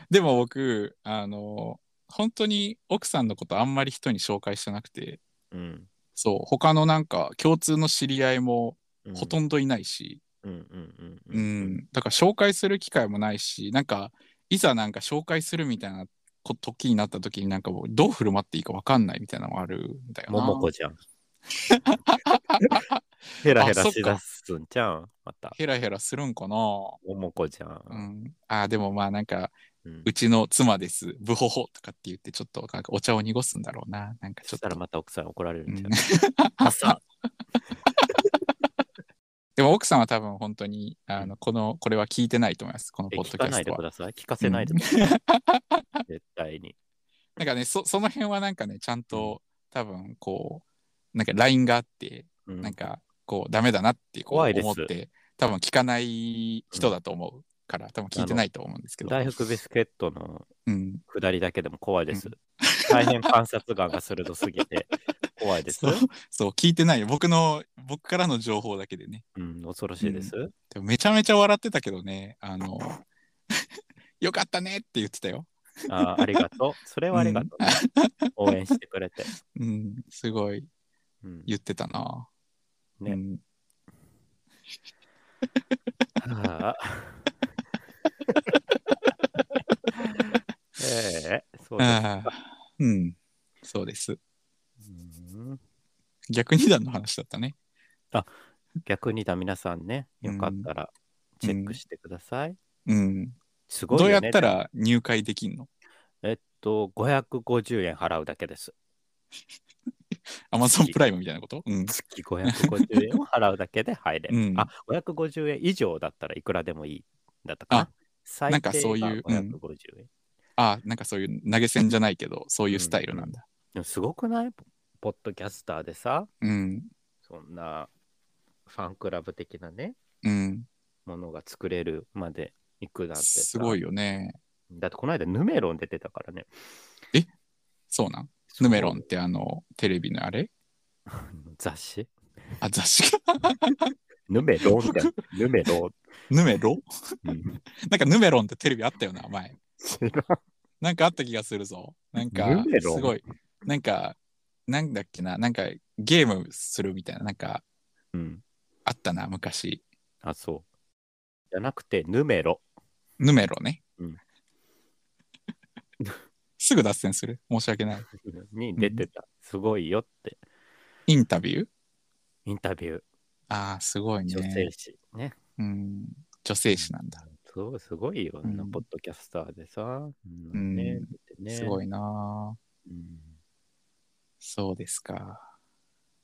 [SPEAKER 2] でも僕、あの、本当に奥さんのことあんまり人に紹介してなくて、
[SPEAKER 1] うん。
[SPEAKER 2] そう、他のなんか共通の知り合いも
[SPEAKER 1] うん
[SPEAKER 2] ほとんどいないし、
[SPEAKER 1] うんうん
[SPEAKER 2] う、
[SPEAKER 1] うんん
[SPEAKER 2] だから紹介する機会もないし、なんか、いざなんか紹介するみたいなこ時になった時になんかもうどう振る舞っていいかわかんないみたいなのもあるんだ
[SPEAKER 1] う
[SPEAKER 2] よ
[SPEAKER 1] ん。
[SPEAKER 2] な。
[SPEAKER 1] ももこちゃ ん。ヘラヘラしだすんちゃん。また。
[SPEAKER 2] ヘラヘラするんかな
[SPEAKER 1] ももこちゃ。
[SPEAKER 2] うんん。ああ、でもまあなんか、
[SPEAKER 1] うん
[SPEAKER 2] うちの妻です、ブホホとかって言って、ちょっとなんかお茶を濁すんだろうな。なんかち
[SPEAKER 1] そし
[SPEAKER 2] ょっ
[SPEAKER 1] た
[SPEAKER 2] と
[SPEAKER 1] ら。また奥さん怒られるんちゃう
[SPEAKER 2] うん。
[SPEAKER 1] 朝。
[SPEAKER 2] でも奥さんは多分本当に、あの、この、これは聞いてないと思います。この
[SPEAKER 1] え
[SPEAKER 2] ポッ
[SPEAKER 1] 聞
[SPEAKER 2] ド
[SPEAKER 1] か
[SPEAKER 2] キャ
[SPEAKER 1] な
[SPEAKER 2] ス
[SPEAKER 1] い
[SPEAKER 2] ト
[SPEAKER 1] で
[SPEAKER 2] は
[SPEAKER 1] く。ださい。聞かせないでください。 絶対に。
[SPEAKER 2] なんかね、そその辺はなんかね、ちゃんと、多分こう、なんかラインがあって、
[SPEAKER 1] うん
[SPEAKER 2] なんかこう、ダメだなってこう
[SPEAKER 1] 怖いです
[SPEAKER 2] 思って、多分聞かない人だと思うから、多分聞いてないと思うんですけど。
[SPEAKER 1] 大福ビスケットの
[SPEAKER 2] うん。
[SPEAKER 1] 下りだけでも怖いです
[SPEAKER 2] う。
[SPEAKER 1] 大変観察眼が鋭すぎて怖いです
[SPEAKER 2] そ。う、そう、聞いてないよ。僕の、僕からの情報だけでね。
[SPEAKER 1] うん、恐ろしいです。
[SPEAKER 2] でもめちゃめちゃ笑ってたけどね、あの、 よかったねって言ってたよ。
[SPEAKER 1] あーありがとう。それはありがとうね、応援してくれて。
[SPEAKER 2] うん、すごい
[SPEAKER 1] うん
[SPEAKER 2] 言ってたな。
[SPEAKER 1] ね
[SPEAKER 2] うん
[SPEAKER 1] はあええそうで
[SPEAKER 2] ああ、うん、そうです。
[SPEAKER 1] すうん
[SPEAKER 2] 逆二段の話だったね。
[SPEAKER 1] 逆にだ皆さんね、よかったらチェックしてください。
[SPEAKER 2] うん。
[SPEAKER 1] すごい
[SPEAKER 2] ど
[SPEAKER 1] よ、
[SPEAKER 2] うや
[SPEAKER 1] ね。
[SPEAKER 2] ったら入会できんの
[SPEAKER 1] えっと、550円払うだけです。
[SPEAKER 2] アマゾンプライムみたいなことうん。
[SPEAKER 1] 月550円を払うだけで入れる。
[SPEAKER 2] うん
[SPEAKER 1] あ、550円以上だったらいくらでもいいんだったか
[SPEAKER 2] あ
[SPEAKER 1] な。最
[SPEAKER 2] なんかそういう
[SPEAKER 1] 低が550円。
[SPEAKER 2] あなんかそういう投げ銭じゃないけど、そういうスタイルなんだ。
[SPEAKER 1] でもすごくないポポッドキャスターでさ、
[SPEAKER 2] うん。
[SPEAKER 1] そんなファンクラブ的なね、
[SPEAKER 2] うん。
[SPEAKER 1] ものが作れるまで行くなんてさ
[SPEAKER 2] すごいよね。
[SPEAKER 1] だってこの間ヌメロン出てたからね。
[SPEAKER 2] そうなん。ヌメロンってあの、テレビのあれ
[SPEAKER 1] 雑誌
[SPEAKER 2] あ、雑誌か。
[SPEAKER 1] ヌメロンって、ヌメロ
[SPEAKER 2] ヌメロ
[SPEAKER 1] ンうん。
[SPEAKER 2] なんかヌメロンってテレビあったよな、前。
[SPEAKER 1] 知らん
[SPEAKER 2] なんかあった気がするぞ。なんか
[SPEAKER 1] ヌメ、
[SPEAKER 2] す
[SPEAKER 1] ロン
[SPEAKER 2] ごい。なんか、なんだっけな、なんかゲームするみたいな、なんか
[SPEAKER 1] うん。
[SPEAKER 2] あったな、昔。
[SPEAKER 1] あ、そう。じゃなくて、ヌメロ。
[SPEAKER 2] ヌメロね。
[SPEAKER 1] うん
[SPEAKER 2] すぐ脱線する。申し訳ない。
[SPEAKER 1] に出てた。すごいよって。
[SPEAKER 2] インタビュー
[SPEAKER 1] インタビュー、
[SPEAKER 2] ああ、すごいね。
[SPEAKER 1] 女性誌。ね。
[SPEAKER 2] うん。女性誌なんだ。
[SPEAKER 1] すごい、すごいよ。あんな
[SPEAKER 2] うん
[SPEAKER 1] ポッドキャスターでさ。う
[SPEAKER 2] うん
[SPEAKER 1] ね出てね
[SPEAKER 2] すごいなー
[SPEAKER 1] うん
[SPEAKER 2] そうですか。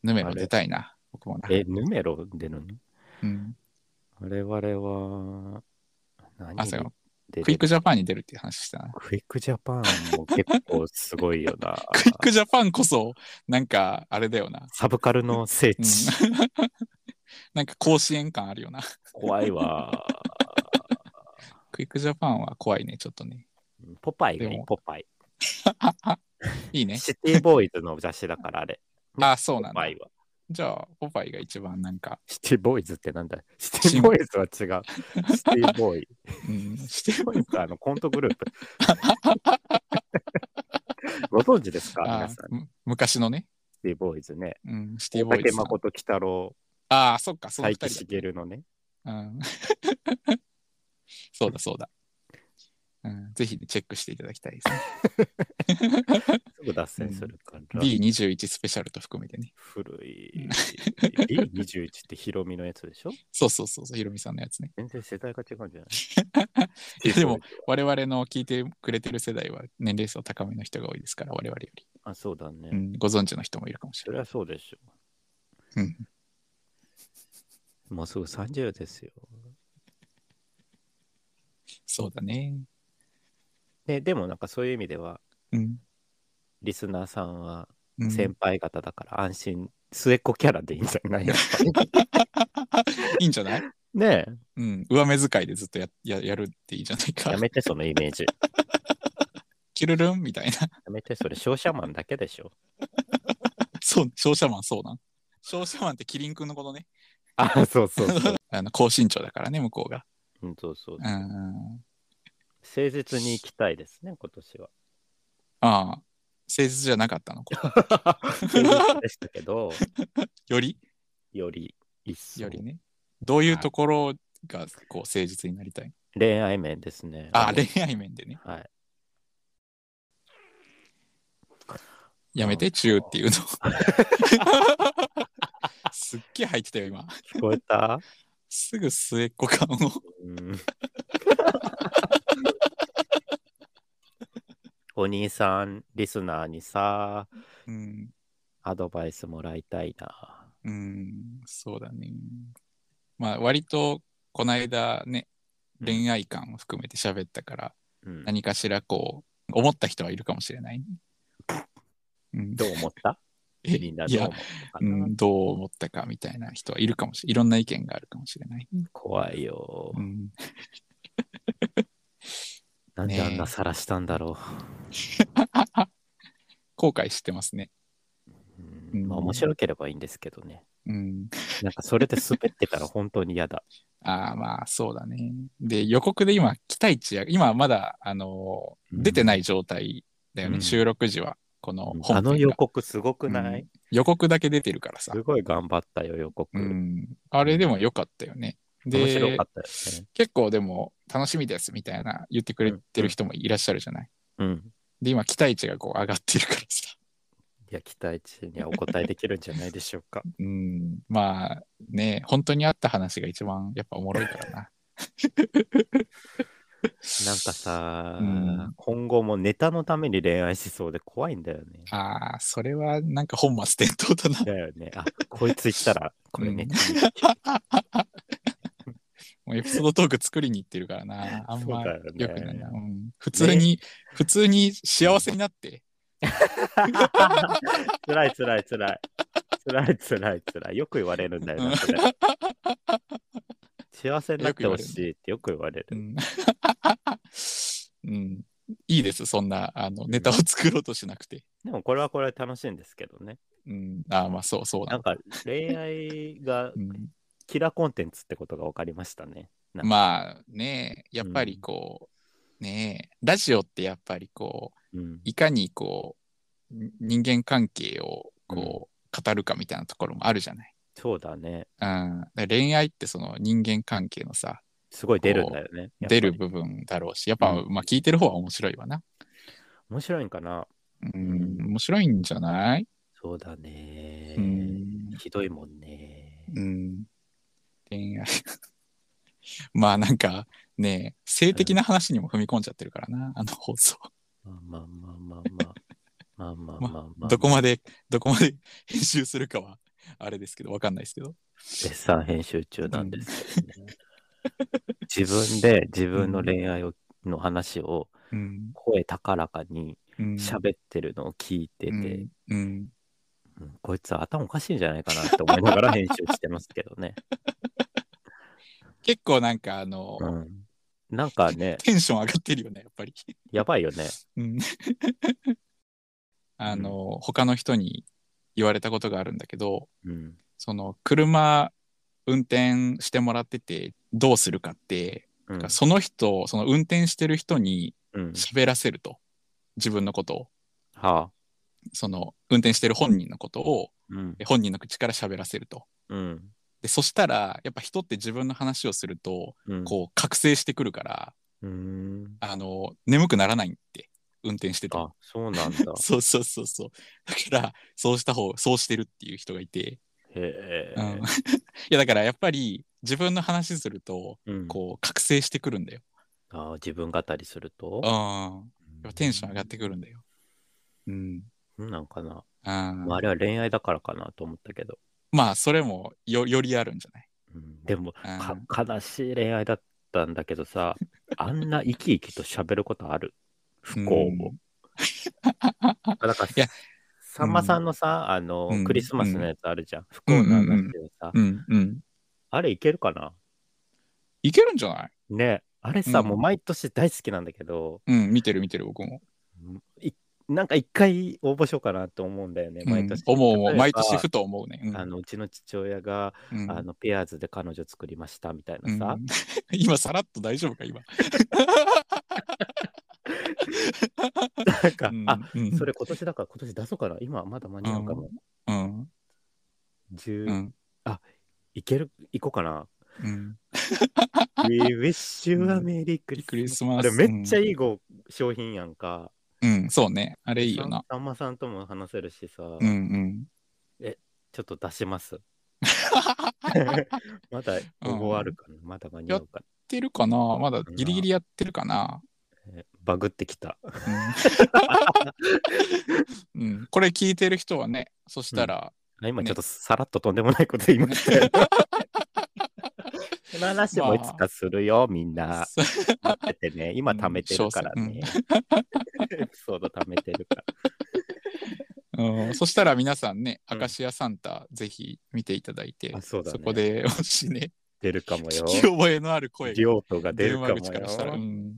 [SPEAKER 2] ヌメロ出たいな。僕もな。
[SPEAKER 1] え、ヌメロ出るの
[SPEAKER 2] うん。
[SPEAKER 1] 我々は、
[SPEAKER 2] あ、
[SPEAKER 1] 何
[SPEAKER 2] そうよ
[SPEAKER 1] で
[SPEAKER 2] クイックジャパンに出るっていう話したな。
[SPEAKER 1] クイックジャパンも結構すごいよな。
[SPEAKER 2] クイックジャパンこそ、なんか、あれだよな。
[SPEAKER 1] サブカルの聖
[SPEAKER 2] う
[SPEAKER 1] 地。
[SPEAKER 2] ん なんか甲子園感あるよな。
[SPEAKER 1] 怖いわ。
[SPEAKER 2] クイックジャパンは怖いね、ちょっとね。
[SPEAKER 1] ポパイがい
[SPEAKER 2] で
[SPEAKER 1] い、
[SPEAKER 2] も
[SPEAKER 1] ポパイ。
[SPEAKER 2] いいね。
[SPEAKER 1] シティボーイズの雑誌だから、あれ。
[SPEAKER 2] あ、そう
[SPEAKER 1] ポ
[SPEAKER 2] なんだ
[SPEAKER 1] パ。イは。
[SPEAKER 2] じゃあ、ポパイが一番なんか、
[SPEAKER 1] シティボーイズってなんだシティボーイズは違う。シティボーイ。
[SPEAKER 2] うん、し
[SPEAKER 1] シティボーイズはあのコントグループ。ご存知ですか皆
[SPEAKER 2] あ
[SPEAKER 1] さん。シ
[SPEAKER 2] む昔のね、
[SPEAKER 1] ティボーイズね。
[SPEAKER 2] うん、シティボーイ
[SPEAKER 1] 竹
[SPEAKER 2] ズさん。
[SPEAKER 1] 誠喜太郎、
[SPEAKER 2] ああ、そっか、その二
[SPEAKER 1] 佐伯
[SPEAKER 2] 人
[SPEAKER 1] 茂のね。
[SPEAKER 2] だ。うん、 そうだ、そうだ。うん、ぜひ、ね、チェックしていただきたいで すね。
[SPEAKER 1] すぐ脱線するから。
[SPEAKER 2] B21 スペシャルと含めてね。
[SPEAKER 1] 古
[SPEAKER 2] う
[SPEAKER 1] い
[SPEAKER 2] ん。
[SPEAKER 1] B21 ってヒロミのやつでしょ
[SPEAKER 2] そうそうそうそう、ヒロミさんのやつね。
[SPEAKER 1] 全然世代が違うんじゃない
[SPEAKER 2] い やでも、我々の聞いてくれてる世代は年齢層高めの人が多いですから、我々より。
[SPEAKER 1] あ、そうだね。
[SPEAKER 2] うん、ご存知の人もいるかもし
[SPEAKER 1] そり
[SPEAKER 2] れな
[SPEAKER 1] ゃ
[SPEAKER 2] い。
[SPEAKER 1] そうでしょ。
[SPEAKER 2] うん、
[SPEAKER 1] もうすぐ30ですよ。
[SPEAKER 2] そうだね。
[SPEAKER 1] ででもなんかそういう意味では、
[SPEAKER 2] うん。
[SPEAKER 1] リスナーさんは
[SPEAKER 2] うん
[SPEAKER 1] 先輩方だから安心、末っ子キャラでいいんじゃ ないやっぱり
[SPEAKER 2] いいんじゃない
[SPEAKER 1] ね
[SPEAKER 2] うん。上目遣いでずっとやややるっていいじゃない
[SPEAKER 1] え、
[SPEAKER 2] か
[SPEAKER 1] や。めてそのイメージ。
[SPEAKER 2] キルルンみたいな。
[SPEAKER 1] やめて、それ商社マンだけでしょ。
[SPEAKER 2] そう、商社マンそうなん。商社マンってキリン君のことね。
[SPEAKER 1] あ、そうそうそう。
[SPEAKER 2] あの、高身長だからね、向こうが。
[SPEAKER 1] うん、そうそう
[SPEAKER 2] うん。あ
[SPEAKER 1] 誠実に行きたいですね、今年 は。
[SPEAKER 2] あ、誠実じゃなかったの。
[SPEAKER 1] 誠実でしたけど、
[SPEAKER 2] より
[SPEAKER 1] より一層
[SPEAKER 2] よりね。どういうところが、こう、誠実になりたい
[SPEAKER 1] 恋愛面ですね。
[SPEAKER 2] あ、恋愛面でね。
[SPEAKER 1] はい。
[SPEAKER 2] やめて、チューっていう の。すっげえ入ってたよ、今。
[SPEAKER 1] 聞こえた
[SPEAKER 2] すぐ末っ子感を。
[SPEAKER 1] うん お兄さん、リスナーにさ、
[SPEAKER 2] うん。
[SPEAKER 1] アドバイスもらいたいな。
[SPEAKER 2] うん、そうだね。まあ、割と、この間ね、
[SPEAKER 1] うん
[SPEAKER 2] 恋愛観を含めて喋ったから、
[SPEAKER 1] うん、
[SPEAKER 2] 何かしらこう、思った人はいるかもしれない。うん、
[SPEAKER 1] どう思 った
[SPEAKER 2] え
[SPEAKER 1] みんないどう
[SPEAKER 2] や
[SPEAKER 1] 思ったか
[SPEAKER 2] う
[SPEAKER 1] な、
[SPEAKER 2] ん、どう思ったかみたいな人はいるかもしれない。いろんな意見があるかもしれない。
[SPEAKER 1] 怖いよ、
[SPEAKER 2] うん、
[SPEAKER 1] なんであんな晒したんだろ
[SPEAKER 2] 後悔してますね。
[SPEAKER 1] う。
[SPEAKER 2] う
[SPEAKER 1] うん
[SPEAKER 2] ん
[SPEAKER 1] まあ面白ければいいんですけどね。
[SPEAKER 2] うん、
[SPEAKER 1] なんかそれで滑ってたら 本当に嫌だ。
[SPEAKER 2] ああ、まあ、そうだね。で、予告で今、期待値や、今まだ、あのー
[SPEAKER 1] うん
[SPEAKER 2] 出てない状態だよね、
[SPEAKER 1] うん
[SPEAKER 2] 収録時は。この本編が
[SPEAKER 1] あの予告すごくない、
[SPEAKER 2] うん予告だけ出てるからさ
[SPEAKER 1] す。ごい頑張ったよ、予告。
[SPEAKER 2] うん、あれでも良かったよね。
[SPEAKER 1] 面白
[SPEAKER 2] で
[SPEAKER 1] か、ったよね。
[SPEAKER 2] 結構でも楽しみですみたいな言ってくれてる人もいらっしゃるじゃない。
[SPEAKER 1] うん。
[SPEAKER 2] で、今期待値がこう上がってるからさ。
[SPEAKER 1] いや、期待値にはお答えできるんじゃないでしょうか。
[SPEAKER 2] うん、まあね、本当にあった話が一番やっぱおもろいからな。
[SPEAKER 1] なんかさ、
[SPEAKER 2] うん
[SPEAKER 1] 今後もネタのために恋愛しそうで怖いんだよね。
[SPEAKER 2] ああ、それはなんか本末転倒だな。
[SPEAKER 1] だよね。あ、こいつ言ったら、これネタに、
[SPEAKER 2] もうエピソードトーク作りに行ってるからな。 あん
[SPEAKER 1] そう
[SPEAKER 2] ま
[SPEAKER 1] だよね
[SPEAKER 2] 良く ないな。うん普通に、普通に幸せになって。
[SPEAKER 1] 辛い辛い辛い。辛い辛い辛い。よく言われるんだよな、それ。幸せになってほしいってよく言われ
[SPEAKER 2] う
[SPEAKER 1] る。
[SPEAKER 2] ん うんいいです、そんな、あの、ネタを作ろうとしなくて。
[SPEAKER 1] でもこれはこれで楽しいんですけど ね。
[SPEAKER 2] うん、あーまあ、そう、そう
[SPEAKER 1] な
[SPEAKER 2] だ
[SPEAKER 1] ん。か恋愛が
[SPEAKER 2] うん
[SPEAKER 1] キラーコンテンツってことが分かりましたね。なんか
[SPEAKER 2] まあね、やっぱりこう、ねえ、ラジオってやっぱりこう、
[SPEAKER 1] うん。
[SPEAKER 2] いかにこう、に人間関係をこう、語るかみたいなところもあるじゃない。
[SPEAKER 1] そうだね。
[SPEAKER 2] うん、だから恋愛ってその人間関係のさ、
[SPEAKER 1] すごい出るんだよね。やっぱ
[SPEAKER 2] 出
[SPEAKER 1] り
[SPEAKER 2] る部分だろうし、やっぱ、
[SPEAKER 1] う
[SPEAKER 2] まあ聞いてる方は面白いわな。
[SPEAKER 1] 面白いんかな
[SPEAKER 2] うん、面白いんじゃない、
[SPEAKER 1] そうだね、
[SPEAKER 2] うん
[SPEAKER 1] ひどいもんね。
[SPEAKER 2] うん、恋愛。 まあなんかねえ、性的な話にも踏み込んじゃってるからな、あの放送。
[SPEAKER 1] まあまあまあまあまあ。まあまあまあまあ、まあ。
[SPEAKER 2] どこまで、どこまで 編集するかは、あれですけど、わかんないですけど。
[SPEAKER 1] 絶賛編集中なんですけ どね。自分で自分の恋愛を、の話を
[SPEAKER 2] うん。
[SPEAKER 1] 声高らかに
[SPEAKER 2] うん
[SPEAKER 1] 喋ってるのを聞いてて、
[SPEAKER 2] うんうん。
[SPEAKER 1] うんこいつは頭おかしいんじゃないかなって思いながら 編集してますけど ね。
[SPEAKER 2] 結構なんか、あの、
[SPEAKER 1] うん、なんかね、
[SPEAKER 2] テンション上がってるよね、やっぱり。
[SPEAKER 1] やばいよね。
[SPEAKER 2] うん。 あの、他の人に言われたことがあるんだけど、
[SPEAKER 1] うん。
[SPEAKER 2] その、車、運転してもらってて、どうするかって、
[SPEAKER 1] うん。
[SPEAKER 2] その人、その運転してる人に
[SPEAKER 1] うん、
[SPEAKER 2] 喋らせると。自分のことを。
[SPEAKER 1] はあ。
[SPEAKER 2] その、運転してる本人のことを、
[SPEAKER 1] うん。
[SPEAKER 2] 本人の口から喋らせると。
[SPEAKER 1] うん。
[SPEAKER 2] でそしたらやっぱ人って自分の話をすると
[SPEAKER 1] うん。
[SPEAKER 2] こう覚醒してくるから、
[SPEAKER 1] うーん。
[SPEAKER 2] あの眠くならないって運転してても。
[SPEAKER 1] あ、そうなんだ
[SPEAKER 2] そうそうそうそうだからそうした方そうしてるっていう人がいて、
[SPEAKER 1] へえ
[SPEAKER 2] うん いやだからやっぱり自分の話すると
[SPEAKER 1] うん
[SPEAKER 2] こう覚醒してくるんだよ、
[SPEAKER 1] あー自分語りすると
[SPEAKER 2] うん、やっぱテンション上がってくるんだようん
[SPEAKER 1] うんなんかな、
[SPEAKER 2] あ
[SPEAKER 1] まあ、あれは恋愛だからかなと思ったけど、
[SPEAKER 2] まあそれもよよりあるんじゃ
[SPEAKER 1] うんでも
[SPEAKER 2] ない、
[SPEAKER 1] か
[SPEAKER 2] うん
[SPEAKER 1] 悲しい恋愛だったんだけど さあんな生き生きと喋ることある不幸も、あだから
[SPEAKER 2] や
[SPEAKER 1] さんまさんのさ、あの、
[SPEAKER 2] うん
[SPEAKER 1] クリスマスのやつあるじゃん、不
[SPEAKER 2] うん
[SPEAKER 1] 幸な話をさ、
[SPEAKER 2] うんうん
[SPEAKER 1] あれいけるかない
[SPEAKER 2] けるんじゃない
[SPEAKER 1] ねあれさ、
[SPEAKER 2] うん
[SPEAKER 1] もう毎年大好きなんだけど
[SPEAKER 2] うん見てる見てる僕も
[SPEAKER 1] いなんか一回応募しようかなと思うんだよね毎年、
[SPEAKER 2] うん思う思
[SPEAKER 1] 例え
[SPEAKER 2] う
[SPEAKER 1] ば
[SPEAKER 2] 毎年ふと思うね、うん
[SPEAKER 1] あのうちの父親が、
[SPEAKER 2] うん
[SPEAKER 1] あのペアーズで彼女作りましたみたいなさ、
[SPEAKER 2] うん 今さらっと大丈夫か今
[SPEAKER 1] なんか、
[SPEAKER 2] うん
[SPEAKER 1] あ
[SPEAKER 2] うん
[SPEAKER 1] それ今年だから今年出そうかな今まだ間に合うかも、
[SPEAKER 2] うん
[SPEAKER 1] 10、
[SPEAKER 2] うん
[SPEAKER 1] いける行こうか な
[SPEAKER 2] うん、
[SPEAKER 1] We wish you a merry
[SPEAKER 2] クリ
[SPEAKER 1] Christmas、
[SPEAKER 2] スマ
[SPEAKER 1] あ
[SPEAKER 2] ス
[SPEAKER 1] れめっちゃ
[SPEAKER 2] い、
[SPEAKER 1] いいご商品やんか
[SPEAKER 2] うんそうねあれいいよな
[SPEAKER 1] さんさんまさんとも話せるしさ、
[SPEAKER 2] うんうん
[SPEAKER 1] ちょっと出します まだ応募あるかな、まだ間に合うか
[SPEAKER 2] やってるかなまだギリギリやってるかな、
[SPEAKER 1] な、えバグってきた
[SPEAKER 2] うんうんこれ聞いてる人はねそしたら、
[SPEAKER 1] あ今
[SPEAKER 2] ね
[SPEAKER 1] ちょっとさらっととんでもないこと言いました よこの話もいつかするよ、みんな。待っててね。今貯めてるからね。 エピソード貯めてるから。
[SPEAKER 2] うん、そしたら皆さんね「
[SPEAKER 1] うん
[SPEAKER 2] アカシアサンタ」ぜひ見ていただいて
[SPEAKER 1] あ、そうだね。
[SPEAKER 2] こでもしね
[SPEAKER 1] 出るかも
[SPEAKER 2] 聞
[SPEAKER 1] よ。
[SPEAKER 2] き覚えのある声が
[SPEAKER 1] 両党が出るかも
[SPEAKER 2] 電話口からしたら、う
[SPEAKER 1] よ。
[SPEAKER 2] ん、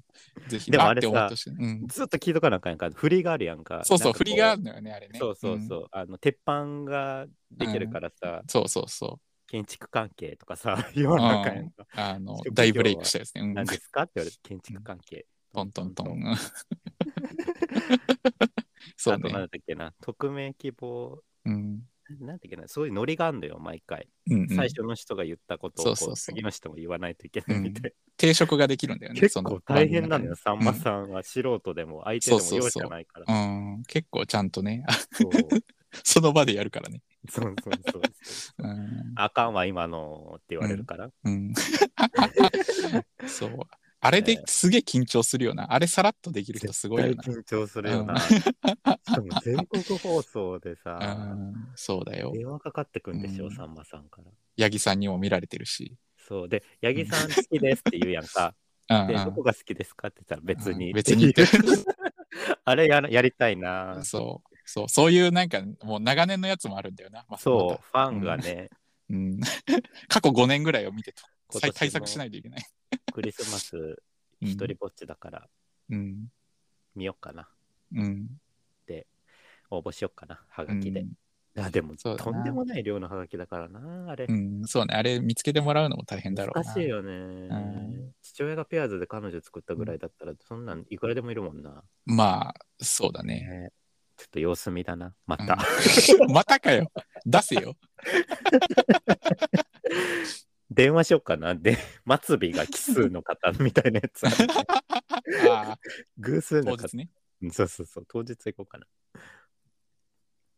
[SPEAKER 2] ぜひ
[SPEAKER 1] でも
[SPEAKER 2] あ
[SPEAKER 1] あれ
[SPEAKER 2] って
[SPEAKER 1] さ
[SPEAKER 2] 思ってほしい、うん、
[SPEAKER 1] ずっと聞いとかなあかんやんか。振りがあるやんか。
[SPEAKER 2] そうそ
[SPEAKER 1] なん
[SPEAKER 2] う
[SPEAKER 1] かこ
[SPEAKER 2] 振りがあるのよねあれね、
[SPEAKER 1] そうそうそうう。あの、鉄板ができるからさ
[SPEAKER 2] ん、そうそうそ
[SPEAKER 1] 建築関係とかさ、言わなあかんやんか。
[SPEAKER 2] うあの
[SPEAKER 1] 職業は
[SPEAKER 2] 大ブレイクしたやつね、うん
[SPEAKER 1] 何ですかって言われて、建築関係。
[SPEAKER 2] トントントン。うん そう
[SPEAKER 1] あと
[SPEAKER 2] ね
[SPEAKER 1] 何だったっけな。匿名希望
[SPEAKER 2] うん
[SPEAKER 1] なんていけない、そういうノリがあるのよ、毎回。
[SPEAKER 2] うんうん
[SPEAKER 1] 最初の人が言ったことを
[SPEAKER 2] そう
[SPEAKER 1] こ
[SPEAKER 2] そう
[SPEAKER 1] う
[SPEAKER 2] そう
[SPEAKER 1] 次の人も言わないといけないみたい
[SPEAKER 2] 定職ができるんだよ
[SPEAKER 1] な。
[SPEAKER 2] ね
[SPEAKER 1] 結
[SPEAKER 2] そ
[SPEAKER 1] 構
[SPEAKER 2] の
[SPEAKER 1] 大変なのよ、さん
[SPEAKER 2] 番組
[SPEAKER 1] ま
[SPEAKER 2] の中で
[SPEAKER 1] さんは素人でも相手でも
[SPEAKER 2] そうそう
[SPEAKER 1] 容
[SPEAKER 2] そ
[SPEAKER 1] 赦
[SPEAKER 2] う
[SPEAKER 1] ないから。
[SPEAKER 2] うん、うん結構ちゃんとねあ
[SPEAKER 1] そう
[SPEAKER 2] その場でやるからね
[SPEAKER 1] そうそうそうそう。
[SPEAKER 2] うん、
[SPEAKER 1] あかんわ、今のって言われるから。
[SPEAKER 2] うん そうあれですげえ緊張するよなあれさらっとできる人すごいよな
[SPEAKER 1] 絶対緊張するよな。
[SPEAKER 2] うん
[SPEAKER 1] しかも全国放送でさ、
[SPEAKER 2] うんそうだよ
[SPEAKER 1] 電話かかってくんでし
[SPEAKER 2] う
[SPEAKER 1] ょ、
[SPEAKER 2] ん
[SPEAKER 1] さんまさんから。
[SPEAKER 2] 八木さんにも見られてるし。
[SPEAKER 1] そうで、八木さん好きですって言うやんか。
[SPEAKER 2] うん
[SPEAKER 1] で、
[SPEAKER 2] うん
[SPEAKER 1] どこ が好きですかって言ったら別に。
[SPEAKER 2] 別に言ってる。
[SPEAKER 1] あれやらやりたいな。
[SPEAKER 2] そう。そう、そういうなんか、もう長年のやつもあるんだよな。まあ
[SPEAKER 1] そう、ファンがね、
[SPEAKER 2] う。うん。 過去5年ぐらいを見てと
[SPEAKER 1] 今年
[SPEAKER 2] 対
[SPEAKER 1] の
[SPEAKER 2] 対策しないといけない。
[SPEAKER 1] クリスマス
[SPEAKER 2] うん
[SPEAKER 1] 一人ぼっちだから
[SPEAKER 2] うん。
[SPEAKER 1] 見よっかな。
[SPEAKER 2] うん。
[SPEAKER 1] 応募しよっかな、は
[SPEAKER 2] う
[SPEAKER 1] がきで
[SPEAKER 2] ん。。
[SPEAKER 1] あでも、
[SPEAKER 2] そうだな
[SPEAKER 1] とんでもない量のはがきだからな、あれ
[SPEAKER 2] う。ん、そうね。あれ見つけてもらうのも大変だろうな。
[SPEAKER 1] 難しいよ
[SPEAKER 2] ん
[SPEAKER 1] ね。父親がペアーズで彼女作ったぐらいだったら、そんなんいくらでもいるもんな。
[SPEAKER 2] まあ、そうだね。
[SPEAKER 1] ねちょっと様子見だな、ま
[SPEAKER 2] うん
[SPEAKER 1] た。
[SPEAKER 2] またかよ。出せ よ。
[SPEAKER 1] 電話しよっかな。で、末尾が奇数の方みたいなやつあ る。
[SPEAKER 2] ああ、
[SPEAKER 1] 偶数
[SPEAKER 2] 当
[SPEAKER 1] の方
[SPEAKER 2] 日。ね。
[SPEAKER 1] うんそうそうそう、当日行こうかな。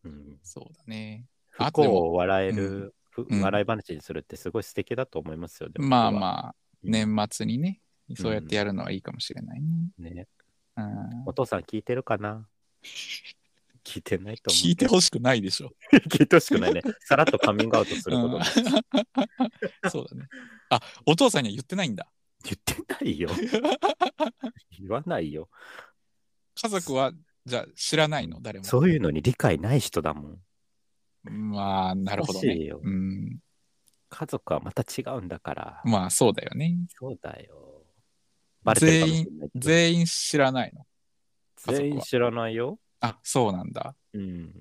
[SPEAKER 1] うん。
[SPEAKER 2] そうだね。
[SPEAKER 1] 不
[SPEAKER 2] あとで
[SPEAKER 1] 幸
[SPEAKER 2] も
[SPEAKER 1] を笑える、ふ
[SPEAKER 2] うん
[SPEAKER 1] 笑い話にするってすごい素敵だと思いますよ。でも
[SPEAKER 2] まあ
[SPEAKER 1] あ。
[SPEAKER 2] まあ、
[SPEAKER 1] うん
[SPEAKER 2] 年末にね、そうやってやるのはいいかもしれないね。
[SPEAKER 1] ね、
[SPEAKER 2] うん
[SPEAKER 1] お父さん聞いてるかな聞いてないと思う。
[SPEAKER 2] 聞いてほしくないでしょ。
[SPEAKER 1] 聞いてほしくないね。さらっとカミングアウトすることも
[SPEAKER 2] うん そうだね。あ、お父さんには言ってないんだ。
[SPEAKER 1] 言ってない よ。言わないよ。
[SPEAKER 2] 家族は、じゃあ知らないの誰も。
[SPEAKER 1] そういうのに理解ない人だもん。
[SPEAKER 2] まあ、なるほど
[SPEAKER 1] 難し
[SPEAKER 2] ね。
[SPEAKER 1] いよ
[SPEAKER 2] うん。
[SPEAKER 1] 家族はまた違うんだから。
[SPEAKER 2] まあ、そうだよね。
[SPEAKER 1] そうだよ。バレてるかもしれないけど
[SPEAKER 2] 全員知らないの。全員
[SPEAKER 1] 全員知らないよ。
[SPEAKER 2] あ、そうなんだ。
[SPEAKER 1] うん。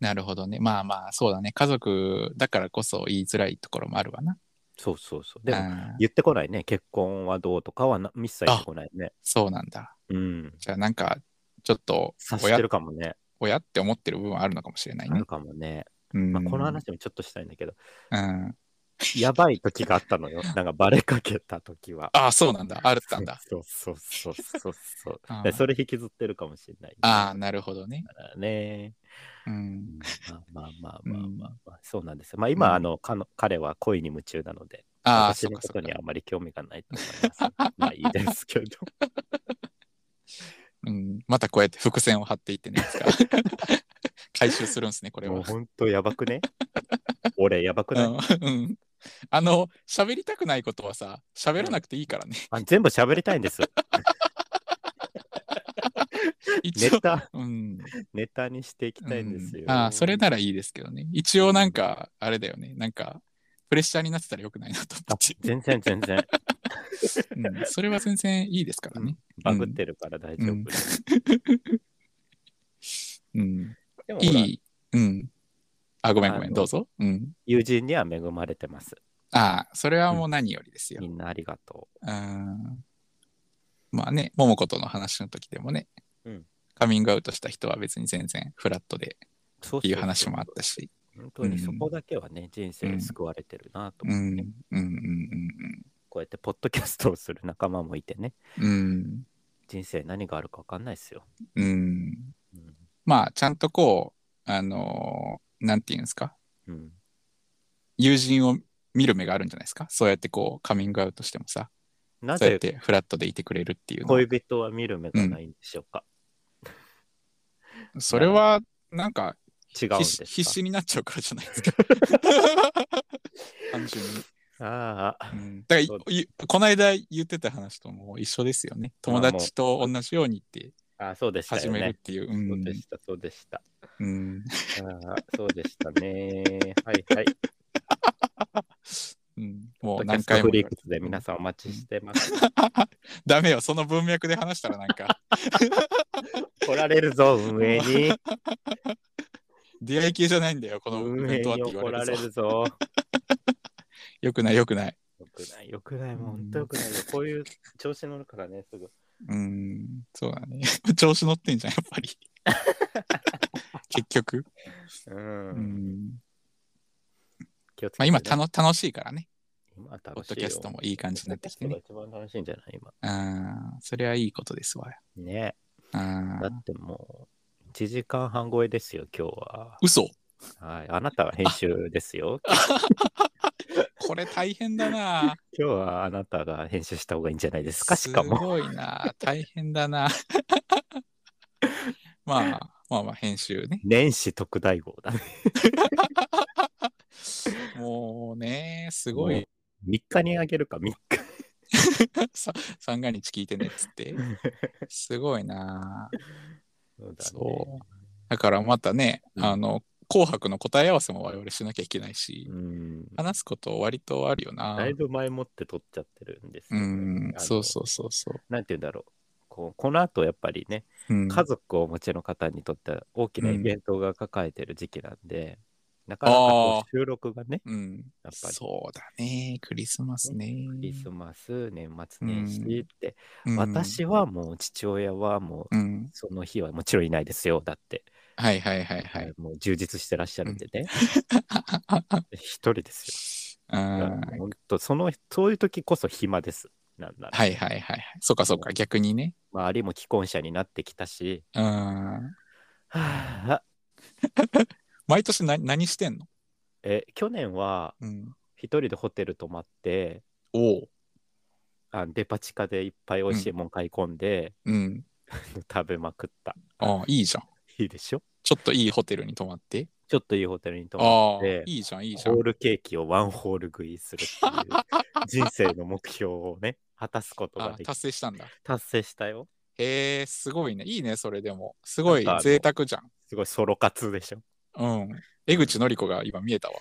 [SPEAKER 2] なるほどね。まあまあ、そうだね。家族だからこそ言いづらいところもあるわな。
[SPEAKER 1] そうそうそう。でも、
[SPEAKER 2] うん
[SPEAKER 1] 言ってこないね。結婚はどうとかはな一切言ってこないね。
[SPEAKER 2] そうなんだ。
[SPEAKER 1] うん。
[SPEAKER 2] じゃあ、なんか、ちょっと、
[SPEAKER 1] 察し
[SPEAKER 2] 親
[SPEAKER 1] てるかもね。
[SPEAKER 2] 親って思ってる部分はあるのかもしれない
[SPEAKER 1] あ
[SPEAKER 2] ね
[SPEAKER 1] る。かもね。
[SPEAKER 2] うん
[SPEAKER 1] まあ、この話もちょっとしたいんだけど、
[SPEAKER 2] うん。
[SPEAKER 1] やばい時があったのよ。なんかバレかけた時は。
[SPEAKER 2] ああ、そうなんだ。あるったんだ。
[SPEAKER 1] そうそうそうそうそう。
[SPEAKER 2] あ
[SPEAKER 1] で
[SPEAKER 2] ー
[SPEAKER 1] それ引きずってるかもしれない。
[SPEAKER 2] あー、なるほどね。
[SPEAKER 1] からね。
[SPEAKER 2] う。
[SPEAKER 1] うんんまあまあ
[SPEAKER 2] うん
[SPEAKER 1] まあまあまあ、まあそうなんですよ。まあ今、
[SPEAKER 2] うん
[SPEAKER 1] あのかの彼は恋に夢中なので、
[SPEAKER 2] ああ、
[SPEAKER 1] 私
[SPEAKER 2] そっ
[SPEAKER 1] の
[SPEAKER 2] か
[SPEAKER 1] こ
[SPEAKER 2] そ
[SPEAKER 1] と
[SPEAKER 2] っ
[SPEAKER 1] には
[SPEAKER 2] か
[SPEAKER 1] あ。まり興味がないと思います。まあいいです けど。
[SPEAKER 2] うん。またこうやって伏線を張っていってね。いつか 回収するんですね、これ
[SPEAKER 1] もう
[SPEAKER 2] は。
[SPEAKER 1] 本当やばく ね俺やばくない、
[SPEAKER 2] うんうん。あの、喋りたくないことはさ、喋らなくていいからね。
[SPEAKER 1] あ全部喋りたいんです。ネ
[SPEAKER 2] 一応。
[SPEAKER 1] タ、
[SPEAKER 2] うん。
[SPEAKER 1] ネタにしていきたいんですよ。
[SPEAKER 2] うんああ、それならいいですけどね。一応なんか、あれだよね。なんか、プレッシャーになってたらよくないなと思って。
[SPEAKER 1] 全然全 然。
[SPEAKER 2] うん、それは全然いいですからね。
[SPEAKER 1] バグってるから大丈夫。
[SPEAKER 2] うんうん。
[SPEAKER 1] でもほら
[SPEAKER 2] いい。うん。あ、ごめんご
[SPEAKER 1] あ
[SPEAKER 2] めん。
[SPEAKER 1] の
[SPEAKER 2] どうぞ。うん。
[SPEAKER 1] 友人には恵まれてます。
[SPEAKER 2] ああ、それはもう何よりですよ
[SPEAKER 1] み。んなありがと
[SPEAKER 2] うん。まあね、桃子との話の時でもね、
[SPEAKER 1] うん
[SPEAKER 2] カミングアウトした人は別に全然フラットで
[SPEAKER 1] う。そう
[SPEAKER 2] っ
[SPEAKER 1] そ
[SPEAKER 2] て
[SPEAKER 1] う
[SPEAKER 2] い
[SPEAKER 1] そう
[SPEAKER 2] う話もあったし。
[SPEAKER 1] 本当にそこだけはね、人生救われてるなと
[SPEAKER 2] うん。
[SPEAKER 1] 思
[SPEAKER 2] う
[SPEAKER 1] って、
[SPEAKER 2] んうんうん
[SPEAKER 1] こうやってポッドキャストをする仲間もいてね、
[SPEAKER 2] うん。うん。
[SPEAKER 1] 人生何があるか分かんないですよ。
[SPEAKER 2] うん。
[SPEAKER 1] うん。
[SPEAKER 2] まあ、ちゃんとこう、あのーなんていうんですか、
[SPEAKER 1] うん、
[SPEAKER 2] 友人を見る目があるんじゃないですか。そうやってこう、カミングアウトしてもさ、
[SPEAKER 1] な
[SPEAKER 2] そうやっ
[SPEAKER 1] ぜ
[SPEAKER 2] てフラットでいてくれるっていうのは
[SPEAKER 1] 恋人は見る目がないんでしょうか、
[SPEAKER 2] それは、なんか
[SPEAKER 1] 違うん
[SPEAKER 2] 必
[SPEAKER 1] で
[SPEAKER 2] 死、
[SPEAKER 1] す
[SPEAKER 2] 必
[SPEAKER 1] か
[SPEAKER 2] 死になっちゃうからじゃないで すか。単純に。
[SPEAKER 1] ああ
[SPEAKER 2] う、ん、だからい
[SPEAKER 1] そう
[SPEAKER 2] い、この間言ってた話ともう一緒ですよね。友達と同じようにって
[SPEAKER 1] ああそうでした
[SPEAKER 2] 始
[SPEAKER 1] よ
[SPEAKER 2] めるっ
[SPEAKER 1] ね。
[SPEAKER 2] ていう。
[SPEAKER 1] そう
[SPEAKER 2] う
[SPEAKER 1] で
[SPEAKER 2] ん
[SPEAKER 1] した、そうでした。
[SPEAKER 2] うん
[SPEAKER 1] ああ、そうでしたね。はいはい。
[SPEAKER 2] うん、も
[SPEAKER 1] ポッド
[SPEAKER 2] う
[SPEAKER 1] キャ
[SPEAKER 2] 何
[SPEAKER 1] スト
[SPEAKER 2] 回も
[SPEAKER 1] フリークスで皆さんお待ちしてます。
[SPEAKER 2] ダメよ、その文脈で話したらなん か、
[SPEAKER 1] 来られるぞ、運営に。
[SPEAKER 2] 出会い系じゃないんだよ、 このイ
[SPEAKER 1] 運
[SPEAKER 2] ベ
[SPEAKER 1] 営
[SPEAKER 2] ン
[SPEAKER 1] に
[SPEAKER 2] トはって言
[SPEAKER 1] 怒
[SPEAKER 2] わ
[SPEAKER 1] ら
[SPEAKER 2] れ
[SPEAKER 1] れ
[SPEAKER 2] るぞ。
[SPEAKER 1] るぞ。
[SPEAKER 2] よくない、よくない。
[SPEAKER 1] よくない、よくない、もう本当よくないよ。こういう調子乗るからね、すぐ。
[SPEAKER 2] うん、そうだね。 調子乗ってんじゃん、やっ ぱり。結局。
[SPEAKER 1] うん。
[SPEAKER 2] うん。
[SPEAKER 1] 気をつけ
[SPEAKER 2] まあ
[SPEAKER 1] てね
[SPEAKER 2] 今たの、楽しいからね。
[SPEAKER 1] 今楽しいよ
[SPEAKER 2] ポッドキャストもいい感じになってきて
[SPEAKER 1] ポ
[SPEAKER 2] ね
[SPEAKER 1] ッ。ドキャストが一番楽しいんじゃない今。
[SPEAKER 2] うん、それはいいことですわ。
[SPEAKER 1] ね
[SPEAKER 2] うん
[SPEAKER 1] だ。ってもう、1時間半超えですよ、今日は。
[SPEAKER 2] 嘘
[SPEAKER 1] はい。あなたは編集ですよ。
[SPEAKER 2] これ大変だな。
[SPEAKER 1] 今日はあなたが編集した方がいいんじゃ ないですか、しか
[SPEAKER 2] す
[SPEAKER 1] も。
[SPEAKER 2] ごいな。大変 だな。まあ、まあまあ、編集ね。
[SPEAKER 1] 年始特大号だね。
[SPEAKER 2] もうね、すごい。
[SPEAKER 1] 3日にあげるか、3日。
[SPEAKER 2] さ三が日聞いてねっつって。すごいな。
[SPEAKER 1] そうだね
[SPEAKER 2] そう。だからまたね、
[SPEAKER 1] うん
[SPEAKER 2] あの、紅白の答え合わせも我々しなきゃいけないし、
[SPEAKER 1] うん。
[SPEAKER 2] 話すこと割とあるよな。
[SPEAKER 1] だいぶ前もって取っちゃってるんです
[SPEAKER 2] う
[SPEAKER 1] よね
[SPEAKER 2] ん、
[SPEAKER 1] あの
[SPEAKER 2] そうそうそうそ
[SPEAKER 1] なんて言うんだろう。こうこの後やっぱりね、
[SPEAKER 2] う。うん、
[SPEAKER 1] 家族をお持ちの方にとっては大きなイベントが抱えてる時期なんで、なかなかこ
[SPEAKER 2] あ
[SPEAKER 1] う収録がね、
[SPEAKER 2] うん、
[SPEAKER 1] やっぱり
[SPEAKER 2] そうだね、クリスマスね。
[SPEAKER 1] クリスマス、年末年始って、
[SPEAKER 2] うん、
[SPEAKER 1] 私はもう父親はもう
[SPEAKER 2] うん、
[SPEAKER 1] その日はもちろんいないですよ、だって、
[SPEAKER 2] はいはいはいはい。
[SPEAKER 1] もう充実してらっしゃるんで ね、一人ですよ。
[SPEAKER 2] うん
[SPEAKER 1] 本当そのそういう時こそ暇です。なんなら、
[SPEAKER 2] はいはいはいはい。そうかそうか、逆にね。
[SPEAKER 1] 周りも既婚者になってきたし、
[SPEAKER 2] うん。
[SPEAKER 1] はあ、
[SPEAKER 2] 毎年何何してんの
[SPEAKER 1] え去年は
[SPEAKER 2] うん。
[SPEAKER 1] 一人でホテル泊まって
[SPEAKER 2] おう。
[SPEAKER 1] あデパ地下でいっぱい美味しいもん買い込んで、
[SPEAKER 2] うん。
[SPEAKER 1] 食べまくった。
[SPEAKER 2] ああ、いいじゃん。
[SPEAKER 1] いいでしょ
[SPEAKER 2] ちょっといいホテルに泊まって。
[SPEAKER 1] ちょっといいホテルに泊まっ
[SPEAKER 2] ああ
[SPEAKER 1] で、
[SPEAKER 2] いいじゃん、いいじ
[SPEAKER 1] て、
[SPEAKER 2] ゃん
[SPEAKER 1] ホー。ルケーキをワンホール食いするっていう 人生の目標をね、果たすことが
[SPEAKER 2] あ
[SPEAKER 1] でき
[SPEAKER 2] 達成したんだ。
[SPEAKER 1] 達成したよ。
[SPEAKER 2] へえ、すごいね。いいね、それでも。すご
[SPEAKER 1] なん
[SPEAKER 2] い
[SPEAKER 1] かあの
[SPEAKER 2] 贅沢じゃん。
[SPEAKER 1] すごいソロ活でしょ
[SPEAKER 2] うん。江口のり子が今見えたわ。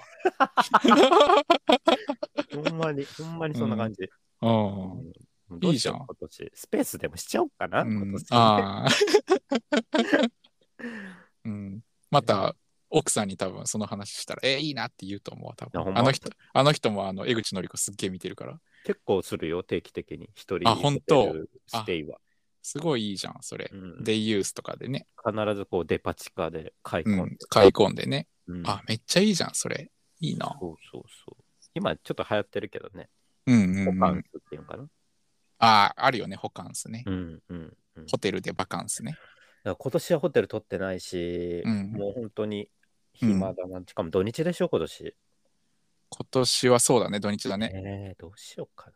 [SPEAKER 1] ほんまに、ほんまにそんな感じ。
[SPEAKER 2] うん。
[SPEAKER 1] うん
[SPEAKER 2] いいじゃん
[SPEAKER 1] どうしよう今年。スペースでもしちゃおうかな、
[SPEAKER 2] うん
[SPEAKER 1] 今年。
[SPEAKER 2] ああ。 うん。また、奥さんに多分その話したら、えーいいなって言うと思うわ、多
[SPEAKER 1] いやほん
[SPEAKER 2] 分。
[SPEAKER 1] ま
[SPEAKER 2] あの人、あの人もあの、江口のり子すっげえ見てるから。
[SPEAKER 1] 結構するよ、定期的に。一人
[SPEAKER 2] あほんと
[SPEAKER 1] ホテルステイは。
[SPEAKER 2] すごいいいじゃん、それ
[SPEAKER 1] う。ん
[SPEAKER 2] デイユースとかでね。
[SPEAKER 1] 必ずこうデパ地下で買いう込ん
[SPEAKER 2] ん
[SPEAKER 1] で。。
[SPEAKER 2] 買い込んでね。
[SPEAKER 1] うん
[SPEAKER 2] あ、めっちゃいいじゃん、それ。いいな。
[SPEAKER 1] そうそうそう。今ちょっと流行ってるけどね。
[SPEAKER 2] うんう
[SPEAKER 1] 保
[SPEAKER 2] ん、う
[SPEAKER 1] 管
[SPEAKER 2] ん。
[SPEAKER 1] 室っていうのかな。
[SPEAKER 2] ああ、あるよね、ホカンスね。
[SPEAKER 1] うんうんうん。
[SPEAKER 2] ホテルでバカンスね。
[SPEAKER 1] だから今年はホテル取ってないし、
[SPEAKER 2] うん
[SPEAKER 1] もう本当に暇だな、しかも土日でしょ、今年。
[SPEAKER 2] 今年はそうだね、土日だね。
[SPEAKER 1] ねえどうしようかな。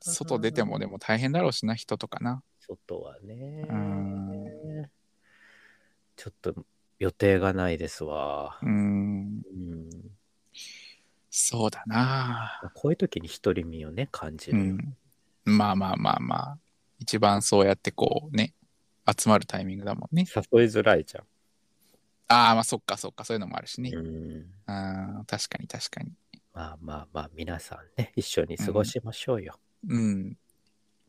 [SPEAKER 2] 外出てもでも大変だろうしな、人とかな。
[SPEAKER 1] 外はね
[SPEAKER 2] うん。
[SPEAKER 1] ちょっと予定がないですわ。
[SPEAKER 2] うん、
[SPEAKER 1] うん、
[SPEAKER 2] そうだな。
[SPEAKER 1] こういう時に独り身をね、感じ
[SPEAKER 2] う
[SPEAKER 1] る。
[SPEAKER 2] ん。まあまあまあまあ。一番そうやってこうね、集まるタイミングだもんね。
[SPEAKER 1] 誘いづらいじゃ
[SPEAKER 2] ああ、まあそっかそっか、そういうのもあるしね
[SPEAKER 1] ん。。うん、
[SPEAKER 2] ああ、確かに確かに。
[SPEAKER 1] まあまあまあ、皆さんね、一緒に過ごしましょうよ。
[SPEAKER 2] うん。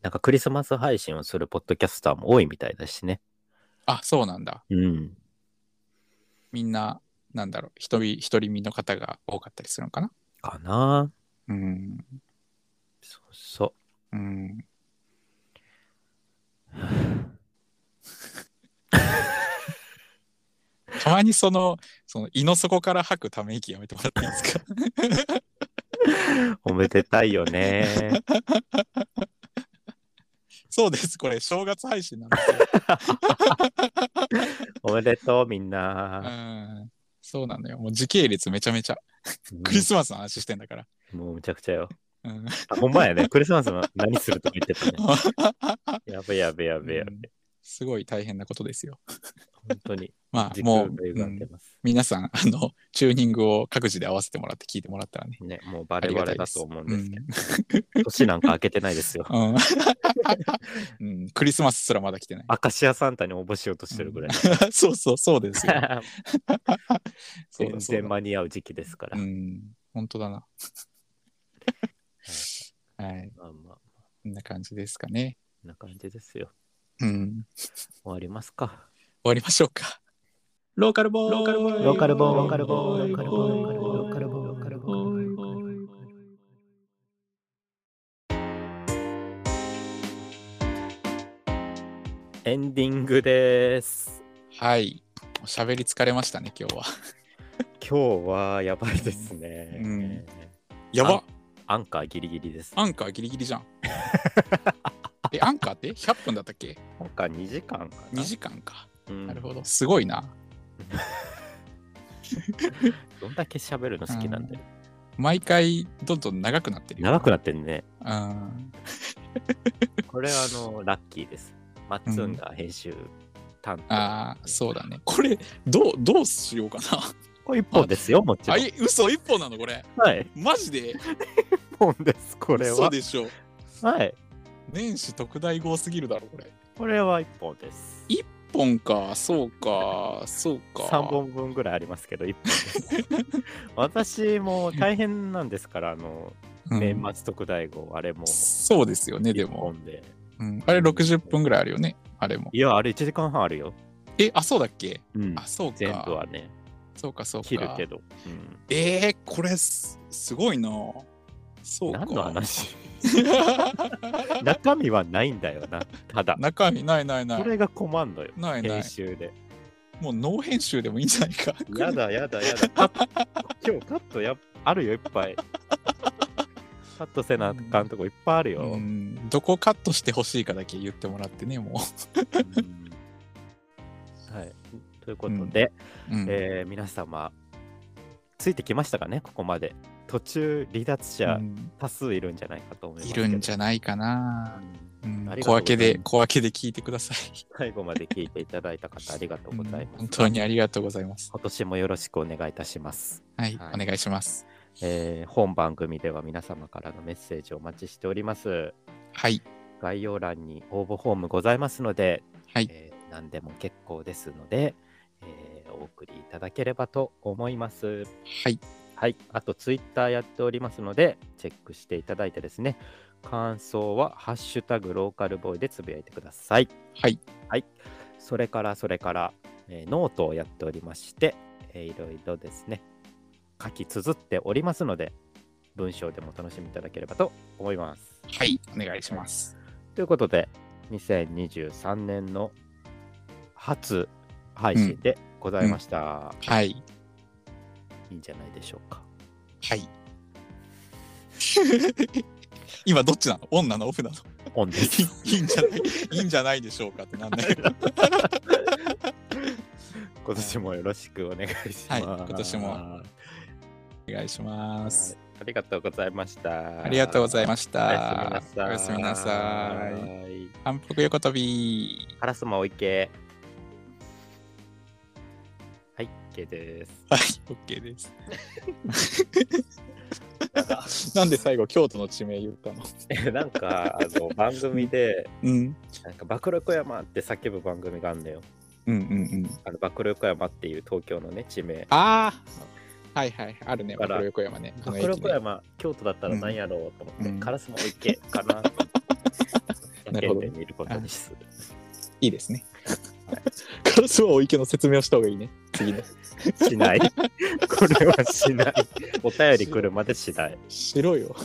[SPEAKER 1] なんかクリスマス配信をするポッドキャスターも多いみたいだしね。
[SPEAKER 2] あ、そうなんだ。
[SPEAKER 1] うん。
[SPEAKER 2] みんな、なんだろう、一人、一人身の方が多かったりするのかな。
[SPEAKER 1] かな
[SPEAKER 2] うん。
[SPEAKER 1] そうそう。
[SPEAKER 2] うん。たまにその、その胃の底から吐くため息やめてもらっていいですか
[SPEAKER 1] おめでたいよ ね。
[SPEAKER 2] そうです、これ正月配信なんですよ。
[SPEAKER 1] おめでとう、みん
[SPEAKER 2] う
[SPEAKER 1] な。
[SPEAKER 2] ん。そうなのよ。もう時系列めちゃめちゃ。クリスマスの話してんだから。
[SPEAKER 1] うんもうむちゃくちゃよ。
[SPEAKER 2] うん。
[SPEAKER 1] あ、ほんまやね。クリスマスの何するとか言ってたね。 やべやべやべやべ。
[SPEAKER 2] うんすごい大変なことですよ。
[SPEAKER 1] 本当に。
[SPEAKER 2] まあ、
[SPEAKER 1] 時
[SPEAKER 2] も
[SPEAKER 1] 空
[SPEAKER 2] う、
[SPEAKER 1] が
[SPEAKER 2] う
[SPEAKER 1] 歪んで
[SPEAKER 2] ん
[SPEAKER 1] ます。
[SPEAKER 2] 皆さん、あの、チューニングを各自で合わせてもらって聞いてもらったらね。
[SPEAKER 1] ね、もうバレバレだと思うんですけど。年なんか明けてないですよ。
[SPEAKER 2] うん、うん クリスマスすらまだ来てない。
[SPEAKER 1] アカシアサンタに応募しようとしてる ぐらい。
[SPEAKER 2] そうそう、そうですよ。そう
[SPEAKER 1] 全
[SPEAKER 2] だそう
[SPEAKER 1] 然
[SPEAKER 2] だ。
[SPEAKER 1] 間に合う時期ですから。
[SPEAKER 2] うん、本当 だな。はい、
[SPEAKER 1] まあまあ、こ
[SPEAKER 2] こんな感じですかね。
[SPEAKER 1] んな感じですよ。
[SPEAKER 2] うん、
[SPEAKER 1] 終わりますか。
[SPEAKER 2] 終わりましょうか。ローカルボーイローカルボー
[SPEAKER 1] ローカルボーイローカルボーイローカルボーイローカルボーイローカルボーイローカルボーイエンディングです。
[SPEAKER 2] はい。もう喋り疲れましたね、今日は。
[SPEAKER 1] 今日はやばいですね。
[SPEAKER 2] うんやば
[SPEAKER 1] アンカーギリギリです。
[SPEAKER 2] アンカーギリギ リじゃん。え、アンカーって100分だったっけ
[SPEAKER 1] アンカー2時間かな。
[SPEAKER 2] ?2 時間か。
[SPEAKER 1] うん
[SPEAKER 2] なるほど。すごいな。
[SPEAKER 1] どんだけ喋るの好きなんだよ。
[SPEAKER 2] 毎回、どんどん長くなってるよ。
[SPEAKER 1] 長くなってんね。
[SPEAKER 2] うん。
[SPEAKER 1] これはあの、ラッキーです。マッツンが編集担当。
[SPEAKER 2] ああ、そうだね。これ、どう、どうしようか
[SPEAKER 1] これ一本ですよ、もち
[SPEAKER 2] な。
[SPEAKER 1] ろ
[SPEAKER 2] あ、
[SPEAKER 1] ん。
[SPEAKER 2] い、嘘一本なのこれ。
[SPEAKER 1] はい。
[SPEAKER 2] マジで
[SPEAKER 1] 本です、これ
[SPEAKER 2] 嘘
[SPEAKER 1] は。
[SPEAKER 2] でしょ。
[SPEAKER 1] はい。
[SPEAKER 2] 年始特大号すぎるだろ、これ。
[SPEAKER 1] これは1本です。
[SPEAKER 2] 一本か、そうか、そうか。
[SPEAKER 1] 3本分ぐらいありますけど、1本 です。私も大変なんですから、あの、
[SPEAKER 2] うん
[SPEAKER 1] 年末特大号、あれも
[SPEAKER 2] そうですよね、で
[SPEAKER 1] 1
[SPEAKER 2] も。
[SPEAKER 1] 本で。
[SPEAKER 2] うんあれ60分ぐらいあるよね、あれも。
[SPEAKER 1] いや、あれ1時間半あるよ。
[SPEAKER 2] え、あ、そうだっけ
[SPEAKER 1] うん
[SPEAKER 2] あ、そう
[SPEAKER 1] 全部
[SPEAKER 2] か。
[SPEAKER 1] はね、
[SPEAKER 2] そうか、そうか。
[SPEAKER 1] 切るけど。うん
[SPEAKER 2] えー、これす、すごいな。そうか。
[SPEAKER 1] 何の話中身はないんだよな、ただ。
[SPEAKER 2] 中身 ないないな
[SPEAKER 1] そ
[SPEAKER 2] い。
[SPEAKER 1] れが困んのよ、
[SPEAKER 2] ないな
[SPEAKER 1] 編
[SPEAKER 2] い。
[SPEAKER 1] 集で。
[SPEAKER 2] もうノー編集でもいいんじゃないか。
[SPEAKER 1] やだやだやだ。 カット今日カットやあるよ、いっぱい。カットせなあかんとこいっぱいあるよ。
[SPEAKER 2] うん、どこカットしてほしいかだけ言ってもらってね、も
[SPEAKER 1] うんはい。ということで、
[SPEAKER 2] う。うん
[SPEAKER 1] えー皆様、ついてきましたかね、ここまで。途中、離脱者
[SPEAKER 2] うん
[SPEAKER 1] 多数いるんじゃないかと思います
[SPEAKER 2] い
[SPEAKER 1] けど。
[SPEAKER 2] るんじゃないかな。
[SPEAKER 1] うん
[SPEAKER 2] うん
[SPEAKER 1] ありがと
[SPEAKER 2] 小
[SPEAKER 1] うござい
[SPEAKER 2] 分
[SPEAKER 1] ます
[SPEAKER 2] けで、小分けで聞いてください。
[SPEAKER 1] 最後まで聞いていただいた方、ありがとうございます。
[SPEAKER 2] 本当にありがとうございます。
[SPEAKER 1] 今年もよろしくお願いいたします。
[SPEAKER 2] はい、
[SPEAKER 1] はい
[SPEAKER 2] お願いします。
[SPEAKER 1] えー本番組では皆様からのメッセージをお待ちしております。
[SPEAKER 2] はい、
[SPEAKER 1] 概要欄に応募フォームございますので、
[SPEAKER 2] はい
[SPEAKER 1] えー何でも結構ですので、えーお送りいただければと思います。
[SPEAKER 2] はい、
[SPEAKER 1] はい、あとツイッターやっておりますので、チェックしていただいてですね、感想はハッシュタグローカルボーイでつぶやいてください。
[SPEAKER 2] はい、
[SPEAKER 1] それから、それから、えーノートをやっておりまして、えーいろいろですね、書き綴っておりますので、文章でもお楽しみいただければと思います。
[SPEAKER 2] はい、お願いします。
[SPEAKER 1] ということで、2023年の初配信でございました。
[SPEAKER 2] はい、
[SPEAKER 1] いいんじゃないでしょうか。
[SPEAKER 2] はい。今どっちなのオンなのオフなの
[SPEAKER 1] オンです。
[SPEAKER 2] いいんじゃないいいんじゃないでしょうかってなんだけど。
[SPEAKER 1] 今年もよろしくお願いします。
[SPEAKER 2] はい今年も
[SPEAKER 1] は
[SPEAKER 2] お願いし
[SPEAKER 1] い
[SPEAKER 2] ます。
[SPEAKER 1] ありがとうございました。
[SPEAKER 2] ありがとうございま
[SPEAKER 1] し
[SPEAKER 2] した。
[SPEAKER 1] お
[SPEAKER 2] お
[SPEAKER 1] や
[SPEAKER 2] や
[SPEAKER 1] す
[SPEAKER 2] す
[SPEAKER 1] み
[SPEAKER 2] み
[SPEAKER 1] な
[SPEAKER 2] な
[SPEAKER 1] さ
[SPEAKER 2] さ
[SPEAKER 1] い。
[SPEAKER 2] い。反復横跳び。
[SPEAKER 1] カラスマおいけ。はい、OK です。
[SPEAKER 2] はい、OK です。 なんで最後、京都の地名言ったの
[SPEAKER 1] なんか、あの、番組で、
[SPEAKER 2] うん。
[SPEAKER 1] なんか、暴露小山って叫ぶ番組があるんだよ。
[SPEAKER 2] うんうんうん。
[SPEAKER 1] あの、暴露小山っていう東京のね、地名。
[SPEAKER 2] ああはいはい、あるね、
[SPEAKER 1] だから
[SPEAKER 2] 黒横山ね。あ
[SPEAKER 1] マ
[SPEAKER 2] の
[SPEAKER 1] クロ
[SPEAKER 2] 駅
[SPEAKER 1] 小
[SPEAKER 2] ね
[SPEAKER 1] 山、京都だったら何やろうと思って、
[SPEAKER 2] うん
[SPEAKER 1] カラスもおいけかなと思っ
[SPEAKER 2] な
[SPEAKER 1] て、
[SPEAKER 2] るほ
[SPEAKER 1] 原
[SPEAKER 2] ど
[SPEAKER 1] 点にいることにする。
[SPEAKER 2] いいですね。 カラスはお池の説明をした方がいいね。次ね。
[SPEAKER 1] しない。これはし ない。お便り来るまでしない。
[SPEAKER 2] しろよ。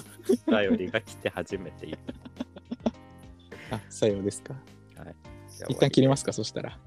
[SPEAKER 1] お便りが来て初めている。
[SPEAKER 2] あ、さようですか。
[SPEAKER 1] はい、。
[SPEAKER 2] 一旦切りますすか、そしたら。